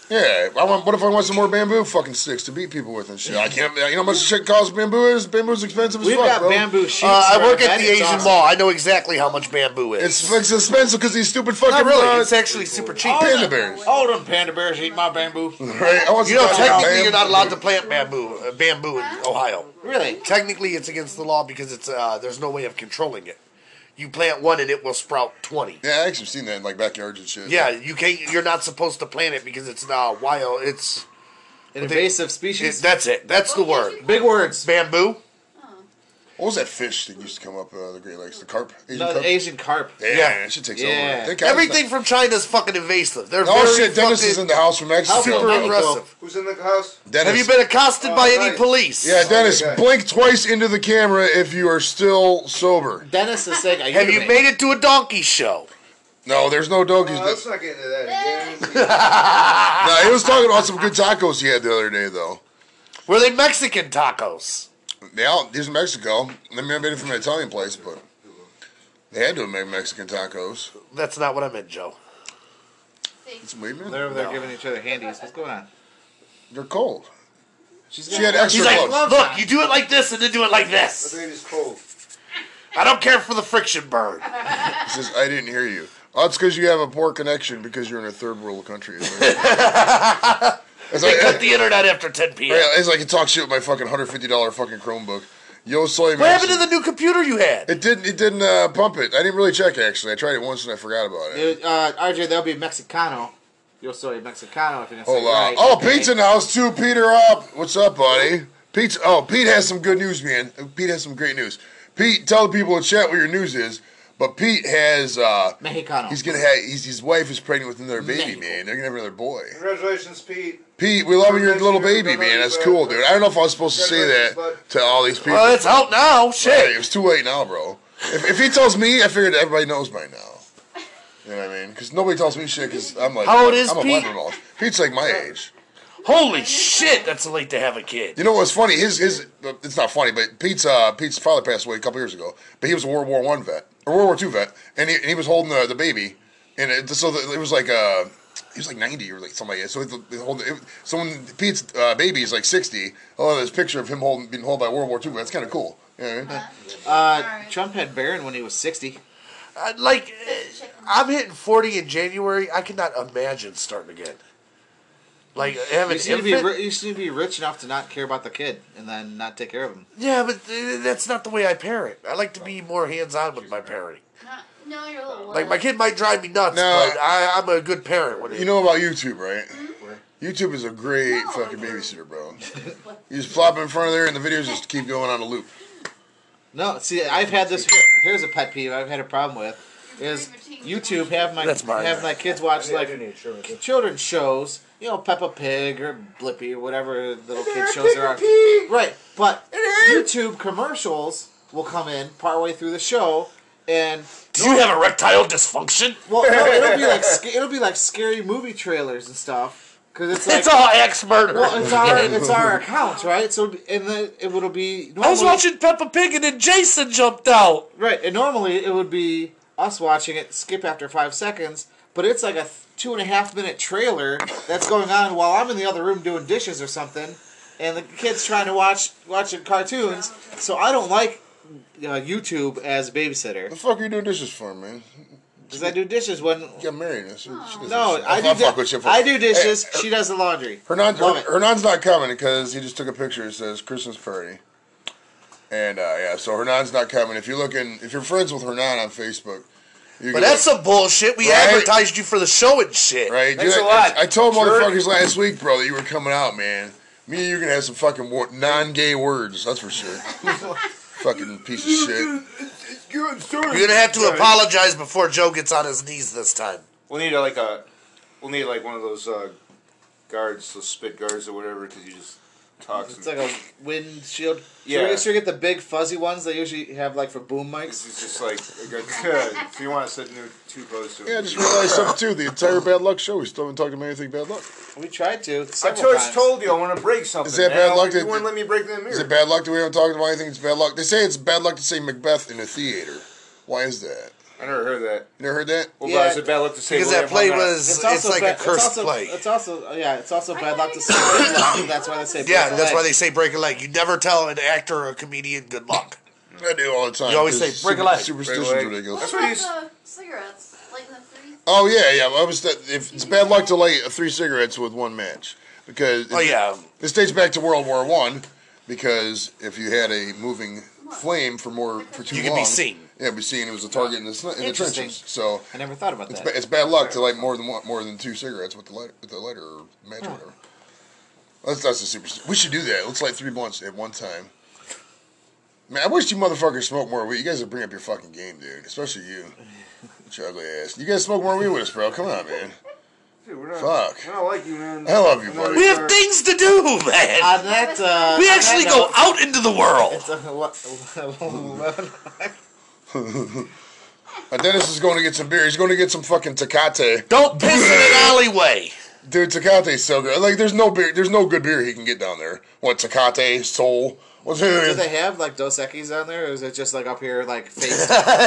Speaker 2: Yeah, I want, what if I want some more bamboo fucking sticks to beat people with and shit? I can't. You know how much shit costs bamboo is? Bamboo's expensive as
Speaker 4: We've
Speaker 2: fuck,
Speaker 4: got
Speaker 2: bro.
Speaker 4: bamboo sheets.
Speaker 3: Uh, I
Speaker 4: for
Speaker 3: work at
Speaker 4: that.
Speaker 3: the
Speaker 4: It's
Speaker 3: Asian
Speaker 4: awesome.
Speaker 3: Mall. I know exactly how much bamboo is.
Speaker 2: It's fucking expensive because these stupid fucking
Speaker 3: not really.
Speaker 2: uh,
Speaker 3: It's actually super cheap.
Speaker 2: panda bears.
Speaker 4: All them panda bears eat my bamboo.
Speaker 2: Right? I want
Speaker 3: You
Speaker 2: some
Speaker 3: know,
Speaker 2: fucking
Speaker 3: technically, you're not
Speaker 2: bamboo.
Speaker 3: allowed to plant bamboo, uh, bamboo in Ohio.
Speaker 4: Really?
Speaker 3: Technically, it's against the law because it's uh, there's no way of controlling it. You plant one and it will sprout twenty.
Speaker 2: Yeah, I actually seen that in like backyards and shit.
Speaker 3: Yeah, you can't. You're not supposed to plant it because it's not wild. It's
Speaker 4: An invasive
Speaker 3: it,
Speaker 4: species.
Speaker 3: that's it. That's the word.
Speaker 4: Big words.
Speaker 3: Bamboo.
Speaker 2: What was that fish that used to come up uh, the Great Lakes? The carp? Asian
Speaker 4: No,
Speaker 2: carp?
Speaker 4: the Asian carp.
Speaker 2: yeah,
Speaker 3: Yeah.
Speaker 2: that shit takes
Speaker 4: Yeah.
Speaker 2: over. That guy's
Speaker 3: Everything from China is fucking invasive. They're
Speaker 2: Not, oh
Speaker 3: very
Speaker 2: shit! Dennis is in
Speaker 3: fucking
Speaker 2: the house from Mexico.
Speaker 3: super
Speaker 4: Mexico.
Speaker 3: aggressive.
Speaker 6: Who's in the house?
Speaker 2: Dennis.
Speaker 3: Have you been accosted by
Speaker 6: Oh,
Speaker 3: any
Speaker 6: nice.
Speaker 3: police?
Speaker 2: Yeah, Dennis,
Speaker 6: Okay.
Speaker 2: blink twice into the camera if you are still sober.
Speaker 4: Dennis is saying, I
Speaker 3: Have you made it to a donkey show?
Speaker 2: No, there's no doggies.
Speaker 3: Uh,
Speaker 6: Oh, let's not get into that
Speaker 2: no,
Speaker 6: again.
Speaker 2: he was talking about some good tacos he had the other day, though.
Speaker 3: Were they Mexican tacos?
Speaker 2: Now he's in Mexico. They may have made it from an Italian place, but they had to have made Mexican tacos.
Speaker 3: That's not what I meant, Joe.
Speaker 2: It's weird, man.
Speaker 4: They're
Speaker 2: They're,
Speaker 4: over there giving each other handies. What's going on?
Speaker 2: cold.
Speaker 4: She's
Speaker 2: She had extra
Speaker 3: He's like,
Speaker 2: gloves.
Speaker 3: look, you do it like this and then do it like
Speaker 6: The
Speaker 3: this.
Speaker 6: baby's cold.
Speaker 3: I don't care for the friction burn.
Speaker 2: He says, "I didn't hear you." Oh, it's because you have a poor connection because you're in a third world country. It's
Speaker 3: They
Speaker 2: like,
Speaker 3: cut the internet after 10 p.m.
Speaker 2: it's like you talk shit with my fucking hundred fifty dollar fucking Chromebook. Yo, soy.
Speaker 3: What happened to the new computer you had?
Speaker 2: It didn't. It didn't uh, pump it. I didn't really check actually. I tried it once and I forgot about it.
Speaker 4: It, uh, RJ, that'll be Mexicano. You're sorry, Mexicano. If you didn't say
Speaker 2: Hold on.
Speaker 4: right.
Speaker 2: oh,
Speaker 4: okay.
Speaker 2: pizza in the house too. Peter up. What's up, buddy? Pete. Oh, Pete has some good news, man. Pete has some great news. Pete, tell the people in chat what your news is. But Pete has. uh
Speaker 4: Mexicano.
Speaker 2: He's gonna have. He's, his wife is pregnant with another baby,
Speaker 4: Mexico.
Speaker 2: man. They're gonna have another boy.
Speaker 6: Congratulations, Pete.
Speaker 2: Pete, we love your little baby, man. That's cool, dude. I don't know if I was supposed to say that to all these people.
Speaker 3: Well, it's out now.
Speaker 2: Hey,
Speaker 3: Shit.
Speaker 2: it was too late now, bro. If, if he tells me, I figured everybody knows by now. You know what I mean? Because nobody tells me shit. Because I'm like,
Speaker 3: How old is
Speaker 2: I'm
Speaker 3: Pete?
Speaker 2: 11 off. Pete's like my age.
Speaker 3: Holy shit, that's late to have a kid.
Speaker 2: You know what's funny? His his it's not funny, but Pete's uh, Pete's father passed away a couple years ago. But he was a World War One vet, a World War II vet, and he, and he was holding the, the baby, and it, so the, it was like uh, he was like ninety or like somebody. So it, it hold, it, someone Pete's uh, baby is like sixty. Oh, there's a picture of him holding being held by a World War II vet. That's kind of cool. You know what I
Speaker 5: Uh-huh.
Speaker 2: mean?
Speaker 4: Uh, Trump had Barron when he was 60.
Speaker 3: Uh, like, uh, I'm hitting 40 in January. I cannot imagine starting again. Like, having
Speaker 4: You
Speaker 3: an
Speaker 4: seem, to be,
Speaker 3: infant-
Speaker 4: ri- you seem to be rich enough to not care about the kid and then not take care of him.
Speaker 3: Yeah, but uh, that's not the way I parent. I like to be more hands on with my parenting.
Speaker 5: Not, no, you're a little.
Speaker 3: Like, my kid might drive me nuts,
Speaker 2: No.
Speaker 3: but I, I'm a good parent. When it,
Speaker 2: You know about YouTube, right? YouTube is a great
Speaker 5: No.
Speaker 2: fucking babysitter, bro. you just flop in front of there, and the videos just keep going on a loop.
Speaker 4: No, see, I've had this. here- Here's a pet peeve I've had a problem with. Is YouTube have my
Speaker 3: That's mine.
Speaker 4: have my kids watch like
Speaker 6: insurance.
Speaker 4: children's shows, you know, Peppa Pig or Blippi or whatever little kid shows there are.
Speaker 6: Pig.
Speaker 4: Right, but YouTube commercials will come in partway through the show, and
Speaker 3: Do you have erectile dysfunction?
Speaker 4: well, no, it'll be like sc- it'll be like scary movie trailers and stuff because it's like
Speaker 3: it's all ex murder.
Speaker 4: well, it's our it's our accounts, right? So it'll be- and then it will be.
Speaker 3: I was
Speaker 4: normally-
Speaker 3: watching Peppa Pig and then Jason jumped out.
Speaker 4: Right, and normally it would be us watching it skip after five seconds, but it's like a th- two and a half minute trailer that's going on while I'm in the other room doing dishes or something, and the kids trying to watch watching cartoons. So I don't like uh, YouTube as a
Speaker 2: The
Speaker 4: babysitter
Speaker 2: fuck are you doing dishes for, man?
Speaker 4: because I do dishes when.
Speaker 2: You got married. That's, she doesn't-
Speaker 4: No, I do.
Speaker 2: fuck with
Speaker 4: Di-
Speaker 2: you, fuck-
Speaker 4: I do dishes.
Speaker 2: Hey,
Speaker 4: She does the laundry.
Speaker 2: Hernan,
Speaker 4: Love it.
Speaker 2: Hernan's not coming because he just took a picture. It says Christmas party, and uh, yeah, so Hernan's not coming. If you're looking, if you're friends with Hernan on Facebook, you
Speaker 3: But that's some bullshit. We
Speaker 2: Right.
Speaker 3: advertised you for the show and shit.
Speaker 2: right.
Speaker 6: Thanks
Speaker 2: Dude,
Speaker 6: a lot,
Speaker 2: I, I told
Speaker 6: jerk.
Speaker 2: motherfuckers last week, bro, that you were coming out, man. Me and you're gonna have some fucking war- non-gay words. That's for sure. fucking piece of shit.
Speaker 6: Good story.
Speaker 3: You're gonna have to
Speaker 6: Sorry.
Speaker 3: apologize before Joe gets on his knees this time.
Speaker 6: We'll need uh, like a, we'll need like one of those uh, guards, those spit guards or whatever, because you just talk.
Speaker 4: It's like a windshield. Yeah.
Speaker 6: Yeah.
Speaker 4: Should we, should we get the big fuzzy ones they usually have like for boom mics?
Speaker 6: It's just like a good. good. If you want to sit new two posts to it.
Speaker 2: Yeah, I just realized something too. The entire bad luck show. We still haven't talked about anything bad luck.
Speaker 4: We tried to.
Speaker 6: I
Speaker 4: several
Speaker 6: just
Speaker 4: times.
Speaker 6: told you I want to break something.
Speaker 2: Is that bad
Speaker 6: Now,
Speaker 2: luck
Speaker 6: You
Speaker 2: that-
Speaker 6: wouldn't let me break that mirror.
Speaker 2: Is it bad luck that we haven't talked about anything? It's bad luck. They say it's bad luck to say Macbeth in a theater. Why is that?
Speaker 6: I never heard that.
Speaker 2: You never heard that?
Speaker 6: Well,
Speaker 4: Yeah.
Speaker 6: yeah, is it bad luck to say
Speaker 3: Because
Speaker 6: William
Speaker 3: that play
Speaker 6: Hung Up?
Speaker 3: was it's, like
Speaker 4: ba-
Speaker 3: a cursed
Speaker 4: it's also,
Speaker 3: play.
Speaker 4: It's also yeah, it's also bad luck to say. that's why they say.
Speaker 3: yeah,
Speaker 4: break a
Speaker 3: that's why
Speaker 4: leg.
Speaker 3: they say break a leg. You never tell an actor or a comedian good luck.
Speaker 2: I do all the time.
Speaker 3: You always
Speaker 2: 'cause
Speaker 3: say, "Break a
Speaker 2: super-
Speaker 3: leg."
Speaker 2: Superstition's
Speaker 6: Break a leg.
Speaker 2: ridiculous.
Speaker 6: That's what he's-
Speaker 5: the cigarettes, like the three.
Speaker 2: Oh yeah, yeah. well, I was. If it's bad luck to light three cigarettes with one match, because
Speaker 3: Oh yeah,
Speaker 2: this dates back to World War One, because if you had a moving flame for more for too
Speaker 3: you
Speaker 2: long,
Speaker 3: can be seen.
Speaker 2: Yeah, be seen. It was a target in the, sn- in the
Speaker 4: Interesting.
Speaker 2: trenches. So
Speaker 4: I never thought about
Speaker 2: it's,
Speaker 4: that.
Speaker 2: ba- it's bad luck to light more than one, more than two cigarettes with the light with the lighter or match or whatever. That's that's a superstition. We should do that. Let's light three blunts at one time. Man, I wish you motherfuckers smoked more weed. You guys would bring up your fucking game, dude. Especially you, With your ugly ass. You guys smoke more weed with us, bro. Come on, man.
Speaker 6: Dude, we're not,
Speaker 2: Fuck.
Speaker 6: I don't like you, man.
Speaker 2: I love you,
Speaker 6: I'm not
Speaker 2: buddy.
Speaker 6: a
Speaker 3: We have
Speaker 6: jerk.
Speaker 3: things to do, man.
Speaker 4: On that, uh,
Speaker 3: We
Speaker 4: on
Speaker 3: actually
Speaker 4: that
Speaker 3: go
Speaker 4: note-
Speaker 3: out into the world.
Speaker 4: It's, uh, what- eleven-
Speaker 2: Uh, Dennis is going to get some beer. He's going to get some fucking Tecate.
Speaker 3: Don't piss in an alleyway.
Speaker 2: Dude, Tecate's so good. Like, there's no beer. There's no good beer he can get down there. What Tecate, Soul? What's
Speaker 4: Do
Speaker 2: it?
Speaker 4: they have like Dos Equis on there, or is it just like up here like fake?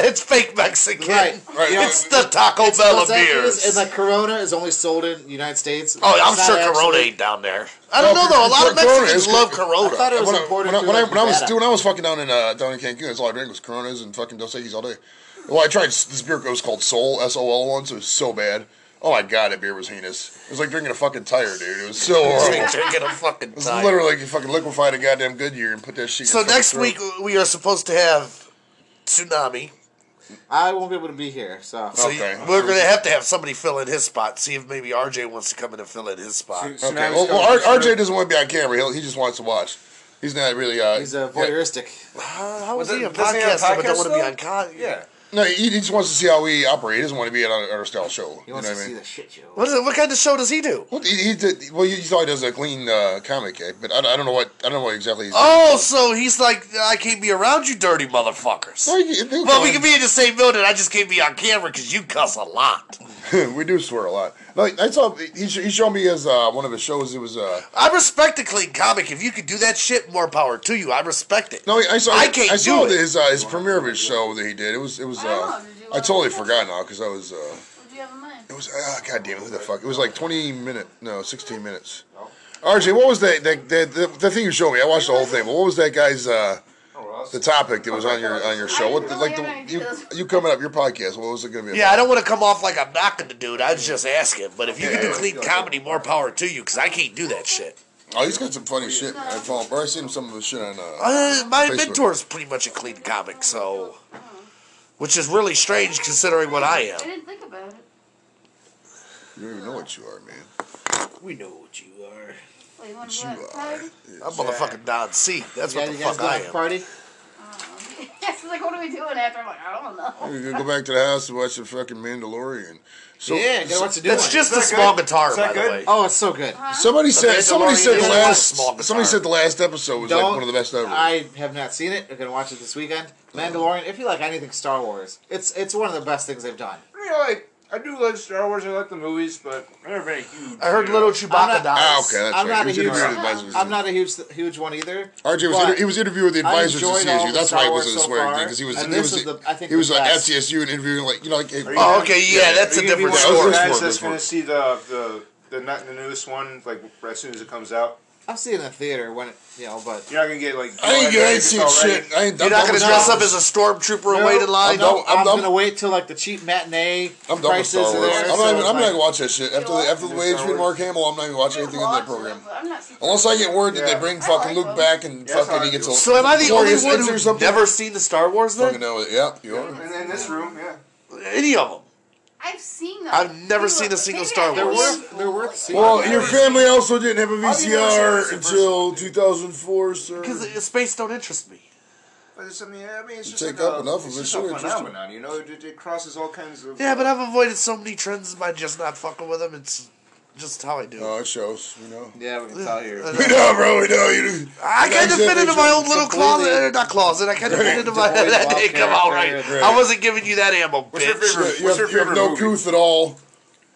Speaker 3: it's fake Mexican.
Speaker 4: right.
Speaker 2: Right.
Speaker 4: You know,
Speaker 3: It's the Taco Bell of
Speaker 4: Dos Equis
Speaker 3: beers.
Speaker 4: and like Corona is only sold in the United States.
Speaker 3: oh, I'm
Speaker 4: It's not
Speaker 3: sure
Speaker 4: actually-
Speaker 3: Corona ain't down there. I don't
Speaker 2: No,
Speaker 3: know though. A lot of
Speaker 2: Corona
Speaker 3: Mexicans
Speaker 2: is-
Speaker 3: love
Speaker 4: I thought
Speaker 3: Corona.
Speaker 4: it was
Speaker 2: when I,
Speaker 4: imported.
Speaker 2: when I,
Speaker 4: through,
Speaker 2: when I,
Speaker 4: like,
Speaker 2: when I was
Speaker 4: Nevada.
Speaker 2: dude, when I was fucking down in uh, down in Cancun, that's all I drank was Coronas and fucking Dos Equis all day. Well, I tried s- this beer. It was called Soul S O L one. So it was so bad. Oh my god, that beer was heinous. It was like drinking a fucking tire, dude. It was so horrible. It
Speaker 3: Drinking a fucking
Speaker 2: was
Speaker 3: time.
Speaker 2: literally like you fucking liquefied a goddamn Goodyear and put that shit. in
Speaker 3: So
Speaker 2: your fucking
Speaker 3: next
Speaker 2: throat.
Speaker 3: week we are supposed to have tsunami.
Speaker 4: I won't be able to be here, so
Speaker 3: So
Speaker 2: Okay.
Speaker 3: you- we're gonna have to have somebody fill in his spot. See if maybe RJ wants to come in and fill in his spot.
Speaker 6: Tsunami's
Speaker 2: Okay.
Speaker 6: coming
Speaker 2: Well, well,
Speaker 6: for
Speaker 2: R-
Speaker 6: sure.
Speaker 2: RJ doesn't want to be on camera. He'll, he just wants to watch. He's not really. Uh,
Speaker 4: he's a
Speaker 2: yeah.
Speaker 4: voyeuristic.
Speaker 3: Uh, How, how is
Speaker 6: Well,
Speaker 3: he a
Speaker 6: doesn't he have
Speaker 3: podcaster
Speaker 6: a
Speaker 3: but don't
Speaker 6: podcast,
Speaker 3: want to be
Speaker 6: though?
Speaker 3: on con?
Speaker 6: Yeah.
Speaker 2: No, he, he just wants to see how we operate. He doesn't want to be on our, our style show.
Speaker 4: He
Speaker 2: you know
Speaker 4: wants
Speaker 2: what I
Speaker 4: to see
Speaker 2: mean?
Speaker 4: the shit show.
Speaker 3: What, is it, what kind of show does he do?
Speaker 2: Well, he, he did, well, you saw he does a clean uh, comic act, but I, don't- I don't know what I don't know what exactly he's.
Speaker 3: Oh, so he's like, I can't be around you, dirty motherfuckers.
Speaker 2: Well, you- they'll
Speaker 3: Well,
Speaker 2: go
Speaker 3: we
Speaker 2: in.
Speaker 3: can be in the same building. I just can't be on camera because you cuss a lot.
Speaker 2: we do swear a lot. Like I saw, he, sh- he showed me his uh, one of his shows. It was uh,
Speaker 3: I respect a clean comic. If you could do that shit, more power to you. I respect it.
Speaker 2: no, I saw.
Speaker 3: I can't
Speaker 2: saw
Speaker 3: do it.
Speaker 2: his uh, his premiere of his show that he did. It was it was.
Speaker 5: I don't
Speaker 2: Uh,
Speaker 5: know, did you
Speaker 2: I totally
Speaker 5: watch it?
Speaker 2: forgot now because I was. Uh,
Speaker 5: What do you have in mind?
Speaker 2: It was ah, god damn it, who the fuck? It was like twenty minute, no, sixteen minutes. RJ, what was that? That the, the, the thing you showed me? I watched the whole thing. But what was that guy's uh,
Speaker 6: Oh, Ross.
Speaker 2: the topic that was on your on your show?
Speaker 5: I
Speaker 2: What the, like
Speaker 5: really
Speaker 2: the,
Speaker 5: have
Speaker 2: you,
Speaker 5: ideas.
Speaker 2: you coming up your podcast? What was it going to be?
Speaker 3: Yeah, I don't want to come off like I'm knocking the dude. I was just asking. But if you can do clean comedy, more power to you, because I can't do that shit.
Speaker 2: Oh, he's got some funny shit. I follow. Or I seen some of his shit on. Uh,
Speaker 3: Uh, my
Speaker 2: Facebook.
Speaker 3: mentor's pretty much a clean comic, so. Which is really strange considering what
Speaker 5: I
Speaker 3: I am.
Speaker 5: didn't think about it.
Speaker 2: you don't even know what you are, man.
Speaker 3: We know what you are.
Speaker 5: Wait, you want to
Speaker 2: You uh,
Speaker 5: go out
Speaker 2: are.
Speaker 5: party?
Speaker 3: I'm motherfucking Don C. That's
Speaker 4: Yeah,
Speaker 3: what the
Speaker 4: you guys
Speaker 3: fuck
Speaker 4: go
Speaker 3: I
Speaker 4: out to
Speaker 3: am.
Speaker 4: party?
Speaker 5: Yes, like what are we doing after? I'm like, I don't know.
Speaker 2: You're gonna go back to the house and watch the fucking Mandalorian. So
Speaker 4: yeah, you gotta watch the new
Speaker 3: That's
Speaker 4: one.
Speaker 3: just a
Speaker 6: Is that
Speaker 3: small
Speaker 6: good?
Speaker 3: guitar,
Speaker 6: Is that
Speaker 3: by the
Speaker 6: good?
Speaker 3: way.
Speaker 4: Oh, it's so good.
Speaker 2: somebody said.
Speaker 3: Mandalorian
Speaker 2: Somebody said
Speaker 3: is
Speaker 2: the
Speaker 3: a
Speaker 2: last.
Speaker 3: small guitar.
Speaker 2: Somebody said the last episode was like
Speaker 4: Don't-
Speaker 2: one of the best ever.
Speaker 4: I have not seen it. I'm gonna watch it this weekend. Mandalorian. If you like anything Star Wars, it's it's one of the best things they've done.
Speaker 6: I mean, like, I do like Star Wars. I like the movies, but I'm not very huge.
Speaker 3: I heard little Chewbacca
Speaker 4: not-
Speaker 2: ah,
Speaker 3: dies.
Speaker 2: okay, that's
Speaker 4: I'm
Speaker 2: right.
Speaker 4: not
Speaker 2: He was
Speaker 4: a huge-
Speaker 2: interviewed by Advisors.
Speaker 4: I'm not a huge huge one either.
Speaker 2: RJ was
Speaker 4: But
Speaker 2: inter- he was interviewed with the
Speaker 4: I
Speaker 2: advisors at
Speaker 4: enjoyed all
Speaker 2: CSU.
Speaker 4: the
Speaker 2: That's
Speaker 4: Star
Speaker 2: why he
Speaker 4: Wars
Speaker 2: wasn't
Speaker 4: so
Speaker 2: swearing
Speaker 4: far,
Speaker 2: thing because he was
Speaker 4: and
Speaker 2: he
Speaker 4: this
Speaker 2: was,
Speaker 4: is the- I think
Speaker 2: he was
Speaker 4: the
Speaker 2: like at
Speaker 4: best.
Speaker 2: CSU and interviewing like you know like
Speaker 6: Are you-
Speaker 3: Oh, okay, yeah, that's
Speaker 6: Are
Speaker 3: a
Speaker 6: you
Speaker 3: different
Speaker 6: gonna be one of those
Speaker 3: story.
Speaker 2: Yeah,
Speaker 6: guys
Speaker 2: story.
Speaker 6: that's gonna see the the the, not the newest one like as soon as it comes out.
Speaker 4: I'll see it in the theater when it, you know, but
Speaker 6: You're not gonna get like.
Speaker 2: I ain't I ain't
Speaker 6: it's
Speaker 2: seen
Speaker 6: already-
Speaker 2: shit. I ain't,
Speaker 3: You're
Speaker 2: I'm
Speaker 3: not
Speaker 2: done
Speaker 3: going
Speaker 2: with
Speaker 3: to dress
Speaker 2: Star
Speaker 3: up
Speaker 2: Wars.
Speaker 3: as a stormtrooper and wait in line?
Speaker 2: No,
Speaker 4: no,
Speaker 2: I'm
Speaker 4: I'm,
Speaker 2: done-
Speaker 4: gonna wait till like the cheap matinee
Speaker 2: I'm done with
Speaker 4: prices
Speaker 2: Star Wars.
Speaker 4: are there.
Speaker 2: I'm
Speaker 4: so
Speaker 2: not even,
Speaker 4: it's
Speaker 2: I'm not
Speaker 4: like-
Speaker 2: gonna watch that shit after the after the
Speaker 6: Star
Speaker 2: way it's been
Speaker 6: Wars.
Speaker 2: Mark Hamill. I'm not even watching anything on that
Speaker 5: Watch it,
Speaker 2: program
Speaker 5: but I'm not super-
Speaker 2: unless I get word that they
Speaker 6: Yeah.
Speaker 2: bring
Speaker 5: I
Speaker 2: fucking
Speaker 5: like
Speaker 2: Luke
Speaker 5: them.
Speaker 2: back and
Speaker 6: That's
Speaker 2: fucking
Speaker 6: how
Speaker 2: he
Speaker 6: I
Speaker 2: gets
Speaker 6: feel.
Speaker 2: a
Speaker 3: So am I the only
Speaker 2: glorious
Speaker 3: one
Speaker 2: answer or
Speaker 3: who's
Speaker 2: something.
Speaker 3: never seen the Star Wars
Speaker 2: Fucking
Speaker 3: then?
Speaker 2: know it. Yeah, you are.
Speaker 6: And in this room, yeah.
Speaker 3: Any of them.
Speaker 5: I've seen them.
Speaker 3: I've never
Speaker 5: People-
Speaker 3: seen a single
Speaker 5: maybe
Speaker 3: Star
Speaker 5: I
Speaker 4: they're
Speaker 3: Wars.
Speaker 5: was-
Speaker 4: worth they're worth seeing.
Speaker 2: Well, your family also didn't have a
Speaker 6: How do you know it's
Speaker 2: VCR
Speaker 6: the first
Speaker 2: until
Speaker 6: one?
Speaker 2: 2004, sir.
Speaker 3: Because uh, space don't interest me.
Speaker 6: But it's, I mean, I mean, it's
Speaker 2: You
Speaker 6: just
Speaker 2: take
Speaker 6: like a,
Speaker 2: up enough of
Speaker 6: it's
Speaker 2: it,
Speaker 6: just
Speaker 2: sure,
Speaker 6: a
Speaker 2: it's just-
Speaker 6: phenomenon, you know. It, it, it crosses all kinds of.
Speaker 3: Yeah, but I've avoided so many trends by just not fucking with them. It's just how I do.
Speaker 2: No, it Oh, shows. You know.
Speaker 4: Yeah, we can tell here.
Speaker 3: Uh,
Speaker 2: We know, bro. We know you.
Speaker 3: I kind
Speaker 2: Like I
Speaker 3: of
Speaker 2: said,
Speaker 3: fit into my own little
Speaker 4: completely-
Speaker 3: closet, uh, not closet. I kind of fit into my.
Speaker 4: Devoid of
Speaker 3: That didn't come out right.
Speaker 4: character.
Speaker 3: I wasn't giving you that ammo,
Speaker 6: What's your
Speaker 3: bitch.
Speaker 6: favorite-
Speaker 2: Yeah, you
Speaker 6: What's
Speaker 2: have,
Speaker 6: your
Speaker 2: you have
Speaker 6: favorite
Speaker 2: no
Speaker 6: movie?
Speaker 2: couth at all.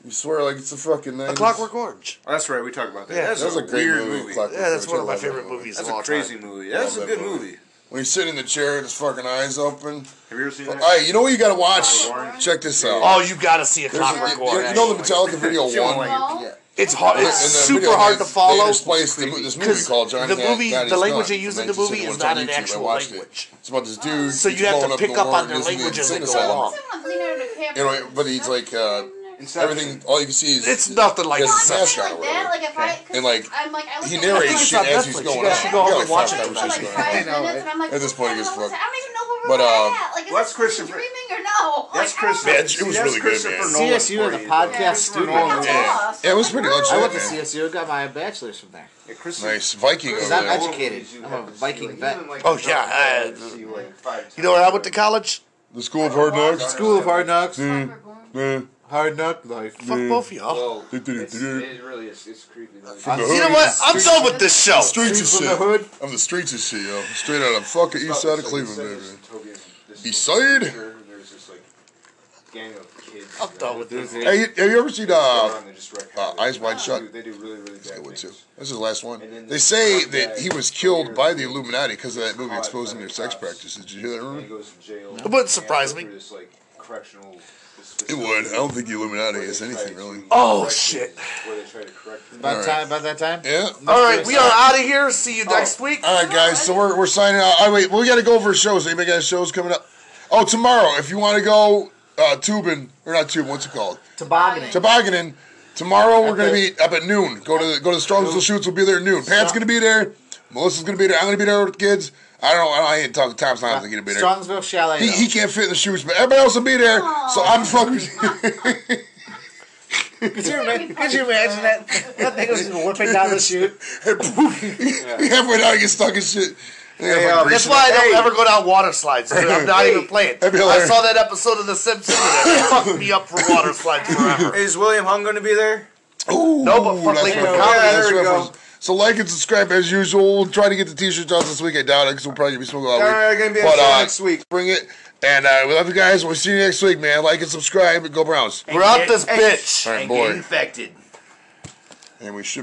Speaker 2: You swear like it's a fucking name.
Speaker 3: A Clockwork Orange.
Speaker 6: Oh, that's right. We talked about that.
Speaker 3: Yeah,
Speaker 6: that's
Speaker 2: That was a great
Speaker 6: weird
Speaker 2: movie.
Speaker 6: movie.
Speaker 2: Clockwork
Speaker 3: Yeah, that's
Speaker 2: Orange.
Speaker 3: one of
Speaker 2: I
Speaker 3: my
Speaker 2: love that
Speaker 3: favorite
Speaker 2: movie.
Speaker 3: movies.
Speaker 6: That's
Speaker 3: of
Speaker 6: a
Speaker 3: all
Speaker 6: crazy
Speaker 3: Time.
Speaker 6: movie. That's
Speaker 2: Love that
Speaker 6: a good
Speaker 2: movie.
Speaker 6: movie.
Speaker 2: When he's sitting in the chair, with his fucking eyes open.
Speaker 6: Have you ever seen
Speaker 2: All
Speaker 6: that?
Speaker 2: right, you know what you gotta watch?
Speaker 6: Warren.
Speaker 2: Check this out.
Speaker 3: Oh, you gotta see a
Speaker 2: There's-
Speaker 3: Clockwork
Speaker 2: you,
Speaker 3: Orange.
Speaker 2: you know the Metallica video
Speaker 6: She won't
Speaker 2: one.
Speaker 6: like
Speaker 5: No.
Speaker 6: it.
Speaker 3: It's hard.
Speaker 2: In
Speaker 3: It's
Speaker 2: the video,
Speaker 3: super hard
Speaker 2: they-
Speaker 3: to follow.
Speaker 2: They displaced the, this movie
Speaker 3: Because
Speaker 2: called Johnny
Speaker 3: the movie,
Speaker 2: Daddy's
Speaker 3: the language
Speaker 2: Gun
Speaker 3: they use
Speaker 2: from
Speaker 3: in the movie
Speaker 2: 1961.
Speaker 3: is not
Speaker 2: It's on
Speaker 3: an
Speaker 2: YouTube. I
Speaker 3: actual
Speaker 2: watched it.
Speaker 3: language.
Speaker 2: It's about this dude.
Speaker 3: So
Speaker 2: keeps
Speaker 3: you have to
Speaker 2: blowing up
Speaker 3: pick
Speaker 2: the
Speaker 3: up on
Speaker 2: world,
Speaker 3: their
Speaker 2: isn't he?
Speaker 3: language as
Speaker 2: It's
Speaker 3: they
Speaker 2: in
Speaker 3: go
Speaker 2: the same-
Speaker 3: along.
Speaker 5: Someone's Leonardo DiCaprio.
Speaker 2: Anyway, but he's like, uh,
Speaker 6: Inception.
Speaker 2: Everything, all you can see is
Speaker 3: It's nothing like
Speaker 2: he has
Speaker 5: Well,
Speaker 2: his
Speaker 5: I'm
Speaker 3: that.
Speaker 5: saying
Speaker 2: mascot or
Speaker 5: like that, like
Speaker 2: whatever.
Speaker 5: if I, 'cause
Speaker 2: And, like,
Speaker 5: I'm like, I look
Speaker 2: He
Speaker 5: at-
Speaker 3: I think
Speaker 2: narrates
Speaker 3: it's
Speaker 2: shit
Speaker 3: on
Speaker 2: as he's
Speaker 3: Netflix.
Speaker 2: going.
Speaker 3: You guys
Speaker 2: on.
Speaker 3: should
Speaker 2: We
Speaker 3: go home
Speaker 2: got,
Speaker 3: and
Speaker 2: like, five
Speaker 3: watch that.
Speaker 5: I'm like
Speaker 2: conversations going on.
Speaker 5: five minutes, and I'm like,
Speaker 2: At this point,
Speaker 5: what the
Speaker 2: it's
Speaker 5: hell was
Speaker 2: fucked.
Speaker 5: that? I don't even know where
Speaker 2: But,
Speaker 5: we're
Speaker 2: uh,
Speaker 5: at. Like, is
Speaker 6: What's
Speaker 5: this
Speaker 6: Christopher-
Speaker 5: dreaming or no?
Speaker 6: That's
Speaker 5: like, I don't
Speaker 6: Christopher.
Speaker 2: Man, it was
Speaker 6: See,
Speaker 2: really
Speaker 6: that's
Speaker 2: good,
Speaker 6: Christopher
Speaker 2: man.
Speaker 6: Nolan
Speaker 4: CSU and
Speaker 6: for
Speaker 4: the
Speaker 6: you.
Speaker 4: podcast
Speaker 6: Christopher
Speaker 4: studio.
Speaker 6: Nolan.
Speaker 5: know. I got
Speaker 2: Yeah.
Speaker 5: lost.
Speaker 2: Yeah, it was
Speaker 5: Like,
Speaker 2: pretty
Speaker 5: where
Speaker 2: much
Speaker 4: I
Speaker 5: were
Speaker 4: went
Speaker 5: we?
Speaker 4: to CSU and got my bachelor's from there.
Speaker 6: Yeah, Christopher-
Speaker 2: Nice Viking over
Speaker 4: Because
Speaker 2: there.
Speaker 4: I'm educated. I'm a Viking vet.
Speaker 3: Oh, yeah, I- You know where I went to college?
Speaker 2: The school of hard knocks.
Speaker 4: School of Hard Knocks.
Speaker 2: Mm.
Speaker 5: Clockwork Orange.
Speaker 2: Man.
Speaker 4: Hard Knock Life.
Speaker 3: Fuck both of y'all.
Speaker 6: Whoa,
Speaker 2: It did it,
Speaker 6: it's,
Speaker 2: did
Speaker 6: it really is. It's creepy. Like,
Speaker 2: the
Speaker 3: You
Speaker 2: hood.
Speaker 3: know what? I'm done with this show.
Speaker 2: Streets of
Speaker 4: From
Speaker 2: shit.
Speaker 4: the hood.
Speaker 2: I'm the streets of shit, yo. Straight out of fucking east side of Cleveland, baby. East side?
Speaker 6: There's this like gang of kids.
Speaker 3: I'm done with this.
Speaker 2: Hey, you- have you ever seen uh,
Speaker 6: They just wreck
Speaker 2: uh,
Speaker 6: havoc.
Speaker 2: Eyes Wide
Speaker 6: They
Speaker 2: Shut?
Speaker 6: do- They do really, really
Speaker 2: That's a
Speaker 6: bad
Speaker 2: good one too.
Speaker 6: things.
Speaker 2: That's his last one. They say that he was killed by the Illuminati because of that
Speaker 3: Oh,
Speaker 2: movie exposing their sex practices. Did you hear that
Speaker 6: And he
Speaker 2: rumor?
Speaker 6: goes to jail.
Speaker 3: It wouldn't surprise me.
Speaker 6: Through This, like, correctional.
Speaker 2: It would. I don't think the Illuminati is anything really.
Speaker 3: Oh, shit.
Speaker 6: Where they try to correct him.
Speaker 4: By
Speaker 2: All
Speaker 4: the
Speaker 2: right.
Speaker 4: time, by that time.
Speaker 2: Yeah.
Speaker 3: All right, we are out of here. See you next week.
Speaker 2: All right, guys. So we're, we're signing out. Oh wait, we got to go over shows. Anybody got shows coming up? Oh, tomorrow. If you want to go uh, tubing or not tubing, what's it called?
Speaker 4: Tobogganing.
Speaker 2: Tobogganing. Tomorrow we're gonna be up at noon. Go to the, go to the Strong Steel Shoots. We'll be there at noon. Pat's gonna be there. Melissa's gonna be there. I'm gonna be there with the kids. I don't. know. I ain't talking. Tom's not gonna be there.
Speaker 4: Strongsville Chalet.
Speaker 2: He, he can't fit in the shoes, but everybody else will be there. So I'm fucking.
Speaker 4: could, you imagine, could you imagine that? That thing was whipping down the chute.
Speaker 2: halfway down, I get stuck in shit.
Speaker 6: Hey, um,
Speaker 3: That's why I don't ever go down water slides. dude. I'm not even playing.
Speaker 2: That'd be
Speaker 3: I
Speaker 2: hilarious.
Speaker 3: saw that episode of The Simpsons and it fucked me up for water slides forever.
Speaker 6: Is William Hung going to be there?
Speaker 2: Ooh,
Speaker 3: No, but fuck
Speaker 2: that's
Speaker 3: Lincoln
Speaker 2: right.
Speaker 3: County.
Speaker 2: That's
Speaker 6: There we
Speaker 2: right.
Speaker 6: go.
Speaker 2: So like and subscribe as usual. We'll try to get the t-shirts out this week. I doubt it because we'll probably be smoking all week.
Speaker 6: Alright, gonna be on
Speaker 2: But,
Speaker 6: show
Speaker 2: uh,
Speaker 6: next week.
Speaker 2: Bring it. And uh, we love you guys. We'll see you next week, man. Like and subscribe and go Browns.
Speaker 3: We're out this bitch.
Speaker 2: All right,
Speaker 8: and
Speaker 2: boy.
Speaker 8: get infected.
Speaker 2: And we should.